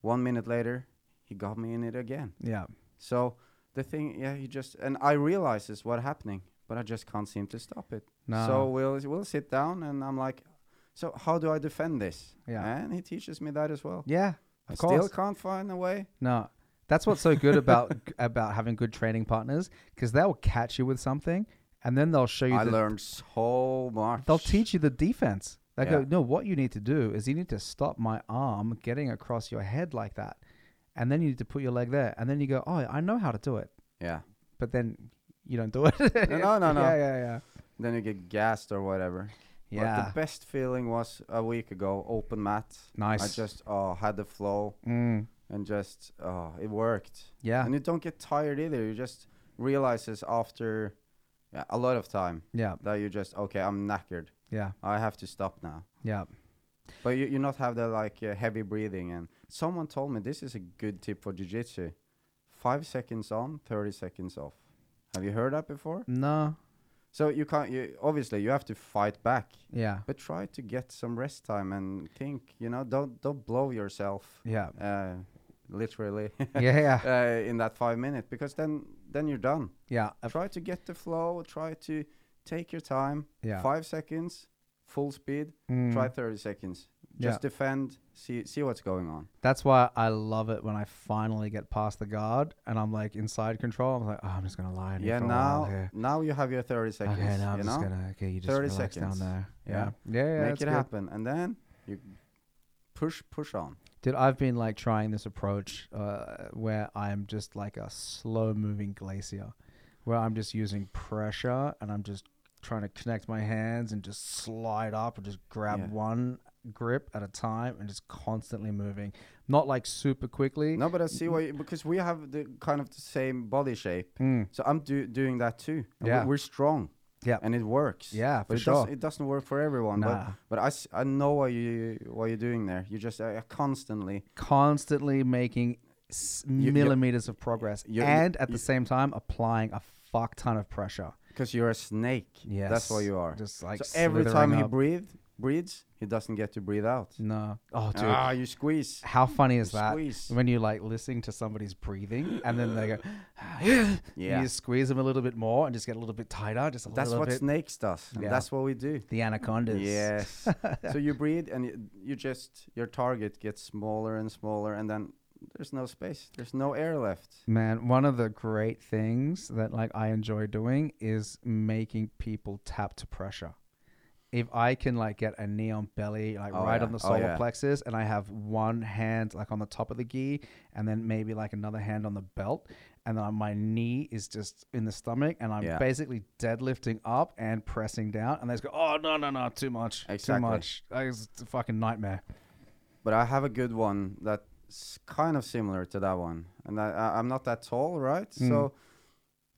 [SPEAKER 2] One minute later, he got me in it again.
[SPEAKER 1] yeah,
[SPEAKER 2] So the thing, yeah, he just, and I realize is what's happening, but I just can't seem to stop it.
[SPEAKER 1] no,
[SPEAKER 2] So we'll, we'll sit down and I'm like, so how do I defend this?
[SPEAKER 1] Yeah.
[SPEAKER 2] And he teaches me that as well.
[SPEAKER 1] yeah, of
[SPEAKER 2] I
[SPEAKER 1] course.
[SPEAKER 2] still can't find a way.
[SPEAKER 1] No, that's what's so good about [laughs] about having good training partners because they'll catch you with something and then they'll show you.
[SPEAKER 2] I
[SPEAKER 1] the,
[SPEAKER 2] learned so much.
[SPEAKER 1] They'll teach you the defense. They go,
[SPEAKER 2] Yeah.
[SPEAKER 1] no, what you need to do is you need to stop my arm getting across your head like that, and then you need to put your leg there, and then you go, oh, I know how to do it,
[SPEAKER 2] Yeah.
[SPEAKER 1] but then you don't do it.
[SPEAKER 2] no, no, no.
[SPEAKER 1] [laughs] Yeah, yeah, yeah.
[SPEAKER 2] Then you get gassed or whatever. But
[SPEAKER 1] Yeah.
[SPEAKER 2] the best feeling was a week ago, open mat.
[SPEAKER 1] nice.
[SPEAKER 2] I just oh had the flow
[SPEAKER 1] Mm,
[SPEAKER 2] and just oh it worked.
[SPEAKER 1] yeah,
[SPEAKER 2] And you don't get tired either. You just realizes after yeah, a lot of time
[SPEAKER 1] yeah,
[SPEAKER 2] that you just okay, I'm knackered.
[SPEAKER 1] yeah,
[SPEAKER 2] I have to stop now.
[SPEAKER 1] yeah.
[SPEAKER 2] But you, you not have the like uh, heavy breathing. And someone told me this is a good tip for jujitsu: five seconds on, thirty seconds off. Have you heard that before?
[SPEAKER 1] No,
[SPEAKER 2] So you can't. You, obviously, you have to fight back,
[SPEAKER 1] yeah,
[SPEAKER 2] but try to get some rest time and think. You know, don't don't blow yourself, [laughs]
[SPEAKER 1] yeah,
[SPEAKER 2] uh, literally, [laughs]
[SPEAKER 1] yeah, yeah,
[SPEAKER 2] uh, in that five minute because then then you're done.
[SPEAKER 1] yeah, of-
[SPEAKER 2] Try to get the flow. Try to take your time.
[SPEAKER 1] yeah.
[SPEAKER 2] Five seconds, full speed.
[SPEAKER 1] Mm.
[SPEAKER 2] Try thirty seconds. Just defend. See see what's going on.
[SPEAKER 1] That's why I love it when I finally get past the guard and I'm like inside control. I'm like, oh, I'm just gonna lie. in here
[SPEAKER 2] Yeah,
[SPEAKER 1] for a while
[SPEAKER 2] now
[SPEAKER 1] here.
[SPEAKER 2] now you have your thirty seconds.
[SPEAKER 1] Okay, now I'm
[SPEAKER 2] you
[SPEAKER 1] just
[SPEAKER 2] know,
[SPEAKER 1] gonna. Okay, you just
[SPEAKER 2] 30
[SPEAKER 1] relax
[SPEAKER 2] seconds.
[SPEAKER 1] down there. Yeah,
[SPEAKER 2] Yeah.
[SPEAKER 1] yeah, yeah.
[SPEAKER 2] make
[SPEAKER 1] that's
[SPEAKER 2] it
[SPEAKER 1] good.
[SPEAKER 2] happen, and then you push push on.
[SPEAKER 1] Dude, I've been like trying this approach uh, where I'm just like a slow moving glacier, where I'm just using pressure and I'm just trying to connect my hands and just slide up and just grab
[SPEAKER 2] Yeah.
[SPEAKER 1] one grip at a time and just constantly moving, not like super quickly.
[SPEAKER 2] No, but I see why you- because we have the kind of the same body shape.
[SPEAKER 1] Mm,
[SPEAKER 2] So I'm do, doing that too. And we-
[SPEAKER 1] Yeah.
[SPEAKER 2] we're strong.
[SPEAKER 1] Yeah.
[SPEAKER 2] and it works.
[SPEAKER 1] yeah, for
[SPEAKER 2] but it,
[SPEAKER 1] sure.
[SPEAKER 2] doesn't, it doesn't work for everyone.
[SPEAKER 1] Nah.
[SPEAKER 2] But but I, s- I know why you what you're doing there. You just uh, constantly
[SPEAKER 1] constantly making s-
[SPEAKER 2] you-
[SPEAKER 1] millimeters of progress
[SPEAKER 2] you- you-
[SPEAKER 1] and at the
[SPEAKER 2] you-
[SPEAKER 1] same time applying a fuck ton of pressure.
[SPEAKER 2] because you're a snake.
[SPEAKER 1] Yes.
[SPEAKER 2] that's why you are.
[SPEAKER 1] Just like
[SPEAKER 2] so every time he
[SPEAKER 1] breathes.
[SPEAKER 2] breathe breathes, he doesn't get to breathe out.
[SPEAKER 1] No. Oh, dude.
[SPEAKER 2] Ah, you squeeze.
[SPEAKER 1] How funny is
[SPEAKER 2] You
[SPEAKER 1] that?
[SPEAKER 2] squeeze.
[SPEAKER 1] When you like listening to somebody's breathing and then
[SPEAKER 2] [gasps]
[SPEAKER 1] they go, [gasps] yeah.
[SPEAKER 2] Yeah.
[SPEAKER 1] You squeeze them a little bit more and just get a little bit tighter, just a
[SPEAKER 2] That's
[SPEAKER 1] little
[SPEAKER 2] what
[SPEAKER 1] bit.
[SPEAKER 2] snakes does. and
[SPEAKER 1] Yeah.
[SPEAKER 2] That's what we do.
[SPEAKER 1] the anacondas. [laughs]
[SPEAKER 2] Yes. so you breathe and you, you just your target gets smaller and smaller and then there's no space. There's no air left.
[SPEAKER 1] Man, one of the great things that like I enjoy doing is making people tap to pressure. If I can like get a knee on belly, like
[SPEAKER 2] Oh,
[SPEAKER 1] right
[SPEAKER 2] yeah.
[SPEAKER 1] on the
[SPEAKER 2] Oh,
[SPEAKER 1] solar
[SPEAKER 2] yeah.
[SPEAKER 1] plexus, and I have one hand like on the top of the gi, and then maybe like another hand on the belt, and then my knee is just in the stomach, and I'm
[SPEAKER 2] Yeah.
[SPEAKER 1] basically deadlifting up and pressing down, and they just go, "Oh no, no, no, too much,
[SPEAKER 2] Exactly.
[SPEAKER 1] too much." Like, It's a fucking nightmare.
[SPEAKER 2] But I have a good one that's kind of similar to that one. And I, I, I'm not that tall, right?
[SPEAKER 1] Hmm.
[SPEAKER 2] So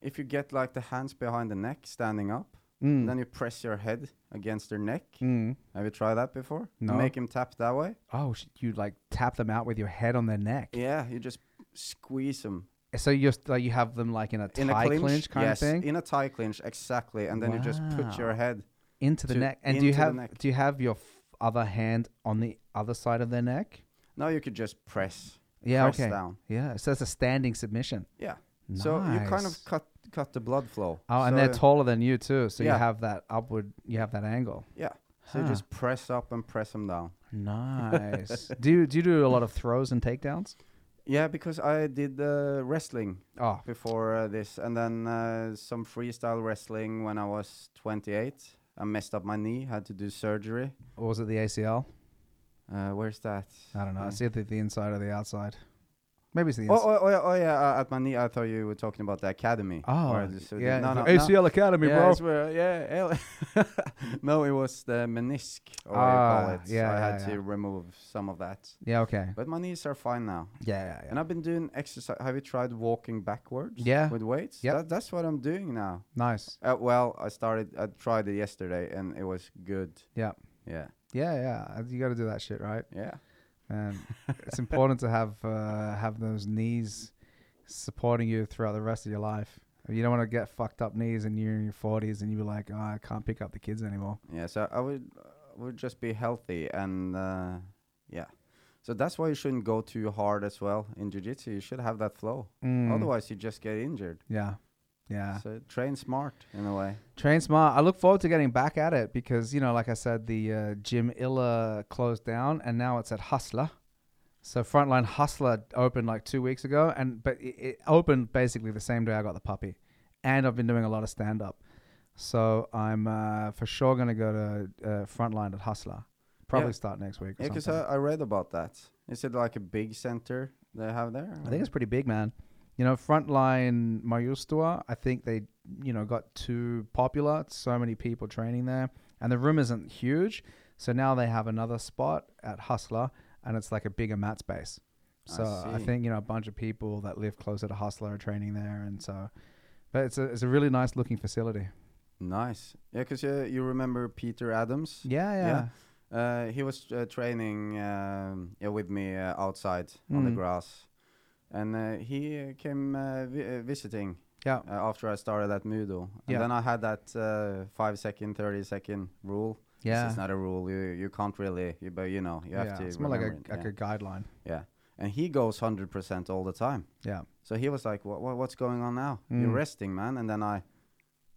[SPEAKER 2] if you get like the hands behind the neck standing up,
[SPEAKER 1] Mm.
[SPEAKER 2] and then you press your head against their neck.
[SPEAKER 1] Mm.
[SPEAKER 2] Have you tried that before? And
[SPEAKER 1] No.
[SPEAKER 2] Make him tap that way?
[SPEAKER 1] Oh, sh- you like tap them out with your head on their neck.
[SPEAKER 2] Yeah, you just squeeze him
[SPEAKER 1] So you just like you have them like in a
[SPEAKER 2] in
[SPEAKER 1] tie
[SPEAKER 2] a clinch,
[SPEAKER 1] clinch, kind
[SPEAKER 2] yes,
[SPEAKER 1] of thing
[SPEAKER 2] in a tie clinch, exactly. And then you just put your
[SPEAKER 1] Wow.
[SPEAKER 2] head.
[SPEAKER 1] into the
[SPEAKER 2] to-
[SPEAKER 1] neck. And do you
[SPEAKER 2] into the
[SPEAKER 1] have
[SPEAKER 2] neck.
[SPEAKER 1] do you have your f- other hand on the other side of their neck?
[SPEAKER 2] Now you could just press,
[SPEAKER 1] Yeah.
[SPEAKER 2] press
[SPEAKER 1] okay.
[SPEAKER 2] down.
[SPEAKER 1] Yeah. So it's a standing submission.
[SPEAKER 2] Yeah. So you kind
[SPEAKER 1] Nice.
[SPEAKER 2] of cut cut the blood flow.
[SPEAKER 1] Oh, and
[SPEAKER 2] So
[SPEAKER 1] they're
[SPEAKER 2] you-
[SPEAKER 1] taller than you too, so you
[SPEAKER 2] yeah.
[SPEAKER 1] have that upward, you have that angle.
[SPEAKER 2] yeah. So you
[SPEAKER 1] Huh.
[SPEAKER 2] just press up and press them down. [laughs]
[SPEAKER 1] Nice. do you do you do a lot of throws and takedowns?
[SPEAKER 2] Yeah, because I did uh, wrestling
[SPEAKER 1] Oh,
[SPEAKER 2] before uh, this, and then uh, some freestyle wrestling when I was 28. I messed up my knee, had to do surgery.
[SPEAKER 1] or was it the ACL?
[SPEAKER 2] Uh, where's that?
[SPEAKER 1] I don't know.
[SPEAKER 2] Yeah.
[SPEAKER 1] It's either the inside or the outside. Maybe it's the
[SPEAKER 2] Mm. Oh,
[SPEAKER 1] inside.
[SPEAKER 2] oh, oh, yeah, oh, yeah. Uh, at my knee, I thought you were talking about the academy. where this- uh,
[SPEAKER 1] Oh, yeah.
[SPEAKER 2] no,
[SPEAKER 1] the
[SPEAKER 2] no, no.
[SPEAKER 1] ACL Academy,
[SPEAKER 2] yeah,
[SPEAKER 1] bro.
[SPEAKER 2] it's where- yeah, yeah. no, it [laughs] was the menisque, or what
[SPEAKER 1] Ah,
[SPEAKER 2] you call it. so
[SPEAKER 1] yeah,
[SPEAKER 2] I
[SPEAKER 1] yeah,
[SPEAKER 2] had
[SPEAKER 1] yeah.
[SPEAKER 2] to remove some of that.
[SPEAKER 1] Yeah, okay.
[SPEAKER 2] But my knees are fine now.
[SPEAKER 1] Yeah, yeah, yeah.
[SPEAKER 2] And I've been doing exercise. Have you tried walking backwards?
[SPEAKER 1] Yeah.
[SPEAKER 2] With weights?
[SPEAKER 1] Yep.
[SPEAKER 2] That, that's what I'm doing now.
[SPEAKER 1] nice.
[SPEAKER 2] Uh, well, I started, I tried it yesterday and it was good.
[SPEAKER 1] Yeah.
[SPEAKER 2] Yeah.
[SPEAKER 1] Yeah, yeah. uh, You got to do that shit, right?
[SPEAKER 2] Yeah.
[SPEAKER 1] Um, it's important to have uh, have those knees supporting you throughout the rest of your life. You don't want to get fucked up knees and you're in your 40s and you be like, oh, I can't pick up the kids anymore.
[SPEAKER 2] Yeah. So I would, I would just be healthy and, uh, yeah. So that's why you shouldn't go too hard as well in jiu jitsu. You should have that flow.
[SPEAKER 1] Mm.
[SPEAKER 2] Otherwise, you just get injured.
[SPEAKER 1] Yeah. Yeah.
[SPEAKER 2] So train smart in a way.
[SPEAKER 1] Train smart. I look forward to getting back at it because, you know, like I said, the uh, Jim Illa closed down and now it's at Hustler. So Frontline Hustler opened like two weeks ago, and but it, it opened basically the same day I got the puppy, and I've been doing a lot of stand up, so I'm uh, for sure gonna go to uh, Frontline at Hustler. Probably
[SPEAKER 2] Yeah.
[SPEAKER 1] start next week. Or
[SPEAKER 2] Yeah, uh, because
[SPEAKER 1] something.
[SPEAKER 2] I, I read about that. Is it like a big center they have there?
[SPEAKER 1] I think
[SPEAKER 2] or-
[SPEAKER 1] it's pretty big, man. You know, Frontline Mayustua, I think they, you know, got too popular. It's So many people training there. And the room isn't huge. So now they have another spot at Hustler and it's like a bigger mat space.
[SPEAKER 2] I
[SPEAKER 1] So I,
[SPEAKER 2] see.
[SPEAKER 1] think, you know, a bunch of people that live closer to Hustler are training there. And so, but it's a, it's a really nice looking facility.
[SPEAKER 2] nice. Yeah, because uh, you remember Peter Adams?
[SPEAKER 1] Yeah, yeah.
[SPEAKER 2] Yeah. Uh, he was uh, training um, yeah, with me uh, outside on the
[SPEAKER 1] Mm.
[SPEAKER 2] grass. And uh, he uh, came uh, vi- uh, visiting
[SPEAKER 1] Yeah.
[SPEAKER 2] uh, after I started at Moodle. And
[SPEAKER 1] Yeah.
[SPEAKER 2] then I had that uh, five second, 30 second rule.
[SPEAKER 1] Yeah.
[SPEAKER 2] This is not a rule. You you can't really, you, but you know, you have
[SPEAKER 1] yeah.
[SPEAKER 2] to.
[SPEAKER 1] It's more like a,
[SPEAKER 2] remember it,
[SPEAKER 1] like
[SPEAKER 2] yeah.
[SPEAKER 1] a guideline.
[SPEAKER 2] yeah. And he goes 100% all the time.
[SPEAKER 1] Yeah.
[SPEAKER 2] So he was like, what, what, what's going on now? You're
[SPEAKER 1] Mm.
[SPEAKER 2] resting, man. And then I,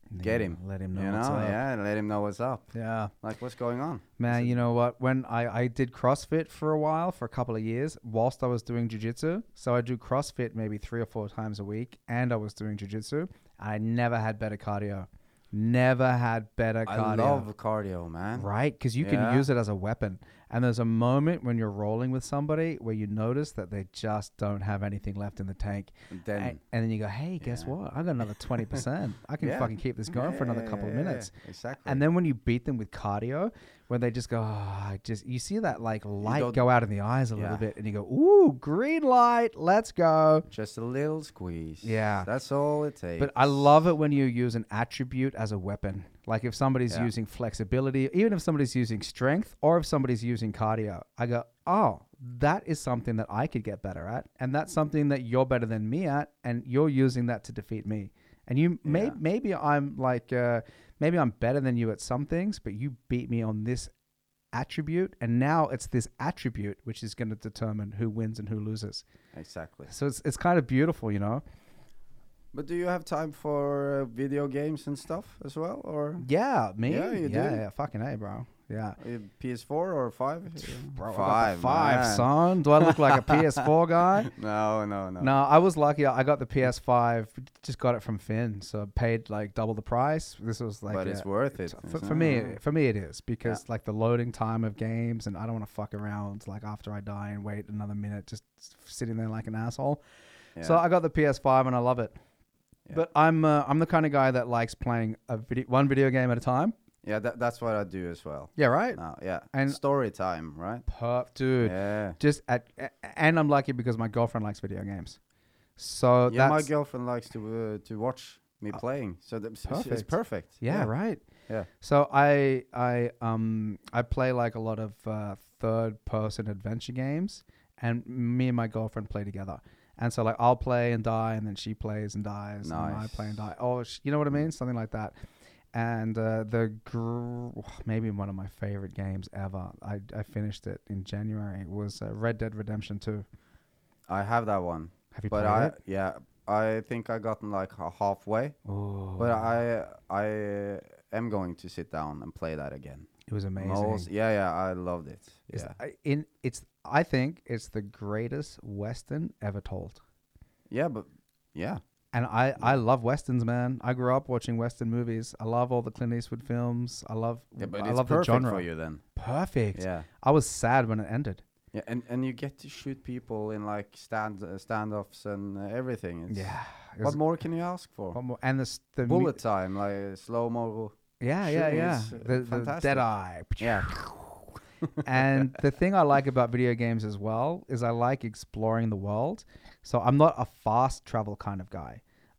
[SPEAKER 1] And
[SPEAKER 2] Get
[SPEAKER 1] then
[SPEAKER 2] him.
[SPEAKER 1] Let him know.
[SPEAKER 2] you know,
[SPEAKER 1] what's up.
[SPEAKER 2] yeah, let him know what's up.
[SPEAKER 1] Yeah.
[SPEAKER 2] Like, what's going on?
[SPEAKER 1] Man,
[SPEAKER 2] it-
[SPEAKER 1] you know what? When I, I did CrossFit for a while, for a couple of years, whilst I was doing jujitsu. So I do CrossFit maybe three or four times a week, and I was doing jujitsu. I never had better cardio. Never had better
[SPEAKER 2] I
[SPEAKER 1] cardio.
[SPEAKER 2] love cardio, man.
[SPEAKER 1] Right? Because you can
[SPEAKER 2] Yeah.
[SPEAKER 1] use it as a weapon. And there's a moment when you're rolling with somebody where you notice that they just don't have anything left in the tank.
[SPEAKER 2] Then,
[SPEAKER 1] And, and then you go, hey, guess
[SPEAKER 2] Yeah.
[SPEAKER 1] what? I got another 20%.
[SPEAKER 2] [laughs]
[SPEAKER 1] I can
[SPEAKER 2] Yeah.
[SPEAKER 1] fucking keep this going for another
[SPEAKER 2] Yeah,
[SPEAKER 1] couple of
[SPEAKER 2] yeah, yeah,
[SPEAKER 1] minutes.
[SPEAKER 2] Exactly.
[SPEAKER 1] And then when you beat them with cardio, when they just go, "Ah," I just you see that like light
[SPEAKER 2] go-
[SPEAKER 1] go out in the eyes a
[SPEAKER 2] Yeah.
[SPEAKER 1] little bit, and you go, ooh, green light, let's go.
[SPEAKER 2] just a little squeeze.
[SPEAKER 1] Yeah.
[SPEAKER 2] That's all it takes.
[SPEAKER 1] But I love it when you use an attribute as a weapon. Like if somebody's
[SPEAKER 2] Yeah.
[SPEAKER 1] using flexibility, even if somebody's using strength, or if somebody's using cardio, I go, oh, that is something that I could get better at, and that's something that you're better than me at, and you're using that to defeat me. And you may
[SPEAKER 2] Yeah.
[SPEAKER 1] maybe I'm like uh, maybe I'm better than you at some things, but you beat me on this attribute, and now it's this attribute which is going to determine who wins and who loses.
[SPEAKER 2] Exactly.
[SPEAKER 1] So it's it's kind of beautiful, you know.
[SPEAKER 2] But do you have time for uh, video games and stuff as well? Or
[SPEAKER 1] Yeah, me.
[SPEAKER 2] Yeah, you
[SPEAKER 1] yeah,
[SPEAKER 2] do.
[SPEAKER 1] yeah, fucking a, bro. Yeah,
[SPEAKER 2] uh, PS4 or 5?
[SPEAKER 1] bro, five, five, son. Do I look
[SPEAKER 2] [laughs]
[SPEAKER 1] like a PS4 guy?
[SPEAKER 2] No, no, no.
[SPEAKER 1] No, I was lucky. I got the PS5, just got it from Finn, so I paid like double the price. This was like,
[SPEAKER 2] but
[SPEAKER 1] a-
[SPEAKER 2] it's worth it.
[SPEAKER 1] for,
[SPEAKER 2] It's-
[SPEAKER 1] for me,
[SPEAKER 2] uh,
[SPEAKER 1] for me, it is because like the loading time of games, and I don't want to fuck around. Like after I die and wait another minute, just sitting there like an asshole. So
[SPEAKER 2] yeah.
[SPEAKER 1] I got the PS5 and I love it.
[SPEAKER 2] Yeah.
[SPEAKER 1] But I'm uh, I'm the kind of guy that likes playing a video, one video game at a time.
[SPEAKER 2] yeah, that, that's what I do as well.
[SPEAKER 1] Yeah, right.
[SPEAKER 2] Now, yeah.
[SPEAKER 1] And-
[SPEAKER 2] story time, right?
[SPEAKER 1] Perf, dude.
[SPEAKER 2] Yeah.
[SPEAKER 1] just at a- and I'm lucky because my girlfriend likes video games. So
[SPEAKER 2] yeah, my
[SPEAKER 1] that's
[SPEAKER 2] girlfriend likes to uh, to watch me
[SPEAKER 1] Uh,
[SPEAKER 2] playing, so that's it's
[SPEAKER 1] perfect.
[SPEAKER 2] perfect.
[SPEAKER 1] yeah, right.
[SPEAKER 2] Yeah.
[SPEAKER 1] So I I um I play like a lot of uh, third person adventure games, and me and my girlfriend play together. And so like I'll play and die, and then she plays and dies, and I play and die.
[SPEAKER 2] Nice.
[SPEAKER 1] Oh, sh- you know what I mean? Something like that. And uh, the gr- oh, maybe one of my favorite games ever. I, I finished it in January. Was uh, Red Dead Redemption Two.
[SPEAKER 2] I have that one,
[SPEAKER 1] Have you
[SPEAKER 2] but
[SPEAKER 1] played
[SPEAKER 2] I
[SPEAKER 1] it?
[SPEAKER 2] yeah, I think I gotten like a halfway,
[SPEAKER 1] Oh,
[SPEAKER 2] but I I am going to sit down and play that again.
[SPEAKER 1] it was amazing.
[SPEAKER 2] Most- yeah, yeah, I loved it.
[SPEAKER 1] It's,
[SPEAKER 2] yeah,
[SPEAKER 1] I- in it's I think it's the greatest western ever told.
[SPEAKER 2] yeah, but yeah,
[SPEAKER 1] And I, I love westerns, man. I grew up watching western movies. I love all the Clint Eastwood films. I love
[SPEAKER 2] Yeah, but
[SPEAKER 1] I
[SPEAKER 2] it's
[SPEAKER 1] love the
[SPEAKER 2] perfect
[SPEAKER 1] genre.
[SPEAKER 2] for you then.
[SPEAKER 1] Perfect.
[SPEAKER 2] Yeah.
[SPEAKER 1] I was sad when it ended.
[SPEAKER 2] Yeah, and, and you get to shoot people in like stand uh, standoffs and uh, everything. It's,
[SPEAKER 1] Yeah. it
[SPEAKER 2] What
[SPEAKER 1] was-
[SPEAKER 2] more can you ask for?
[SPEAKER 1] what more- And the, s- the mu-
[SPEAKER 2] Bullet time, like uh, slow mo.
[SPEAKER 1] Yeah, yeah,
[SPEAKER 2] shooting
[SPEAKER 1] yeah.
[SPEAKER 2] is, uh,
[SPEAKER 1] The, the
[SPEAKER 2] fantastic.
[SPEAKER 1] dead eye.
[SPEAKER 2] Yeah.
[SPEAKER 1] and the thing I like about video games as well is I like exploring the world. So I'm not a fast travel kind of guy.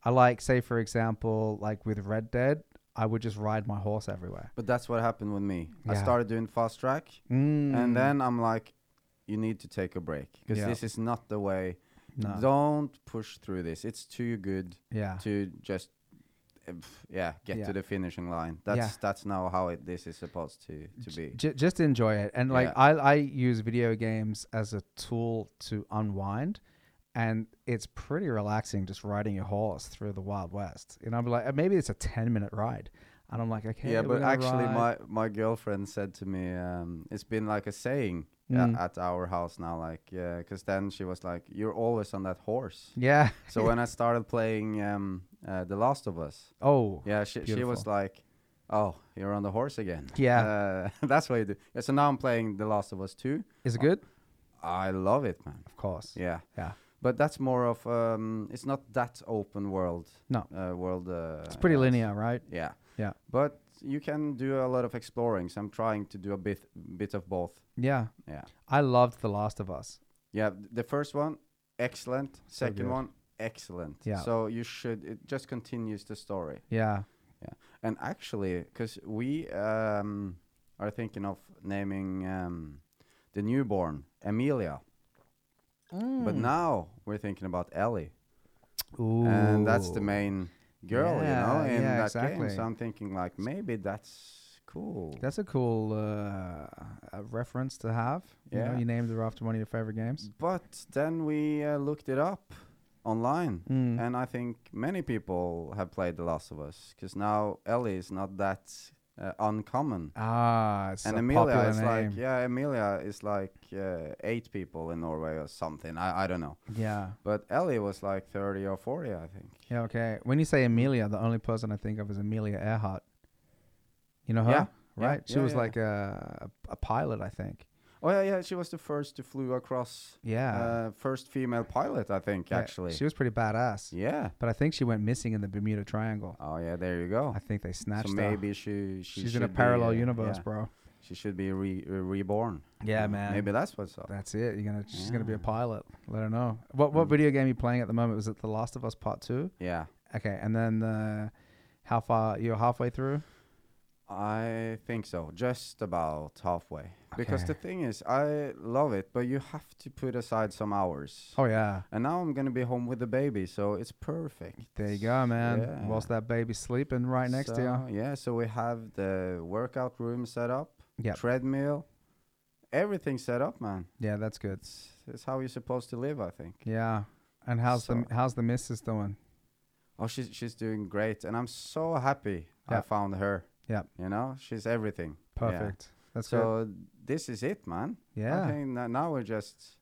[SPEAKER 1] I like, say, for example, like with Red Dead, I would just ride my horse everywhere.
[SPEAKER 2] But that's what happened with me. I
[SPEAKER 1] Yeah.
[SPEAKER 2] started doing fast track,
[SPEAKER 1] Mm.
[SPEAKER 2] and then I'm like, you need to take a break because
[SPEAKER 1] Yeah.
[SPEAKER 2] this is not the way.
[SPEAKER 1] No.
[SPEAKER 2] Don't push through this. It's too good
[SPEAKER 1] yeah,
[SPEAKER 2] to just, uh, pff, yeah, get
[SPEAKER 1] Yeah.
[SPEAKER 2] to the finishing line. That's that's now how it, this is supposed to to be.
[SPEAKER 1] J- just enjoy it. And like
[SPEAKER 2] Yeah.
[SPEAKER 1] I, I use video games as a tool to unwind, and it's pretty relaxing just riding your horse through the Wild West. And I'm like, maybe it's a ten minute ride, and I'm like, okay,
[SPEAKER 2] yeah,
[SPEAKER 1] we're
[SPEAKER 2] but
[SPEAKER 1] gonna
[SPEAKER 2] actually,
[SPEAKER 1] ride-
[SPEAKER 2] my my girlfriend said to me, um, it's been like a saying a-
[SPEAKER 1] Mm.
[SPEAKER 2] at our house now, like, yeah, because then she was like, you're always on that horse.
[SPEAKER 1] yeah,
[SPEAKER 2] So when I started playing um, uh, The Last of Us,
[SPEAKER 1] oh,
[SPEAKER 2] yeah, she, she was
[SPEAKER 1] Beautiful.
[SPEAKER 2] like, oh, you're on the horse again.
[SPEAKER 1] Yeah.
[SPEAKER 2] uh, [laughs] that's what you do. Yeah, so now I'm playing The Last of Us two.
[SPEAKER 1] is it good?
[SPEAKER 2] I love it, man.
[SPEAKER 1] Of course.
[SPEAKER 2] Yeah,
[SPEAKER 1] Yeah.
[SPEAKER 2] but that's more of um, it's not that open world.
[SPEAKER 1] No.
[SPEAKER 2] uh, world. Uh,
[SPEAKER 1] It's pretty
[SPEAKER 2] yeah,
[SPEAKER 1] linear, right?
[SPEAKER 2] yeah.
[SPEAKER 1] Yeah.
[SPEAKER 2] But you can do a lot of exploring. So I'm trying to do a bit bit of both.
[SPEAKER 1] Yeah.
[SPEAKER 2] Yeah.
[SPEAKER 1] I loved The Last of Us.
[SPEAKER 2] Yeah. th- The first one, excellent. Second
[SPEAKER 1] good.
[SPEAKER 2] one, excellent.
[SPEAKER 1] Yeah.
[SPEAKER 2] So you should it just continues the story.
[SPEAKER 1] Yeah.
[SPEAKER 2] And actually, because we um, are thinking of naming um, the newborn Amelia, but
[SPEAKER 1] Mm. Hmm.
[SPEAKER 2] now we're thinking about Ellie,
[SPEAKER 1] Ooh.
[SPEAKER 2] and that's the main
[SPEAKER 1] Yeah,
[SPEAKER 2] girl, you know, in
[SPEAKER 1] yeah,
[SPEAKER 2] that
[SPEAKER 1] exactly.
[SPEAKER 2] game. So I'm thinking like maybe that's cool.
[SPEAKER 1] That's a cool uh, uh, reference to have. You know,
[SPEAKER 2] Yeah.
[SPEAKER 1] you named her after one of your favorite games.
[SPEAKER 2] But then we uh, looked it up online,
[SPEAKER 1] Mm.
[SPEAKER 2] and I think many people have played The Last of Us because now Ellie is not that uh, uncommon.
[SPEAKER 1] Ah, it's
[SPEAKER 2] and
[SPEAKER 1] a
[SPEAKER 2] Emilia
[SPEAKER 1] popular
[SPEAKER 2] is
[SPEAKER 1] name.
[SPEAKER 2] like, yeah, Emilia is like uh, eight people in Norway or something. I, I don't know.
[SPEAKER 1] yeah.
[SPEAKER 2] But Ellie was like 30 or 40, I think.
[SPEAKER 1] Yeah, okay. When you say Amelia, the only person I think of is Amelia Earhart. You know her?
[SPEAKER 2] Yeah, yeah,
[SPEAKER 1] Right? she
[SPEAKER 2] yeah,
[SPEAKER 1] was
[SPEAKER 2] yeah.
[SPEAKER 1] like a, a pilot, I think.
[SPEAKER 2] Oh, yeah, yeah. She was the first to flew across,
[SPEAKER 1] Yeah.
[SPEAKER 2] uh, first female pilot, I think,
[SPEAKER 1] Yeah,
[SPEAKER 2] actually.
[SPEAKER 1] She was pretty badass.
[SPEAKER 2] yeah.
[SPEAKER 1] But I think she went missing in the Bermuda Triangle.
[SPEAKER 2] Oh, yeah, there you go.
[SPEAKER 1] I think they snatched
[SPEAKER 2] So
[SPEAKER 1] her.
[SPEAKER 2] maybe she, she
[SPEAKER 1] She's in a
[SPEAKER 2] should be,
[SPEAKER 1] parallel
[SPEAKER 2] uh,
[SPEAKER 1] universe,
[SPEAKER 2] yeah,
[SPEAKER 1] bro.
[SPEAKER 2] She should be re- uh, reborn.
[SPEAKER 1] Yeah,
[SPEAKER 2] Uh,
[SPEAKER 1] man.
[SPEAKER 2] Maybe that's what's up.
[SPEAKER 1] That's it. You're gonna she's gonna be a
[SPEAKER 2] Yeah.
[SPEAKER 1] pilot. Let her know. What what
[SPEAKER 2] Mm.
[SPEAKER 1] video game are you playing at the moment? Was it The Last of Us Part Two?
[SPEAKER 2] Yeah.
[SPEAKER 1] Okay, and then uh, how far you're halfway through?
[SPEAKER 2] I think so, just about halfway. Because
[SPEAKER 1] Okay.
[SPEAKER 2] the thing is, I love it, but you have to put aside some hours.
[SPEAKER 1] Oh yeah.
[SPEAKER 2] And now I'm gonna be home with the baby, so it's perfect.
[SPEAKER 1] There you go, man.
[SPEAKER 2] Yeah.
[SPEAKER 1] Whilst that baby's sleeping right next to you.
[SPEAKER 2] So, Yeah, so we have the workout room set up,
[SPEAKER 1] Yep.
[SPEAKER 2] treadmill, everything set up, man.
[SPEAKER 1] Yeah, that's good.
[SPEAKER 2] It's it's how you're supposed to live, I think.
[SPEAKER 1] Yeah. And how's the
[SPEAKER 2] So-
[SPEAKER 1] how's the missus doing?
[SPEAKER 2] Oh, she's she's doing great, and I'm so happy I
[SPEAKER 1] Yep.
[SPEAKER 2] found her.
[SPEAKER 1] Yep.
[SPEAKER 2] You know, she's everything. Yeah.
[SPEAKER 1] Perfect. That's good.
[SPEAKER 2] So this is it, man.
[SPEAKER 1] Yeah.
[SPEAKER 2] I think that now we're just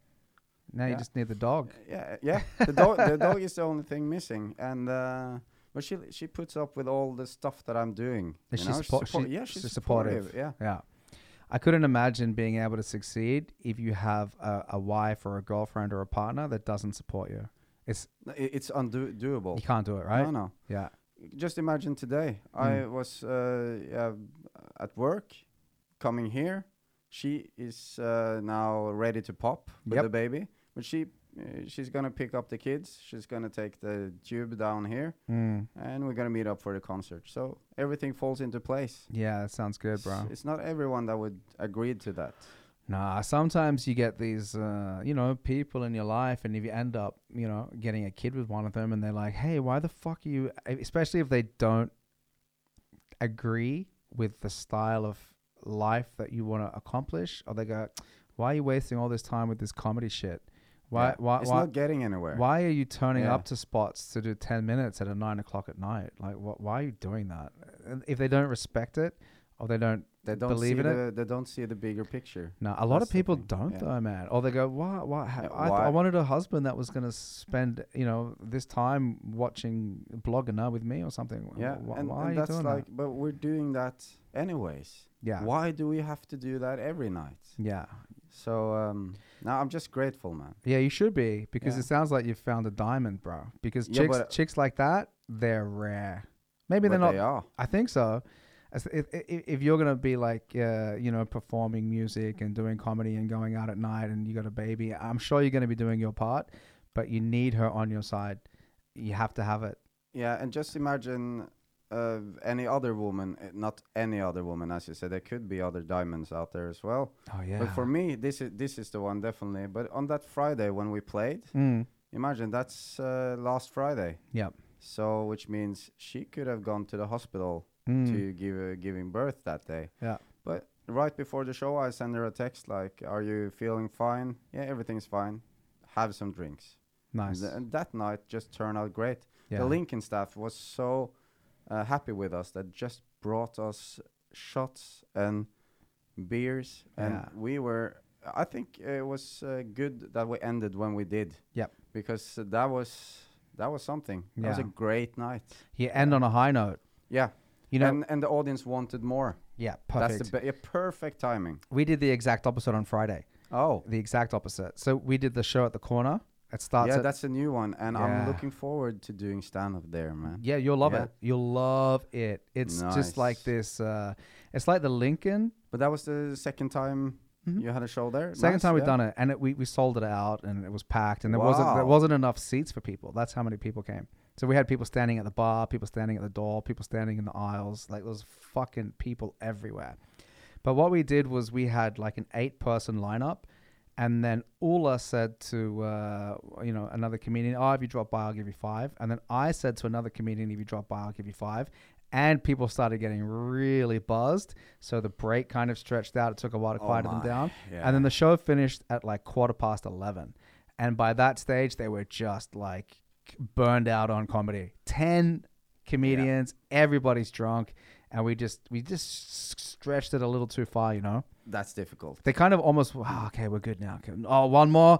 [SPEAKER 1] Now you
[SPEAKER 2] yeah.
[SPEAKER 1] just need the dog.
[SPEAKER 2] Yeah, yeah. The dog, the dog is the only thing missing, and uh, but she she puts up with all the stuff that I'm doing.
[SPEAKER 1] Is
[SPEAKER 2] you
[SPEAKER 1] she
[SPEAKER 2] know?
[SPEAKER 1] suppo-
[SPEAKER 2] support-
[SPEAKER 1] she-
[SPEAKER 2] yeah, she's,
[SPEAKER 1] she's supportive.
[SPEAKER 2] supportive. Yeah,
[SPEAKER 1] Yeah. I couldn't imagine being able to succeed if you have a, a wife or a girlfriend or a partner that doesn't support you. It's
[SPEAKER 2] No, i- it's undoable.
[SPEAKER 1] you can't do it, right? Mm.
[SPEAKER 2] No, no.
[SPEAKER 1] Yeah.
[SPEAKER 2] Just imagine today. I was uh, yeah, at work, coming here. She is uh, now ready to pop with
[SPEAKER 1] Yep.
[SPEAKER 2] the baby, but she uh, she's gonna pick up the kids. She's gonna take the tube down here,
[SPEAKER 1] Mm.
[SPEAKER 2] and we're gonna meet up for the concert. So everything falls into place.
[SPEAKER 1] Yeah, that sounds good, bro.
[SPEAKER 2] It's- It's not everyone that would agree to that.
[SPEAKER 1] Nah, sometimes you get these, uh, you know, people in your life, and if you end up, you know, getting a kid with one of them, and they're like, "Hey, why the fuck are you?" e-" Especially if they don't agree with the style of life that you want to accomplish, or they go, "Why are you wasting all this time with this comedy shit? Why,
[SPEAKER 2] Yeah.
[SPEAKER 1] why,
[SPEAKER 2] it's
[SPEAKER 1] why,
[SPEAKER 2] not getting anywhere.
[SPEAKER 1] Why are you turning
[SPEAKER 2] Yeah.
[SPEAKER 1] up to spots to do 10 minutes at a nine o'clock at night? Like, what, why are you doing that? And if they don't respect it or they don't
[SPEAKER 2] They don't
[SPEAKER 1] believe
[SPEAKER 2] see
[SPEAKER 1] in it.
[SPEAKER 2] the, They don't see the bigger picture.
[SPEAKER 1] No, a lot of
[SPEAKER 2] That's the
[SPEAKER 1] people
[SPEAKER 2] thing,
[SPEAKER 1] don't
[SPEAKER 2] yeah.
[SPEAKER 1] though, man. Or they go, "Why? Why? how-
[SPEAKER 2] Yeah,
[SPEAKER 1] I, th- I
[SPEAKER 2] why?"
[SPEAKER 1] wanted a husband that was going to spend, you know, this time watching Blogger with me or something. Wh-
[SPEAKER 2] Yeah,
[SPEAKER 1] wh- why
[SPEAKER 2] and,
[SPEAKER 1] are
[SPEAKER 2] and
[SPEAKER 1] you
[SPEAKER 2] that's
[SPEAKER 1] doing
[SPEAKER 2] like,
[SPEAKER 1] that?
[SPEAKER 2] but we're doing that anyways.
[SPEAKER 1] Yeah,
[SPEAKER 2] Why do we have to do that every night?
[SPEAKER 1] yeah,
[SPEAKER 2] So um, no, I'm just grateful, man.
[SPEAKER 1] yeah. You should be because
[SPEAKER 2] Yeah.
[SPEAKER 1] it sounds like you found a diamond, bro. Because
[SPEAKER 2] Yeah,
[SPEAKER 1] chicks,
[SPEAKER 2] but-
[SPEAKER 1] chicks like that, they're rare. Maybe they're
[SPEAKER 2] But
[SPEAKER 1] not.
[SPEAKER 2] They are.
[SPEAKER 1] I think so. As- If, if, if you're gonna be like, uh, you know, performing music and doing comedy and going out at night, and you got a baby, I'm sure you're gonna be doing your part, but you need her on your side. You have to have it.
[SPEAKER 2] Yeah, and just imagine uh, any other woman, eh, not any other woman, as you said. There could be other diamonds out there as well.
[SPEAKER 1] Oh yeah.
[SPEAKER 2] But for me, this is this is the one definitely. But on that Friday when we played,
[SPEAKER 1] mm,
[SPEAKER 2] imagine that's uh, last Friday.
[SPEAKER 1] Yep.
[SPEAKER 2] So which means she could have gone to the hospital
[SPEAKER 1] mm,
[SPEAKER 2] to give uh, giving birth that day.
[SPEAKER 1] Yeah.
[SPEAKER 2] But right before the show, I send her a text like, "Are you feeling fine? Yeah, everything's fine. Have some drinks." And
[SPEAKER 1] nice.
[SPEAKER 2] th- and that night just turned out great.
[SPEAKER 1] yeah.
[SPEAKER 2] The Lincoln staff was so uh, happy with us that just brought us shots and beers, and
[SPEAKER 1] Yeah.
[SPEAKER 2] we were. I think it was uh, good that we ended when we did.
[SPEAKER 1] Yep.
[SPEAKER 2] Because that was that was something. That was a
[SPEAKER 1] Yeah.
[SPEAKER 2] great night.
[SPEAKER 1] You end on a high note.
[SPEAKER 2] Yeah.
[SPEAKER 1] You know.
[SPEAKER 2] and and the audience wanted more.
[SPEAKER 1] yeah. Perfect.
[SPEAKER 2] That's the be- yeah, perfect timing.
[SPEAKER 1] we did the exact opposite on Friday.
[SPEAKER 2] Oh.
[SPEAKER 1] The exact opposite. So we did the show at the corner. It starts.
[SPEAKER 2] yeah,
[SPEAKER 1] at,
[SPEAKER 2] that's a new one, and
[SPEAKER 1] Yeah.
[SPEAKER 2] I'm looking forward to doing stand up there, man.
[SPEAKER 1] Yeah, you'll love
[SPEAKER 2] Yeah.
[SPEAKER 1] it. You'll love it. It's just like
[SPEAKER 2] Nice.
[SPEAKER 1] this. Uh, it's like the Lincoln.
[SPEAKER 2] But that was the second time
[SPEAKER 1] Mhm.
[SPEAKER 2] you had a show there.
[SPEAKER 1] Second
[SPEAKER 2] Nice,
[SPEAKER 1] time we've
[SPEAKER 2] yeah.
[SPEAKER 1] done it, and it, we we sold it out, and it was packed, and there wasn't there
[SPEAKER 2] Wow.
[SPEAKER 1] wasn't enough seats for people. That's how many people came. So we had people standing at the bar, people standing at the door, people standing in the aisles. Like there was fucking people everywhere. But what we did was we had like an eight person lineup, and then Ula said to uh, you know another comedian, "Oh, if you drop by, I'll give you five. And then I said to another comedian, "If you drop by, I'll give you five. And people started getting really buzzed, so the break kind of stretched out. It took a while to
[SPEAKER 2] Oh
[SPEAKER 1] quiet them
[SPEAKER 2] my,
[SPEAKER 1] down,
[SPEAKER 2] yeah.
[SPEAKER 1] and then the show finished at like quarter past eleven. And by that stage, they were just like burned out on comedy. Ten comedians, everybody's drunk, and we just we just s- stretched it a little too far, you know.
[SPEAKER 2] That's difficult.
[SPEAKER 1] They kind of almost "Oh, okay, we're good now. Okay, Oh, one more.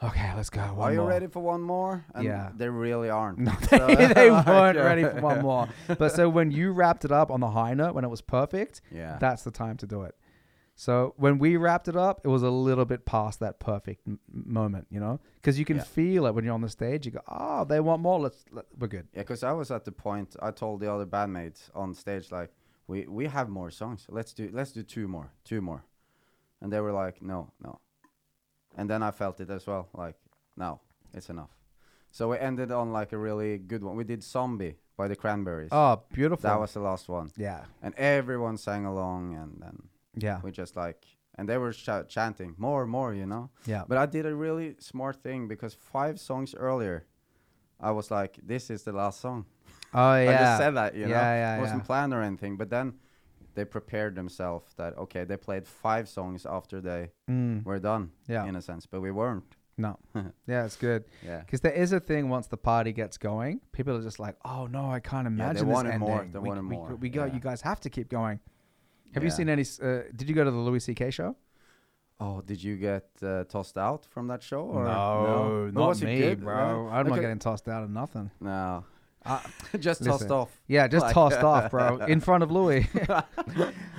[SPEAKER 1] Okay, let's go. Uh, One
[SPEAKER 2] Are you
[SPEAKER 1] more.
[SPEAKER 2] ready for one more? And
[SPEAKER 1] Yeah.
[SPEAKER 2] They really aren't.
[SPEAKER 1] [laughs]
[SPEAKER 2] uh,
[SPEAKER 1] No, [laughs] they,
[SPEAKER 2] [laughs]
[SPEAKER 1] they weren't ready for one more. But so when you wrapped it up on the high note, when it was perfect,
[SPEAKER 2] Yeah.
[SPEAKER 1] that's the time to do it. So when we wrapped it up, it was a little bit past that perfect m- moment, you know, because you can
[SPEAKER 2] Yeah.
[SPEAKER 1] feel it when you're on the stage. You go, oh, they want more. Let's let, we're good.
[SPEAKER 2] yeah, because I was at the point I told the other bandmates on stage like, we we have more songs. Let's do let's do two more, two more, and they were like, no, no, and then I felt it as well. Like, no, it's enough. So we ended on like a really good one. We did "Zombie" by the Cranberries.
[SPEAKER 1] Oh, beautiful.
[SPEAKER 2] that was the last one,
[SPEAKER 1] yeah,
[SPEAKER 2] and everyone sang along, and then
[SPEAKER 1] yeah,
[SPEAKER 2] we just like, and they were ch- chanting more, more, you know.
[SPEAKER 1] yeah.
[SPEAKER 2] But I did a really smart thing because five songs earlier, I was like, "This is the last song."
[SPEAKER 1] Oh yeah.
[SPEAKER 2] I just said that, you know.
[SPEAKER 1] Yeah, yeah,
[SPEAKER 2] It wasn't
[SPEAKER 1] yeah.
[SPEAKER 2] planned or anything. But then they prepared themselves that okay, they played five songs after they
[SPEAKER 1] Mm,
[SPEAKER 2] were done,
[SPEAKER 1] Yeah.
[SPEAKER 2] in a sense. But we weren't.
[SPEAKER 1] no.
[SPEAKER 2] [laughs]
[SPEAKER 1] yeah, it's good.
[SPEAKER 2] Yeah.
[SPEAKER 1] Because there is a thing once the party gets going, people are just like, "Oh no, I can't
[SPEAKER 2] they
[SPEAKER 1] imagine this
[SPEAKER 2] wanted
[SPEAKER 1] ending."
[SPEAKER 2] more, they
[SPEAKER 1] we,
[SPEAKER 2] wanted
[SPEAKER 1] we-
[SPEAKER 2] more,
[SPEAKER 1] we go.
[SPEAKER 2] yeah.
[SPEAKER 1] You guys have to keep going. Have you
[SPEAKER 2] Yeah.
[SPEAKER 1] seen any? s- Uh, did you go to the Louis C.K. show?
[SPEAKER 2] Oh, did you get uh, tossed out from that show? Or But
[SPEAKER 1] not
[SPEAKER 2] was it
[SPEAKER 1] me,
[SPEAKER 2] good?
[SPEAKER 1] bro.
[SPEAKER 2] No?
[SPEAKER 1] I'm not
[SPEAKER 2] Okay.
[SPEAKER 1] getting tossed out of nothing.
[SPEAKER 2] No, [laughs]
[SPEAKER 1] Uh,
[SPEAKER 2] just
[SPEAKER 1] Listen.
[SPEAKER 2] tossed off.
[SPEAKER 1] yeah, just
[SPEAKER 2] Like-
[SPEAKER 1] tossed off,
[SPEAKER 2] [laughs]
[SPEAKER 1] bro, in front of Louis.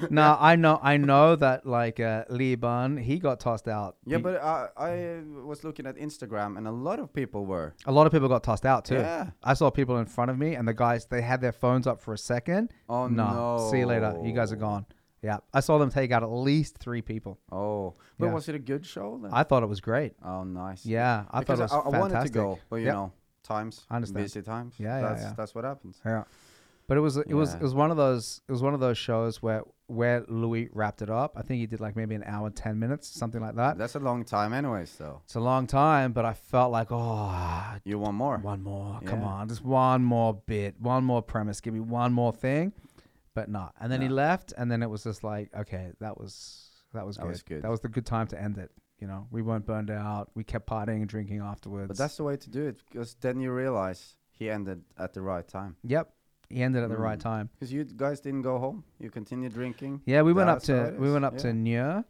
[SPEAKER 1] no, I know, I know that like uh, Lee Bun, he got tossed out.
[SPEAKER 2] Yeah,
[SPEAKER 1] He-
[SPEAKER 2] but I, I was looking at Instagram, and a lot of people were.
[SPEAKER 1] a lot of people got tossed out too.
[SPEAKER 2] Yeah.
[SPEAKER 1] I saw people in front of me, and the guys they had their phones up for a second.
[SPEAKER 2] Oh
[SPEAKER 1] no. See you later. You guys are
[SPEAKER 2] no.
[SPEAKER 1] gone. Yeah, I saw them take out at least three people.
[SPEAKER 2] Oh, but
[SPEAKER 1] Yeah.
[SPEAKER 2] was it a good show then?
[SPEAKER 1] I thought it was great.
[SPEAKER 2] oh, nice.
[SPEAKER 1] Yeah, I thought
[SPEAKER 2] because
[SPEAKER 1] it was
[SPEAKER 2] I, I
[SPEAKER 1] fantastic.
[SPEAKER 2] wanted to go, but you
[SPEAKER 1] Yep.
[SPEAKER 2] know, times,
[SPEAKER 1] I understand.
[SPEAKER 2] busy times.
[SPEAKER 1] Yeah, yeah,
[SPEAKER 2] that's,
[SPEAKER 1] yeah.
[SPEAKER 2] That's what happens.
[SPEAKER 1] Yeah. But it was it was it
[SPEAKER 2] Yeah.
[SPEAKER 1] was one of those it was one of those shows where where Louis wrapped it up. I think he did like maybe an hour and ten minutes, something like that.
[SPEAKER 2] That's a long time, anyways. Though
[SPEAKER 1] It's a long time, but I felt like oh,
[SPEAKER 2] you want more?
[SPEAKER 1] one more, come
[SPEAKER 2] Yeah.
[SPEAKER 1] on, just one more bit, one more premise, give me one more thing, but not. And then he
[SPEAKER 2] No.
[SPEAKER 1] left, and then it was just like okay, that was that was
[SPEAKER 2] That
[SPEAKER 1] good.
[SPEAKER 2] was good.
[SPEAKER 1] That was the good time to end it. You know, we weren't burned out. We kept partying and drinking afterwards.
[SPEAKER 2] But that's the way to do it because then you realize he ended at the right time.
[SPEAKER 1] Yep. He ended at the right
[SPEAKER 2] Mm.
[SPEAKER 1] time.
[SPEAKER 2] Because you guys didn't go home. You continued drinking.
[SPEAKER 1] Yeah, we went up
[SPEAKER 2] That's how
[SPEAKER 1] to
[SPEAKER 2] it
[SPEAKER 1] we
[SPEAKER 2] is,
[SPEAKER 1] went up
[SPEAKER 2] yeah.
[SPEAKER 1] to Nier,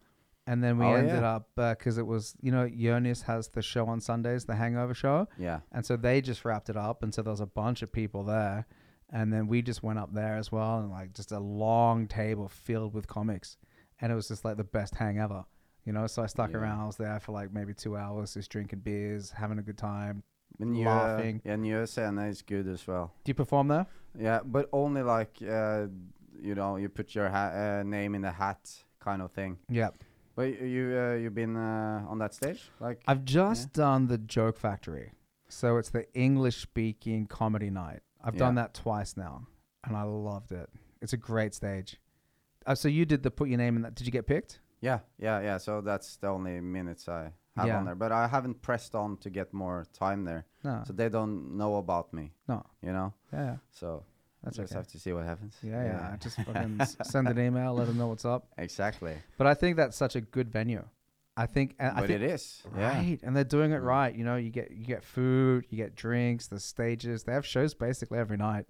[SPEAKER 1] and then we
[SPEAKER 2] Oh,
[SPEAKER 1] ended
[SPEAKER 2] yeah.
[SPEAKER 1] up because it was you know Jonas has the show on Sundays, the Hangover show,
[SPEAKER 2] Yeah.
[SPEAKER 1] and so they just wrapped it up, and so there was a bunch of people there, and then we just went up there as well, and like just a long table filled with comics, and it was just like the best hang ever, you know. So I stuck
[SPEAKER 2] Yeah.
[SPEAKER 1] around, I was there for like maybe two hours, just drinking beers, having a good time.
[SPEAKER 2] And you,
[SPEAKER 1] Laughing.
[SPEAKER 2] Yeah, New Scene is good as well.
[SPEAKER 1] Do you perform there?
[SPEAKER 2] Yeah, but only like, uh, you know, you put your ha- uh, name in the hat kind of thing.
[SPEAKER 1] Yeah,
[SPEAKER 2] But y- you uh, you've been uh, on that stage, like
[SPEAKER 1] I've just done the Joke Factory. So it's the English speaking comedy night. I've done
[SPEAKER 2] Yeah.
[SPEAKER 1] that twice now and I loved it. It's a great stage. Uh, so you did the put your name in that. Did you get picked?
[SPEAKER 2] yeah, yeah, yeah. So that's the only minutes I have
[SPEAKER 1] Yeah.
[SPEAKER 2] on there. But I haven't pressed on to get more time there,
[SPEAKER 1] No.
[SPEAKER 2] so they don't know about me.
[SPEAKER 1] Ah. No.
[SPEAKER 2] you know.
[SPEAKER 1] yeah.
[SPEAKER 2] So
[SPEAKER 1] That's
[SPEAKER 2] just
[SPEAKER 1] okay.
[SPEAKER 2] have to see what happens.
[SPEAKER 1] Yeah, yeah. I Just fucking s- send an email, let them know what's up.
[SPEAKER 2] exactly.
[SPEAKER 1] But I think that's such a good venue. I think, and I
[SPEAKER 2] but
[SPEAKER 1] think
[SPEAKER 2] it is, yeah.
[SPEAKER 1] Right, and they're doing it right. You know, you get you get food, you get drinks, the stages. They have shows basically every night,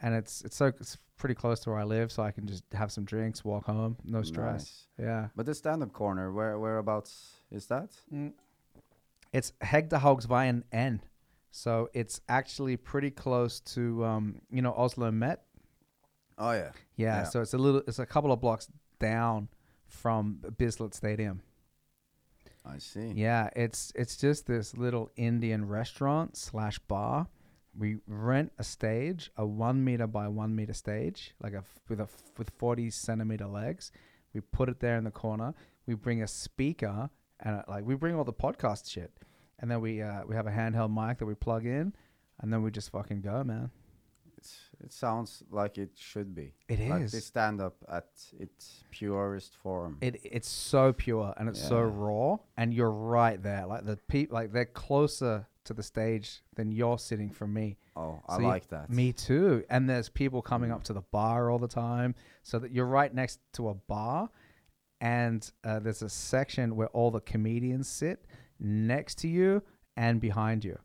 [SPEAKER 1] and it's it's so it's pretty close to where I live, so I can just have some drinks, walk home, no stress.
[SPEAKER 2] Nice.
[SPEAKER 1] Yeah,
[SPEAKER 2] But the stand-up corner, where whereabouts is that?
[SPEAKER 1] it's Hegdehogsveien N, so it's actually pretty close to um, you know Oslo Met.
[SPEAKER 2] Oh yeah.
[SPEAKER 1] Yeah,
[SPEAKER 2] Yeah.
[SPEAKER 1] so it's a little, it's a couple of blocks down from Bislett Stadium.
[SPEAKER 2] I see.
[SPEAKER 1] Yeah, it's it's just this little Indian restaurant slash bar. We rent a stage, a one meter by one meter stage, like a f- with a f- with forty centimeter legs. We put it there in the corner. We bring a speaker and uh, like we bring all the podcast shit, and then we uh, we have a handheld mic that we plug in, and then we just fucking go, man.
[SPEAKER 2] It's, it sounds like it should be.
[SPEAKER 1] It
[SPEAKER 2] like
[SPEAKER 1] is.
[SPEAKER 2] the stand-up at its purest form.
[SPEAKER 1] It it's so pure and it's so
[SPEAKER 2] Yeah.
[SPEAKER 1] raw, and you're right there. Like the people, like they're closer to the stage than you're sitting from me.
[SPEAKER 2] oh, I
[SPEAKER 1] So you-
[SPEAKER 2] like that.
[SPEAKER 1] Me too. And there's people coming up to the bar all the time, so that you're right next to a bar, and uh, there's a section where all the comedians sit next to you and behind you.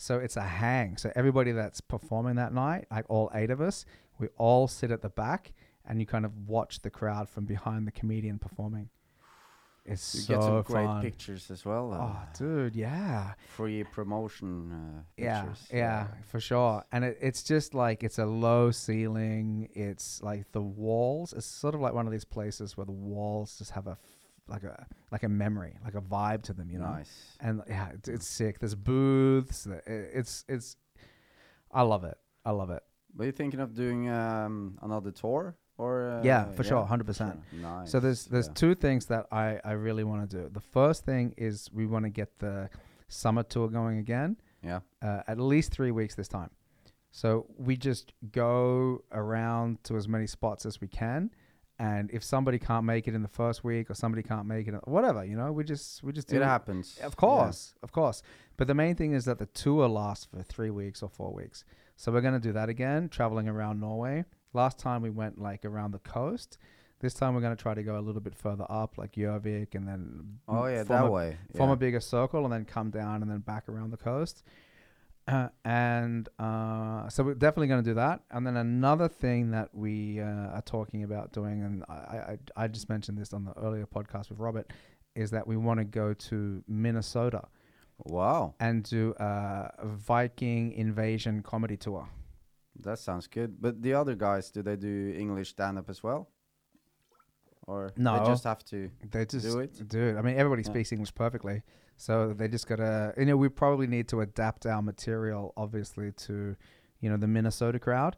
[SPEAKER 1] So it's a hang. So everybody that's performing that night, like all eight of us, we all sit at the back, and you kind of watch the crowd from behind the comedian performing. It's
[SPEAKER 2] You
[SPEAKER 1] so
[SPEAKER 2] get some great
[SPEAKER 1] fun.
[SPEAKER 2] pictures as well. uh,
[SPEAKER 1] Oh, dude, yeah.
[SPEAKER 2] Free promotion uh,
[SPEAKER 1] Yeah,
[SPEAKER 2] pictures. uh,
[SPEAKER 1] yeah, for sure. And it, it's just like it's a low ceiling. It's like the walls. It's sort of like one of these places where the walls just have a f- like a like a memory, like a vibe to them, you know.
[SPEAKER 2] Nice.
[SPEAKER 1] And yeah, it's, it's sick. There's booths. the- i- It's it's. I love it. I love it.
[SPEAKER 2] Were you thinking of doing um, another tour? Or uh,
[SPEAKER 1] Yeah, for sure, 100%.
[SPEAKER 2] sure. Nice.
[SPEAKER 1] So there's there's
[SPEAKER 2] yeah.
[SPEAKER 1] two things that I I really want to do. The first thing is we want to get the summer tour going again.
[SPEAKER 2] yeah.
[SPEAKER 1] uh, at least three weeks this time. So we just go around to as many spots as we can, and if somebody can't make it in the first week or somebody can't make it, whatever, you know, we just we just do
[SPEAKER 2] It happens.
[SPEAKER 1] Of
[SPEAKER 2] yeah.
[SPEAKER 1] course, of course. But the main thing is that the tour lasts for three weeks or four weeks. So we're gonna do that again, traveling around Norway. Last time we went like around the coast. This time we're gonna try to go a little bit further up, like Jørvik, and then
[SPEAKER 2] Oh yeah,
[SPEAKER 1] form
[SPEAKER 2] that
[SPEAKER 1] a-
[SPEAKER 2] way.
[SPEAKER 1] form
[SPEAKER 2] yeah.
[SPEAKER 1] a bigger circle and then come down and then back around the coast. Uh, and uh, so we're definitely going to do that. And then another thing that we uh, are talking about doing, and I, I, I just mentioned this on the earlier podcast with Robert, is that we want to go to Minnesota
[SPEAKER 2] Wow,
[SPEAKER 1] and do a Viking invasion comedy tour.
[SPEAKER 2] that sounds good. But the other guys, do they do English stand-up as well? Or
[SPEAKER 1] No.
[SPEAKER 2] they just have to.
[SPEAKER 1] They just
[SPEAKER 2] Do it.
[SPEAKER 1] dude. I mean, everybody
[SPEAKER 2] Yeah.
[SPEAKER 1] speaks English perfectly, so they just gotta. You know, we probably need to adapt our material, obviously, to you know the Minnesota crowd,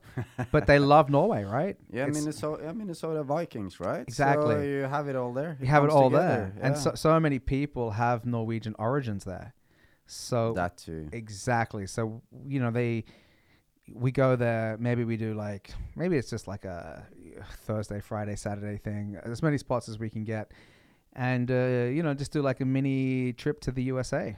[SPEAKER 1] but they
[SPEAKER 2] [laughs]
[SPEAKER 1] love Norway, right?
[SPEAKER 2] Yeah,
[SPEAKER 1] It's-
[SPEAKER 2] Minnesota, yeah, Minnesota Vikings, right?
[SPEAKER 1] Exactly.
[SPEAKER 2] So you have it all there.
[SPEAKER 1] you have it
[SPEAKER 2] comes
[SPEAKER 1] all
[SPEAKER 2] together,
[SPEAKER 1] there, and
[SPEAKER 2] yeah.
[SPEAKER 1] so so many people have Norwegian origins there. So
[SPEAKER 2] that too.
[SPEAKER 1] exactly. So you know they. We go there. Maybe we do like maybe it's just like a Thursday, Friday, Saturday thing. As many spots as we can get, and uh, you know just do like a mini trip to the USA.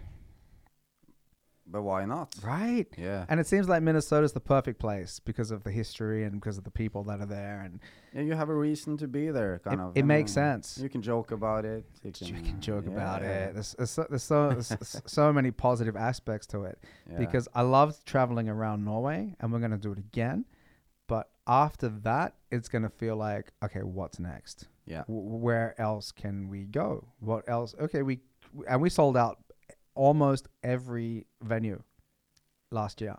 [SPEAKER 2] But why not?
[SPEAKER 1] Right.
[SPEAKER 2] Yeah.
[SPEAKER 1] And it seems like Minnesota's the perfect place because of the history and because of the people that are there. And
[SPEAKER 2] yeah, you have a reason to be there, kind
[SPEAKER 1] It-
[SPEAKER 2] of.
[SPEAKER 1] it
[SPEAKER 2] you
[SPEAKER 1] makes
[SPEAKER 2] know.
[SPEAKER 1] sense.
[SPEAKER 2] You can joke about it. You
[SPEAKER 1] you can joke
[SPEAKER 2] yeah,
[SPEAKER 1] about it. There's, there's, so, there's, so, there's [laughs] s- so many positive aspects to it
[SPEAKER 2] yeah.
[SPEAKER 1] because I loved traveling around Norway and we're going to do it again. But after that, it's going to feel like, okay, what's next?
[SPEAKER 2] Yeah.
[SPEAKER 1] W- where else can we go? What else? Okay, we and we sold out almost every venue last year.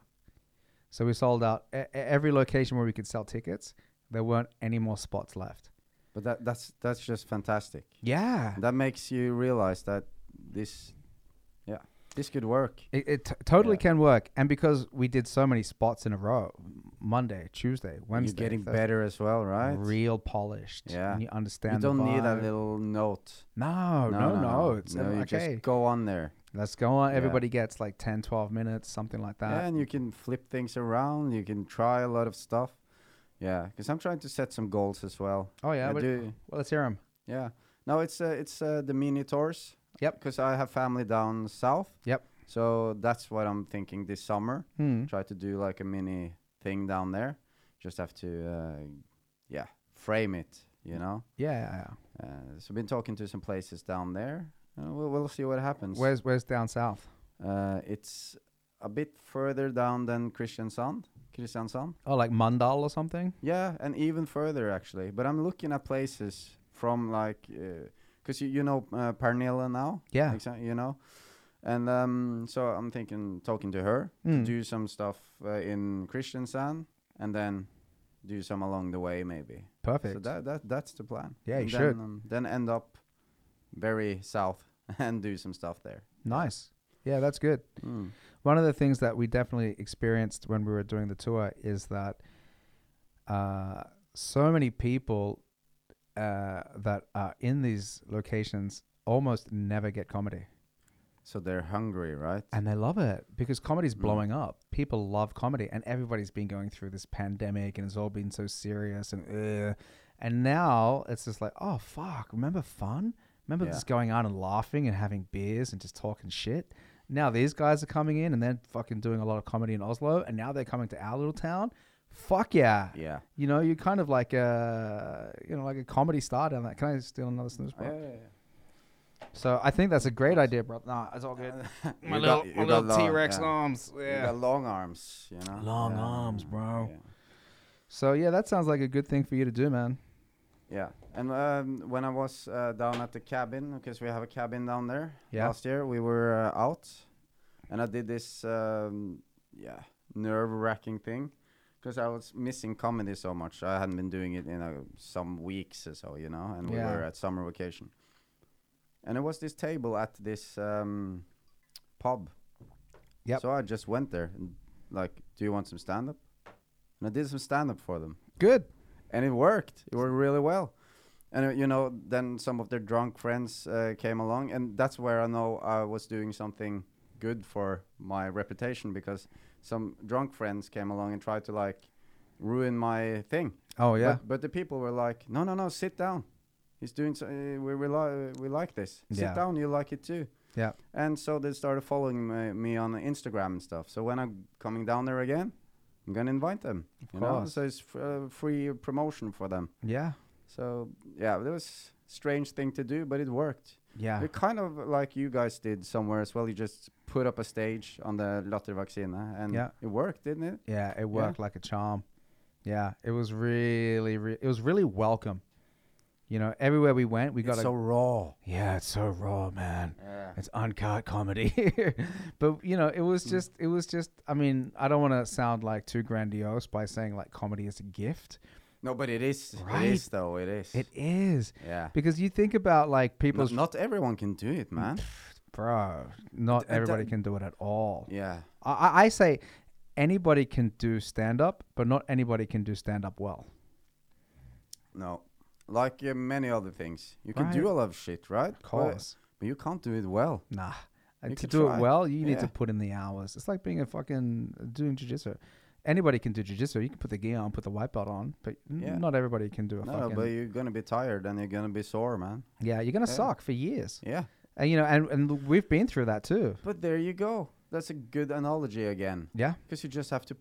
[SPEAKER 1] So we sold out e- e- every location where we could sell tickets. There weren't any more spots left.
[SPEAKER 2] But that that's that's just fantastic.
[SPEAKER 1] Yeah.
[SPEAKER 2] That makes you realize that this, yeah, this could work.
[SPEAKER 1] It, it t- totally
[SPEAKER 2] Yeah.
[SPEAKER 1] can work, and because we did so many spots in a row, Monday, Tuesday, Wednesday,
[SPEAKER 2] You're getting
[SPEAKER 1] Thursday,
[SPEAKER 2] better as well, right?
[SPEAKER 1] real polished.
[SPEAKER 2] Yeah.
[SPEAKER 1] and you understand.
[SPEAKER 2] you don't
[SPEAKER 1] the
[SPEAKER 2] need a
[SPEAKER 1] vibe.
[SPEAKER 2] little note.
[SPEAKER 1] No, no, no. It's
[SPEAKER 2] No,
[SPEAKER 1] uh,
[SPEAKER 2] you
[SPEAKER 1] okay.
[SPEAKER 2] just go on there.
[SPEAKER 1] Let's go on.
[SPEAKER 2] Yeah.
[SPEAKER 1] Everybody gets like 10, 12 minutes, something like that.
[SPEAKER 2] yeah, and you can flip things around. You can try a lot of stuff. Yeah, because I'm trying to set some goals as well.
[SPEAKER 1] oh yeah,
[SPEAKER 2] I
[SPEAKER 1] but-
[SPEAKER 2] do.
[SPEAKER 1] well let's hear him.
[SPEAKER 2] Yeah. No, it's uh, it's uh, the mini tours.
[SPEAKER 1] Yep.
[SPEAKER 2] Because I have family down south.
[SPEAKER 1] Yep.
[SPEAKER 2] So that's what I'm thinking this summer.
[SPEAKER 1] Hmm.
[SPEAKER 2] Try to do like a mini thing down there. Just have to, uh, yeah, frame it. You know.
[SPEAKER 1] Yeah, yeah,
[SPEAKER 2] Uh, so been talking to some places down there. Uh, we'll, we'll see what
[SPEAKER 1] yeah.
[SPEAKER 2] happens.
[SPEAKER 1] Where's where's down south?
[SPEAKER 2] Uh, it's a bit further down than Kristiansand. Kristiansand.
[SPEAKER 1] Oh, like Mundal or something.
[SPEAKER 2] Yeah, and even further actually. But I'm looking at places from like, because you, you know uh, Pernilla now.
[SPEAKER 1] Yeah.
[SPEAKER 2] Exa- you know, and um, so I'm thinking talking to her
[SPEAKER 1] Hmm.
[SPEAKER 2] to do some stuff uh, in Kristiansand, and then do some along the way maybe.
[SPEAKER 1] Perfect.
[SPEAKER 2] So that that that's the plan.
[SPEAKER 1] Yeah, you
[SPEAKER 2] And
[SPEAKER 1] should.
[SPEAKER 2] Then, um, then end up very south [laughs] and do some stuff there.
[SPEAKER 1] nice. Yeah, that's good.
[SPEAKER 2] Mm.
[SPEAKER 1] One of the things that we definitely experienced when we were doing the tour is that uh, so many people uh, that are in these locations almost never get comedy.
[SPEAKER 2] So they're hungry, right?
[SPEAKER 1] And they love it because comedy's
[SPEAKER 2] Mm.
[SPEAKER 1] blowing up. People love comedy, and everybody's been going through this pandemic, and it's all been so serious and uh, and now it's just like, oh fuck, remember fun? Remember
[SPEAKER 2] Yeah.
[SPEAKER 1] just going out and laughing and having beers and just talking shit. Now these guys are coming in and they're fucking doing a lot of comedy in Oslo, and now they're coming to our little town. Fuck yeah!
[SPEAKER 2] yeah.
[SPEAKER 1] You know, you're kind of like a you know like a comedy star down there. Can I steal another snooze? bro? So I think that's a great idea, bro. Nah, it's all good.
[SPEAKER 2] My You got- little- my you got little long, T-Rex yeah.
[SPEAKER 1] arms.
[SPEAKER 2] You got long arms, you know.
[SPEAKER 1] Long
[SPEAKER 2] Yeah.
[SPEAKER 1] arms, bro.
[SPEAKER 2] Yeah.
[SPEAKER 1] So yeah, that sounds like a good thing for you to do, man.
[SPEAKER 2] Yeah, and um, when I was uh, down at the cabin, because we have a cabin down there.
[SPEAKER 1] Yeah.
[SPEAKER 2] Last year we were uh, out, and I did this, um, yeah, nerve-wracking thing, because I was missing comedy so much. I hadn't been doing it in uh, some weeks or so, you know. And we
[SPEAKER 1] Yeah.
[SPEAKER 2] were at summer vacation, and it was this table at this um, pub.
[SPEAKER 1] Yep.
[SPEAKER 2] So I just went there and like, do you want some stand-up? And I did some stand-up for them
[SPEAKER 1] Good.
[SPEAKER 2] and it worked. It worked really well. And uh, you know, then some of their drunk friends uh, came along, and that's where I know I was doing something good for my reputation because some drunk friends came along and tried to like ruin my thing.
[SPEAKER 1] Oh yeah.
[SPEAKER 2] But, but the people were like, "No, no, no, sit down. He's doing. So, uh, we we, li- we like this.
[SPEAKER 1] Yeah.
[SPEAKER 2] Sit down. You like it too."
[SPEAKER 1] Yeah.
[SPEAKER 2] And so they started following my, me on Instagram and stuff. So when I'm coming down there again, I'm gonna invite them.
[SPEAKER 1] Of
[SPEAKER 2] you know?
[SPEAKER 1] course.
[SPEAKER 2] So it's f- uh, free promotion for them.
[SPEAKER 1] yeah.
[SPEAKER 2] So yeah, it was strange thing to do, but it worked.
[SPEAKER 1] Yeah.
[SPEAKER 2] It kind of like you guys did somewhere as well. You just put up a stage on the Latter Vaccine, and
[SPEAKER 1] Yeah.
[SPEAKER 2] it worked, didn't it?
[SPEAKER 1] Yeah. It worked like a charm. Yeah. It was really, re- it was really welcome. You know, everywhere we went, we got a
[SPEAKER 2] raw.
[SPEAKER 1] yeah. It's so raw, man.
[SPEAKER 2] Yeah.
[SPEAKER 1] It's uncut comedy. [laughs] but you know, it was just it was just I mean, I don't wanna sound like too grandiose by saying like comedy is a gift.
[SPEAKER 2] No, but it is.
[SPEAKER 1] Right.
[SPEAKER 2] It is though. It is.
[SPEAKER 1] It is.
[SPEAKER 2] yeah.
[SPEAKER 1] Because you think about like
[SPEAKER 2] Not,
[SPEAKER 1] people's
[SPEAKER 2] not everyone can do it, man.
[SPEAKER 1] Mm. bro, not
[SPEAKER 2] Th- that-
[SPEAKER 1] everybody can do it at all.
[SPEAKER 2] yeah.
[SPEAKER 1] I- I, I say anybody can do stand up, but not anybody can do stand up well.
[SPEAKER 2] No. Like uh, many other things, you can do
[SPEAKER 1] Right.
[SPEAKER 2] a lot of shit, right?
[SPEAKER 1] Of
[SPEAKER 2] But-
[SPEAKER 1] course.
[SPEAKER 2] But you can't do it well.
[SPEAKER 1] Nah. And
[SPEAKER 2] You
[SPEAKER 1] to
[SPEAKER 2] could
[SPEAKER 1] do it
[SPEAKER 2] try.
[SPEAKER 1] well, you need to
[SPEAKER 2] Yeah.
[SPEAKER 1] put in the hours. It's like being a fucking doing jujitsu. Anybody can do jujitsu. You can put the gear on, put the white belt on, but n-
[SPEAKER 2] Yeah.
[SPEAKER 1] not everybody can do a
[SPEAKER 2] No, no,
[SPEAKER 1] fucking.
[SPEAKER 2] but you're gonna be tired and you're gonna be sore, man.
[SPEAKER 1] yeah, you're gonna
[SPEAKER 2] Yeah.
[SPEAKER 1] suck for years,
[SPEAKER 2] Yeah.
[SPEAKER 1] and you know, and and we've been through that too.
[SPEAKER 2] But there you go. That's a good analogy again.
[SPEAKER 1] Yeah,
[SPEAKER 2] because you just have to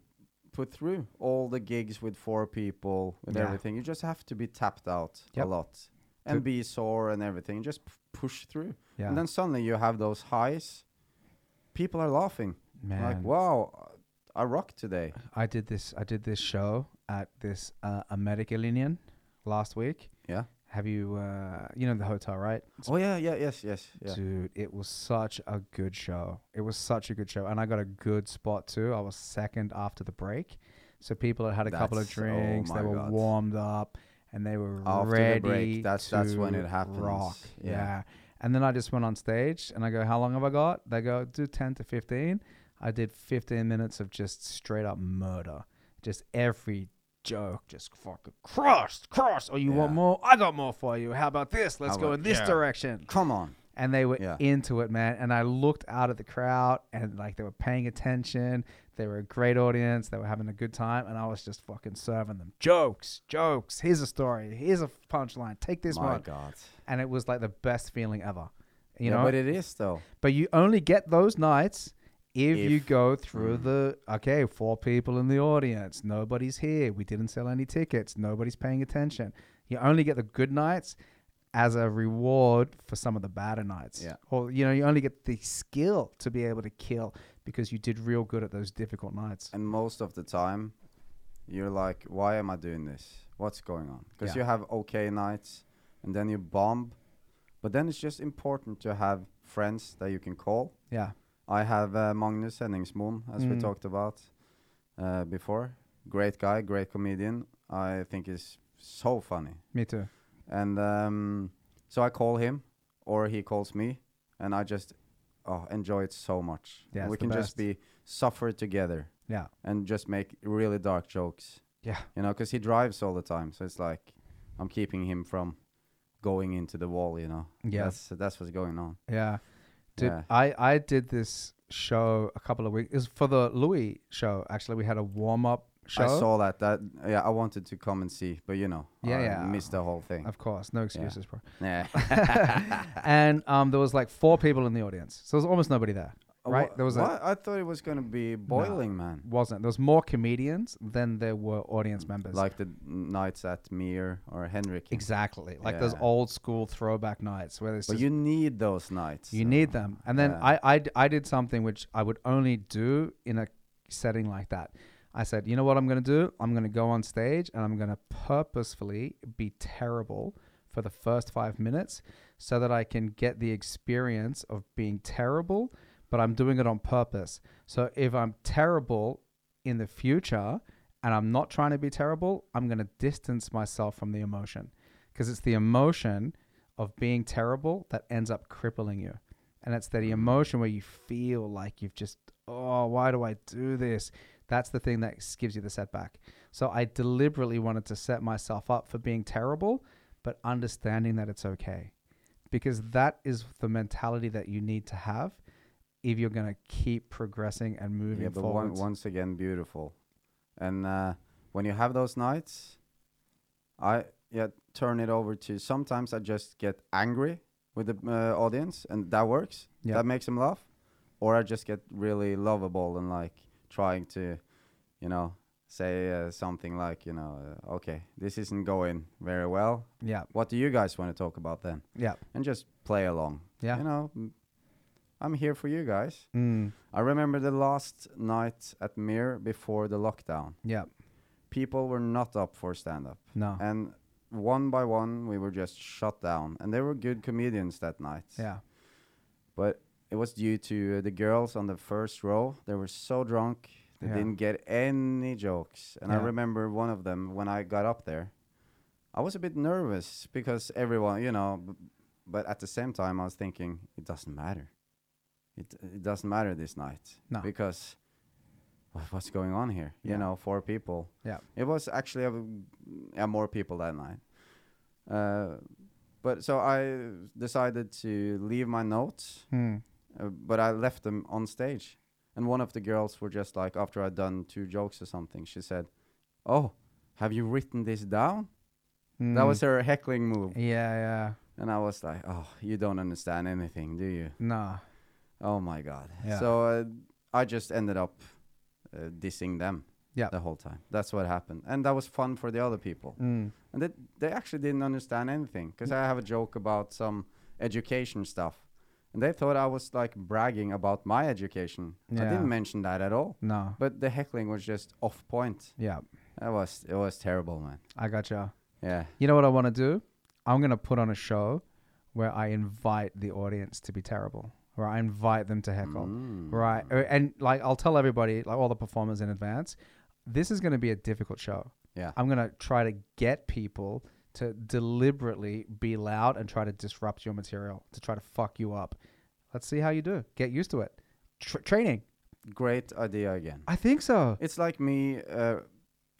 [SPEAKER 2] put through all the gigs with four people and
[SPEAKER 1] Yeah.
[SPEAKER 2] everything. You just have to be tapped out
[SPEAKER 1] Yep.
[SPEAKER 2] a lot and
[SPEAKER 1] Good.
[SPEAKER 2] be sore and everything. Just p- push through,
[SPEAKER 1] yeah,
[SPEAKER 2] and then suddenly you have those highs. People are laughing
[SPEAKER 1] man.
[SPEAKER 2] like, "Wow, I rocked today!"
[SPEAKER 1] I did this. I did this show at this uh, America Linian last week.
[SPEAKER 2] Yeah.
[SPEAKER 1] Have you, uh, you know, the hotel, right?
[SPEAKER 2] Oh yeah, yeah, yes, yes, yeah.
[SPEAKER 1] Dude, it was such a good show. It was such a good show. And I got a good spot too. I was second after the break. So people had had a couple of
[SPEAKER 2] That's- oh
[SPEAKER 1] drinks, they
[SPEAKER 2] my
[SPEAKER 1] were
[SPEAKER 2] God.
[SPEAKER 1] warmed up and they were
[SPEAKER 2] After the
[SPEAKER 1] ready.
[SPEAKER 2] break, that's- that's when
[SPEAKER 1] to
[SPEAKER 2] it happens.
[SPEAKER 1] Rock. Yeah.
[SPEAKER 2] Yeah.
[SPEAKER 1] And then I just went on stage and I go, How long have I got? They go, Do 10 to 15. I did 15 minutes of just straight up murder. Just every joke, just fucking crushed, crushed. Oh, you want
[SPEAKER 2] Yeah.
[SPEAKER 1] more? I got more for you. How about this? Let's
[SPEAKER 2] How
[SPEAKER 1] go
[SPEAKER 2] about-
[SPEAKER 1] in this
[SPEAKER 3] Yeah.
[SPEAKER 1] direction
[SPEAKER 2] Come on.
[SPEAKER 1] and they were
[SPEAKER 2] Yeah.
[SPEAKER 1] into it, man. And I looked out at the crowd, and like they were paying attention. They were a great audience. They were having a good time, and I was just fucking serving them jokes, jokes. Here's a story. Here's a punchline. Take this
[SPEAKER 2] my
[SPEAKER 1] one,
[SPEAKER 2] God.
[SPEAKER 1] and it was like the best feeling ever, you
[SPEAKER 2] yeah,
[SPEAKER 1] know.
[SPEAKER 2] but
[SPEAKER 1] But,
[SPEAKER 2] it is though.
[SPEAKER 1] you only get those nights if, you
[SPEAKER 2] If- Mm.
[SPEAKER 1] go through the okay, four people in the audience. Nobody's here. We didn't sell any tickets. Nobody's paying attention. You only get the good nights as a reward for some of the badder nights.
[SPEAKER 2] Yeah.
[SPEAKER 1] Or you know, you only get the skill to be able to kill because you did real good at those difficult nights.
[SPEAKER 2] And most of the time, you're like, why am I doing this? What's going on? Because
[SPEAKER 1] Yeah.
[SPEAKER 2] you have okay nights and then you bomb. But then it's just important to have friends that you can call.
[SPEAKER 1] Yeah.
[SPEAKER 2] I have uh, Magnus Henningsmoen, as we
[SPEAKER 1] Mm.
[SPEAKER 2] talked about uh, before. Great guy, great comedian. I think he's so funny.
[SPEAKER 1] Me too.
[SPEAKER 2] And um, so I call him, or he calls me, and I just oh, enjoy it so much.
[SPEAKER 1] Yeah,
[SPEAKER 2] we
[SPEAKER 1] it's the
[SPEAKER 2] can just
[SPEAKER 1] best.
[SPEAKER 2] be suffer together
[SPEAKER 1] Yeah.
[SPEAKER 2] and just make really dark jokes.
[SPEAKER 1] Yeah.
[SPEAKER 2] You know, because he drives all the time, so it's like I'm keeping him from going into the wall. You know.
[SPEAKER 1] Yeah.
[SPEAKER 2] That's that's what's going on.
[SPEAKER 1] Yeah. Dude,
[SPEAKER 2] Yeah.
[SPEAKER 1] I, I did this show a couple of weeks it was for the Louis show. Actually, we had a warm up show.
[SPEAKER 2] I saw that. That yeah, I wanted to come and see, but you know,
[SPEAKER 1] Yeah,
[SPEAKER 2] I
[SPEAKER 1] yeah.
[SPEAKER 2] missed the whole thing.
[SPEAKER 1] Of course, no excuses, bro.
[SPEAKER 2] [laughs]
[SPEAKER 1] [laughs]
[SPEAKER 2] yeah.
[SPEAKER 1] and um, there was like four people in the audience, so there was almost nobody there. Right?
[SPEAKER 2] Wha-
[SPEAKER 1] there was a,
[SPEAKER 2] what? I thought it was gonna be boiling, man.
[SPEAKER 1] wasn't there was more comedians than there were audience members.
[SPEAKER 2] Mm, Like the nights at Mir or Henrik.
[SPEAKER 1] Exactly. Like those
[SPEAKER 2] Yeah.
[SPEAKER 1] old school throwback nights where there's
[SPEAKER 2] But
[SPEAKER 1] just,
[SPEAKER 2] you
[SPEAKER 1] you,
[SPEAKER 2] need those nights. so-
[SPEAKER 1] need them. And then
[SPEAKER 2] yeah.
[SPEAKER 1] I, I d- I did something which I would only do in a setting like that. I said, you know what I'm going to do? I'm going to go on stage and I'm going to purposefully be terrible for the first five minutes so that I can get the experience of being terrible, but I'm doing it on purpose. So if I'm terrible in the future and I'm not trying to be terrible, I'm going to distance myself from the emotion because it's the emotion of being terrible that ends up crippling you. And it's
[SPEAKER 2] Mm-hmm.
[SPEAKER 1] the emotion where you feel like you've just, oh, why do I do this? That's the thing that s- gives you the setback. So I deliberately wanted to set myself up for being terrible, but understanding that it's okay. Because that is the mentality that you need to have if you're going to keep progressing and moving
[SPEAKER 2] Yeah, but
[SPEAKER 1] forward.
[SPEAKER 2] one, once again, beautiful. And uh, when you have those nights, I yeah turn it over to. Sometimes I just get angry with the uh, audience, and that works.
[SPEAKER 1] Yeah.
[SPEAKER 2] That makes them laugh. Or I just get really lovable and like trying to, you know, say uh, something like, you know, uh, okay, this isn't going very well.
[SPEAKER 1] yeah,
[SPEAKER 2] What do you guys want to talk about then?
[SPEAKER 1] yeah,
[SPEAKER 2] And just play along.
[SPEAKER 1] yeah.
[SPEAKER 2] You know, m- I'm here for you guys.
[SPEAKER 1] Mm,
[SPEAKER 2] I remember the last night at Mir before the lockdown.
[SPEAKER 1] yeah,
[SPEAKER 2] People were not up for stand up.
[SPEAKER 1] no.
[SPEAKER 2] And one by one, we were just shut down. And there were good comedians that night.
[SPEAKER 1] Yeah,
[SPEAKER 2] But it was due to uh, the girls on the first row. They were so drunk, they
[SPEAKER 1] Yeah.
[SPEAKER 2] didn't get any jokes. And I
[SPEAKER 1] Yeah.
[SPEAKER 2] remember one of them when I got up there, I was a bit nervous because everyone, you know, b- but at the same time, I was thinking, it doesn't matter. It, it doesn't matter this night
[SPEAKER 1] No.
[SPEAKER 2] because wha- what's going on here?
[SPEAKER 1] Yeah.
[SPEAKER 2] You know, four people.
[SPEAKER 1] Yeah.
[SPEAKER 2] It was actually a, w- yeah, more people that night. Uh, but so I decided to leave my notes
[SPEAKER 1] Hmm.
[SPEAKER 2] uh, but I left them on stage. And one of the girls were just like, after I'd done two jokes or something, she said, "Oh, have you written this down?" That
[SPEAKER 1] Mm.
[SPEAKER 2] was her heckling move.
[SPEAKER 1] yeah, yeah.
[SPEAKER 2] And I was like, "Oh, you don't understand anything, do you?"
[SPEAKER 1] Nah,
[SPEAKER 2] Oh my god.
[SPEAKER 1] Yeah.
[SPEAKER 2] So uh, I just ended up uh, dissing them.
[SPEAKER 1] Yeah.
[SPEAKER 2] The whole time. That's what happened, and that was fun for the other people.
[SPEAKER 1] mm.
[SPEAKER 2] And they, they actually didn't understand anything because I have a joke about some education stuff. And they thought I was like bragging about my education. I
[SPEAKER 1] Yeah.
[SPEAKER 2] didn't mention that at all.
[SPEAKER 1] nah.
[SPEAKER 2] But the heckling was just off point.
[SPEAKER 1] Yeah,
[SPEAKER 2] It was it was terrible, man.
[SPEAKER 1] I gotcha.
[SPEAKER 2] Yeah.
[SPEAKER 1] You know what I want to do? I'm going to put on a show where I invite the audience to be terrible, where I invite them to heckle,
[SPEAKER 2] Mm.
[SPEAKER 1] right? Uh, And like, I'll tell everybody, like all the performers in advance, this is going to be a difficult show.
[SPEAKER 2] Yeah.
[SPEAKER 1] I'm going to try to get people to deliberately be loud and try to disrupt your material, to try to fuck you up. Let's see how you do. Get used to it. Tr training.
[SPEAKER 2] Great idea again.
[SPEAKER 1] I think so.
[SPEAKER 2] It's like me uh,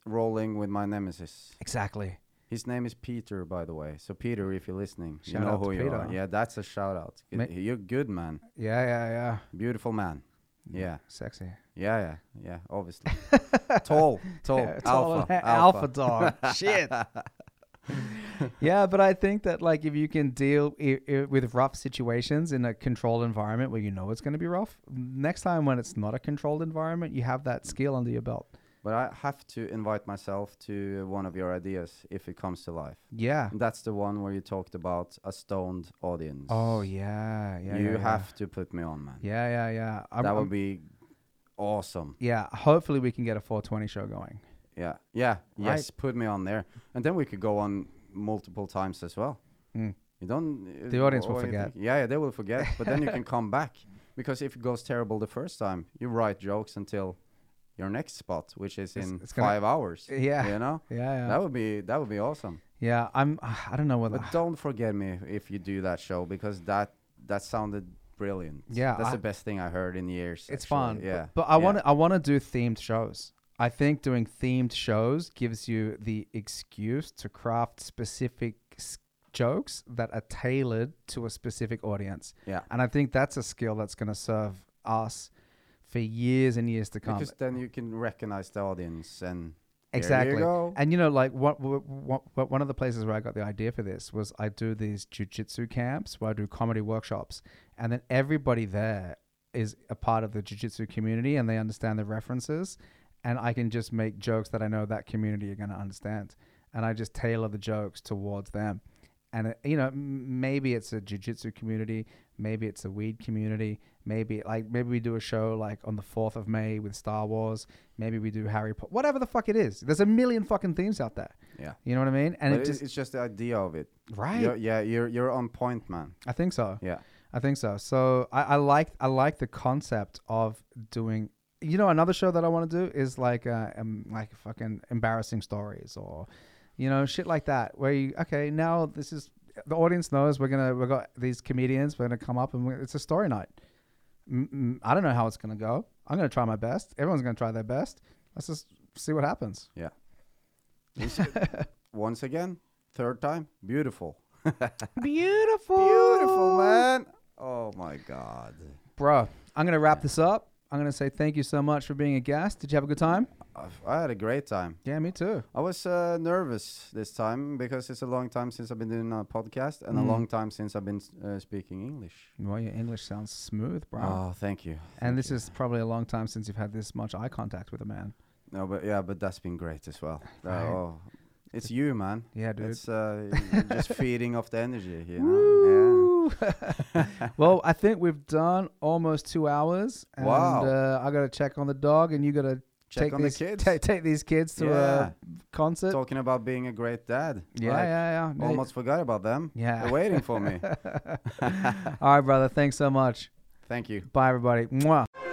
[SPEAKER 2] rolling with my nemesis.
[SPEAKER 1] Exactly.
[SPEAKER 2] His name is Peter, by the way. So Peter, if you're listening, you
[SPEAKER 1] Shout
[SPEAKER 2] know
[SPEAKER 1] out
[SPEAKER 2] who
[SPEAKER 1] to
[SPEAKER 2] you are.
[SPEAKER 1] Peter.
[SPEAKER 2] Yeah, that's a shout out. Good-
[SPEAKER 1] Ma-
[SPEAKER 2] you're good, man.
[SPEAKER 1] Yeah, yeah, yeah.
[SPEAKER 2] Beautiful man. Yeah,
[SPEAKER 1] Sexy.
[SPEAKER 2] yeah, yeah, yeah. Obviously,
[SPEAKER 1] [laughs]
[SPEAKER 2] tall, tall,
[SPEAKER 1] Yeah, tall
[SPEAKER 2] [laughs] alpha,
[SPEAKER 1] and-
[SPEAKER 2] alpha.
[SPEAKER 1] Oh, alpha dog. Shit. yeah, but I think that like if you can deal i i with rough situations in a controlled environment where you know it's going to be rough, next time when it's not a controlled environment, you have that skill under your belt.
[SPEAKER 2] But I have to invite myself to one of your ideas if it comes to life.
[SPEAKER 1] Yeah.
[SPEAKER 2] And that's the one where you talked about a stoned audience.
[SPEAKER 1] Oh yeah, yeah.
[SPEAKER 2] you
[SPEAKER 1] yeah,
[SPEAKER 2] have to put me on, man.
[SPEAKER 1] Yeah, yeah, yeah. yeah. I'm,
[SPEAKER 2] that
[SPEAKER 1] I'm-
[SPEAKER 2] would be awesome.
[SPEAKER 1] yeah. Hopefully, we can get a 420 show going.
[SPEAKER 2] Yeah, yeah,
[SPEAKER 1] Right.
[SPEAKER 2] yes. Put me on there, and then we could go on multiple times as well.
[SPEAKER 1] Mm.
[SPEAKER 2] You don't. uh,
[SPEAKER 1] The audience will
[SPEAKER 2] what do you
[SPEAKER 1] forget.
[SPEAKER 2] think? Yeah, yeah, they will forget. But then you
[SPEAKER 1] [laughs]
[SPEAKER 2] can come back because if it goes terrible the first time, you write jokes until your next spot, which is
[SPEAKER 1] It's-
[SPEAKER 2] in
[SPEAKER 1] it's gonna-
[SPEAKER 2] five hours.
[SPEAKER 1] Yeah.
[SPEAKER 2] you know
[SPEAKER 1] Yeah, yeah.
[SPEAKER 2] that would be that would be awesome.
[SPEAKER 1] yeah, I'm. I don't know whether. [sighs]
[SPEAKER 2] But don't forget me if you do that show because that that sounded brilliant.
[SPEAKER 1] Yeah,
[SPEAKER 2] that's
[SPEAKER 1] I-
[SPEAKER 2] the best thing I heard in years.
[SPEAKER 1] It's
[SPEAKER 2] actually.
[SPEAKER 1] fun.
[SPEAKER 2] Yeah,
[SPEAKER 1] But, but I
[SPEAKER 2] yeah.
[SPEAKER 1] want to I want to do themed shows. I think doing themed shows gives you the excuse to craft specific s- jokes that are tailored to a specific audience.
[SPEAKER 2] Yeah.
[SPEAKER 1] And I think that's a skill that's going to serve us for years and years to come.
[SPEAKER 2] Because then you can recognize the audience and there you
[SPEAKER 1] Exactly.
[SPEAKER 2] go.
[SPEAKER 1] And you know, like what, what, what, what one of the places where I got the idea for this was I do these jujitsu camps where I do comedy workshops, and then everybody there is a part of the jujitsu community and they understand the references, and I can just make jokes that I know that community are going to understand, and I just tailor the jokes towards them. And it, you know, m- maybe it's a jujitsu community, maybe it's a weed community, maybe like maybe we do a show like on the fourth of May with Star Wars, maybe we do Harry Potter, whatever the fuck it is. There's a million fucking themes out there.
[SPEAKER 2] Yeah.
[SPEAKER 1] You know what I mean? And
[SPEAKER 2] But
[SPEAKER 1] it
[SPEAKER 2] it-
[SPEAKER 1] just
[SPEAKER 2] it's just the idea of it.
[SPEAKER 1] Right.
[SPEAKER 2] You're- yeah, you're you're on point, man.
[SPEAKER 1] I think so.
[SPEAKER 2] Yeah.
[SPEAKER 1] I think so. So I, I like I like the concept of doing. You know, another show that I want to do is like uh, um, like fucking embarrassing stories or, you know, shit like that. Where you okay now this is the audience knows we're gonna we got these comedians we're gonna come up and we it's a story night. Mm, mm, I don't know how it's gonna go. I'm gonna try my best. Everyone's gonna try their best. Let's just see what happens.
[SPEAKER 2] Yeah. It's- Once again, third time, beautiful.
[SPEAKER 1] Beautiful,
[SPEAKER 2] Beautiful, man. Oh my god.
[SPEAKER 1] bro. I'm gonna wrap this up. I'm gonna say thank you so much for being a guest. Did you have a good time?
[SPEAKER 2] I've- I had a great time.
[SPEAKER 1] Yeah, me too.
[SPEAKER 2] I was uh, nervous this time because it's a long time since I've been doing a podcast and a long time since I've been uh, speaking English.
[SPEAKER 1] Well, your English sounds smooth, bro.
[SPEAKER 2] Oh, thank you.
[SPEAKER 1] and this is probably a long time since you've had this much eye contact with a man.
[SPEAKER 2] No, but yeah, but that's been great as well. Uh,
[SPEAKER 1] Right.
[SPEAKER 2] oh, it's you, man.
[SPEAKER 1] Yeah, dude.
[SPEAKER 2] It's uh, you're just feeding off the energy,
[SPEAKER 1] [laughs]
[SPEAKER 2] you know. [laughs]
[SPEAKER 1] well, I think we've done almost two hours. And,
[SPEAKER 2] Wow.
[SPEAKER 1] Uh, I got to check on the dog, and you got to
[SPEAKER 2] Check
[SPEAKER 1] take
[SPEAKER 2] on the
[SPEAKER 1] these
[SPEAKER 2] kids.
[SPEAKER 1] ta- take these kids to a concert.
[SPEAKER 2] Yeah. Talking about being a great dad.
[SPEAKER 1] yeah,
[SPEAKER 2] Like,
[SPEAKER 1] yeah, yeah.
[SPEAKER 2] Almost forgot about them.
[SPEAKER 1] Yeah.
[SPEAKER 2] They're waiting for me.
[SPEAKER 1] All right, brother. Thanks so much.
[SPEAKER 2] Thank you.
[SPEAKER 1] Bye, everybody. Mwah.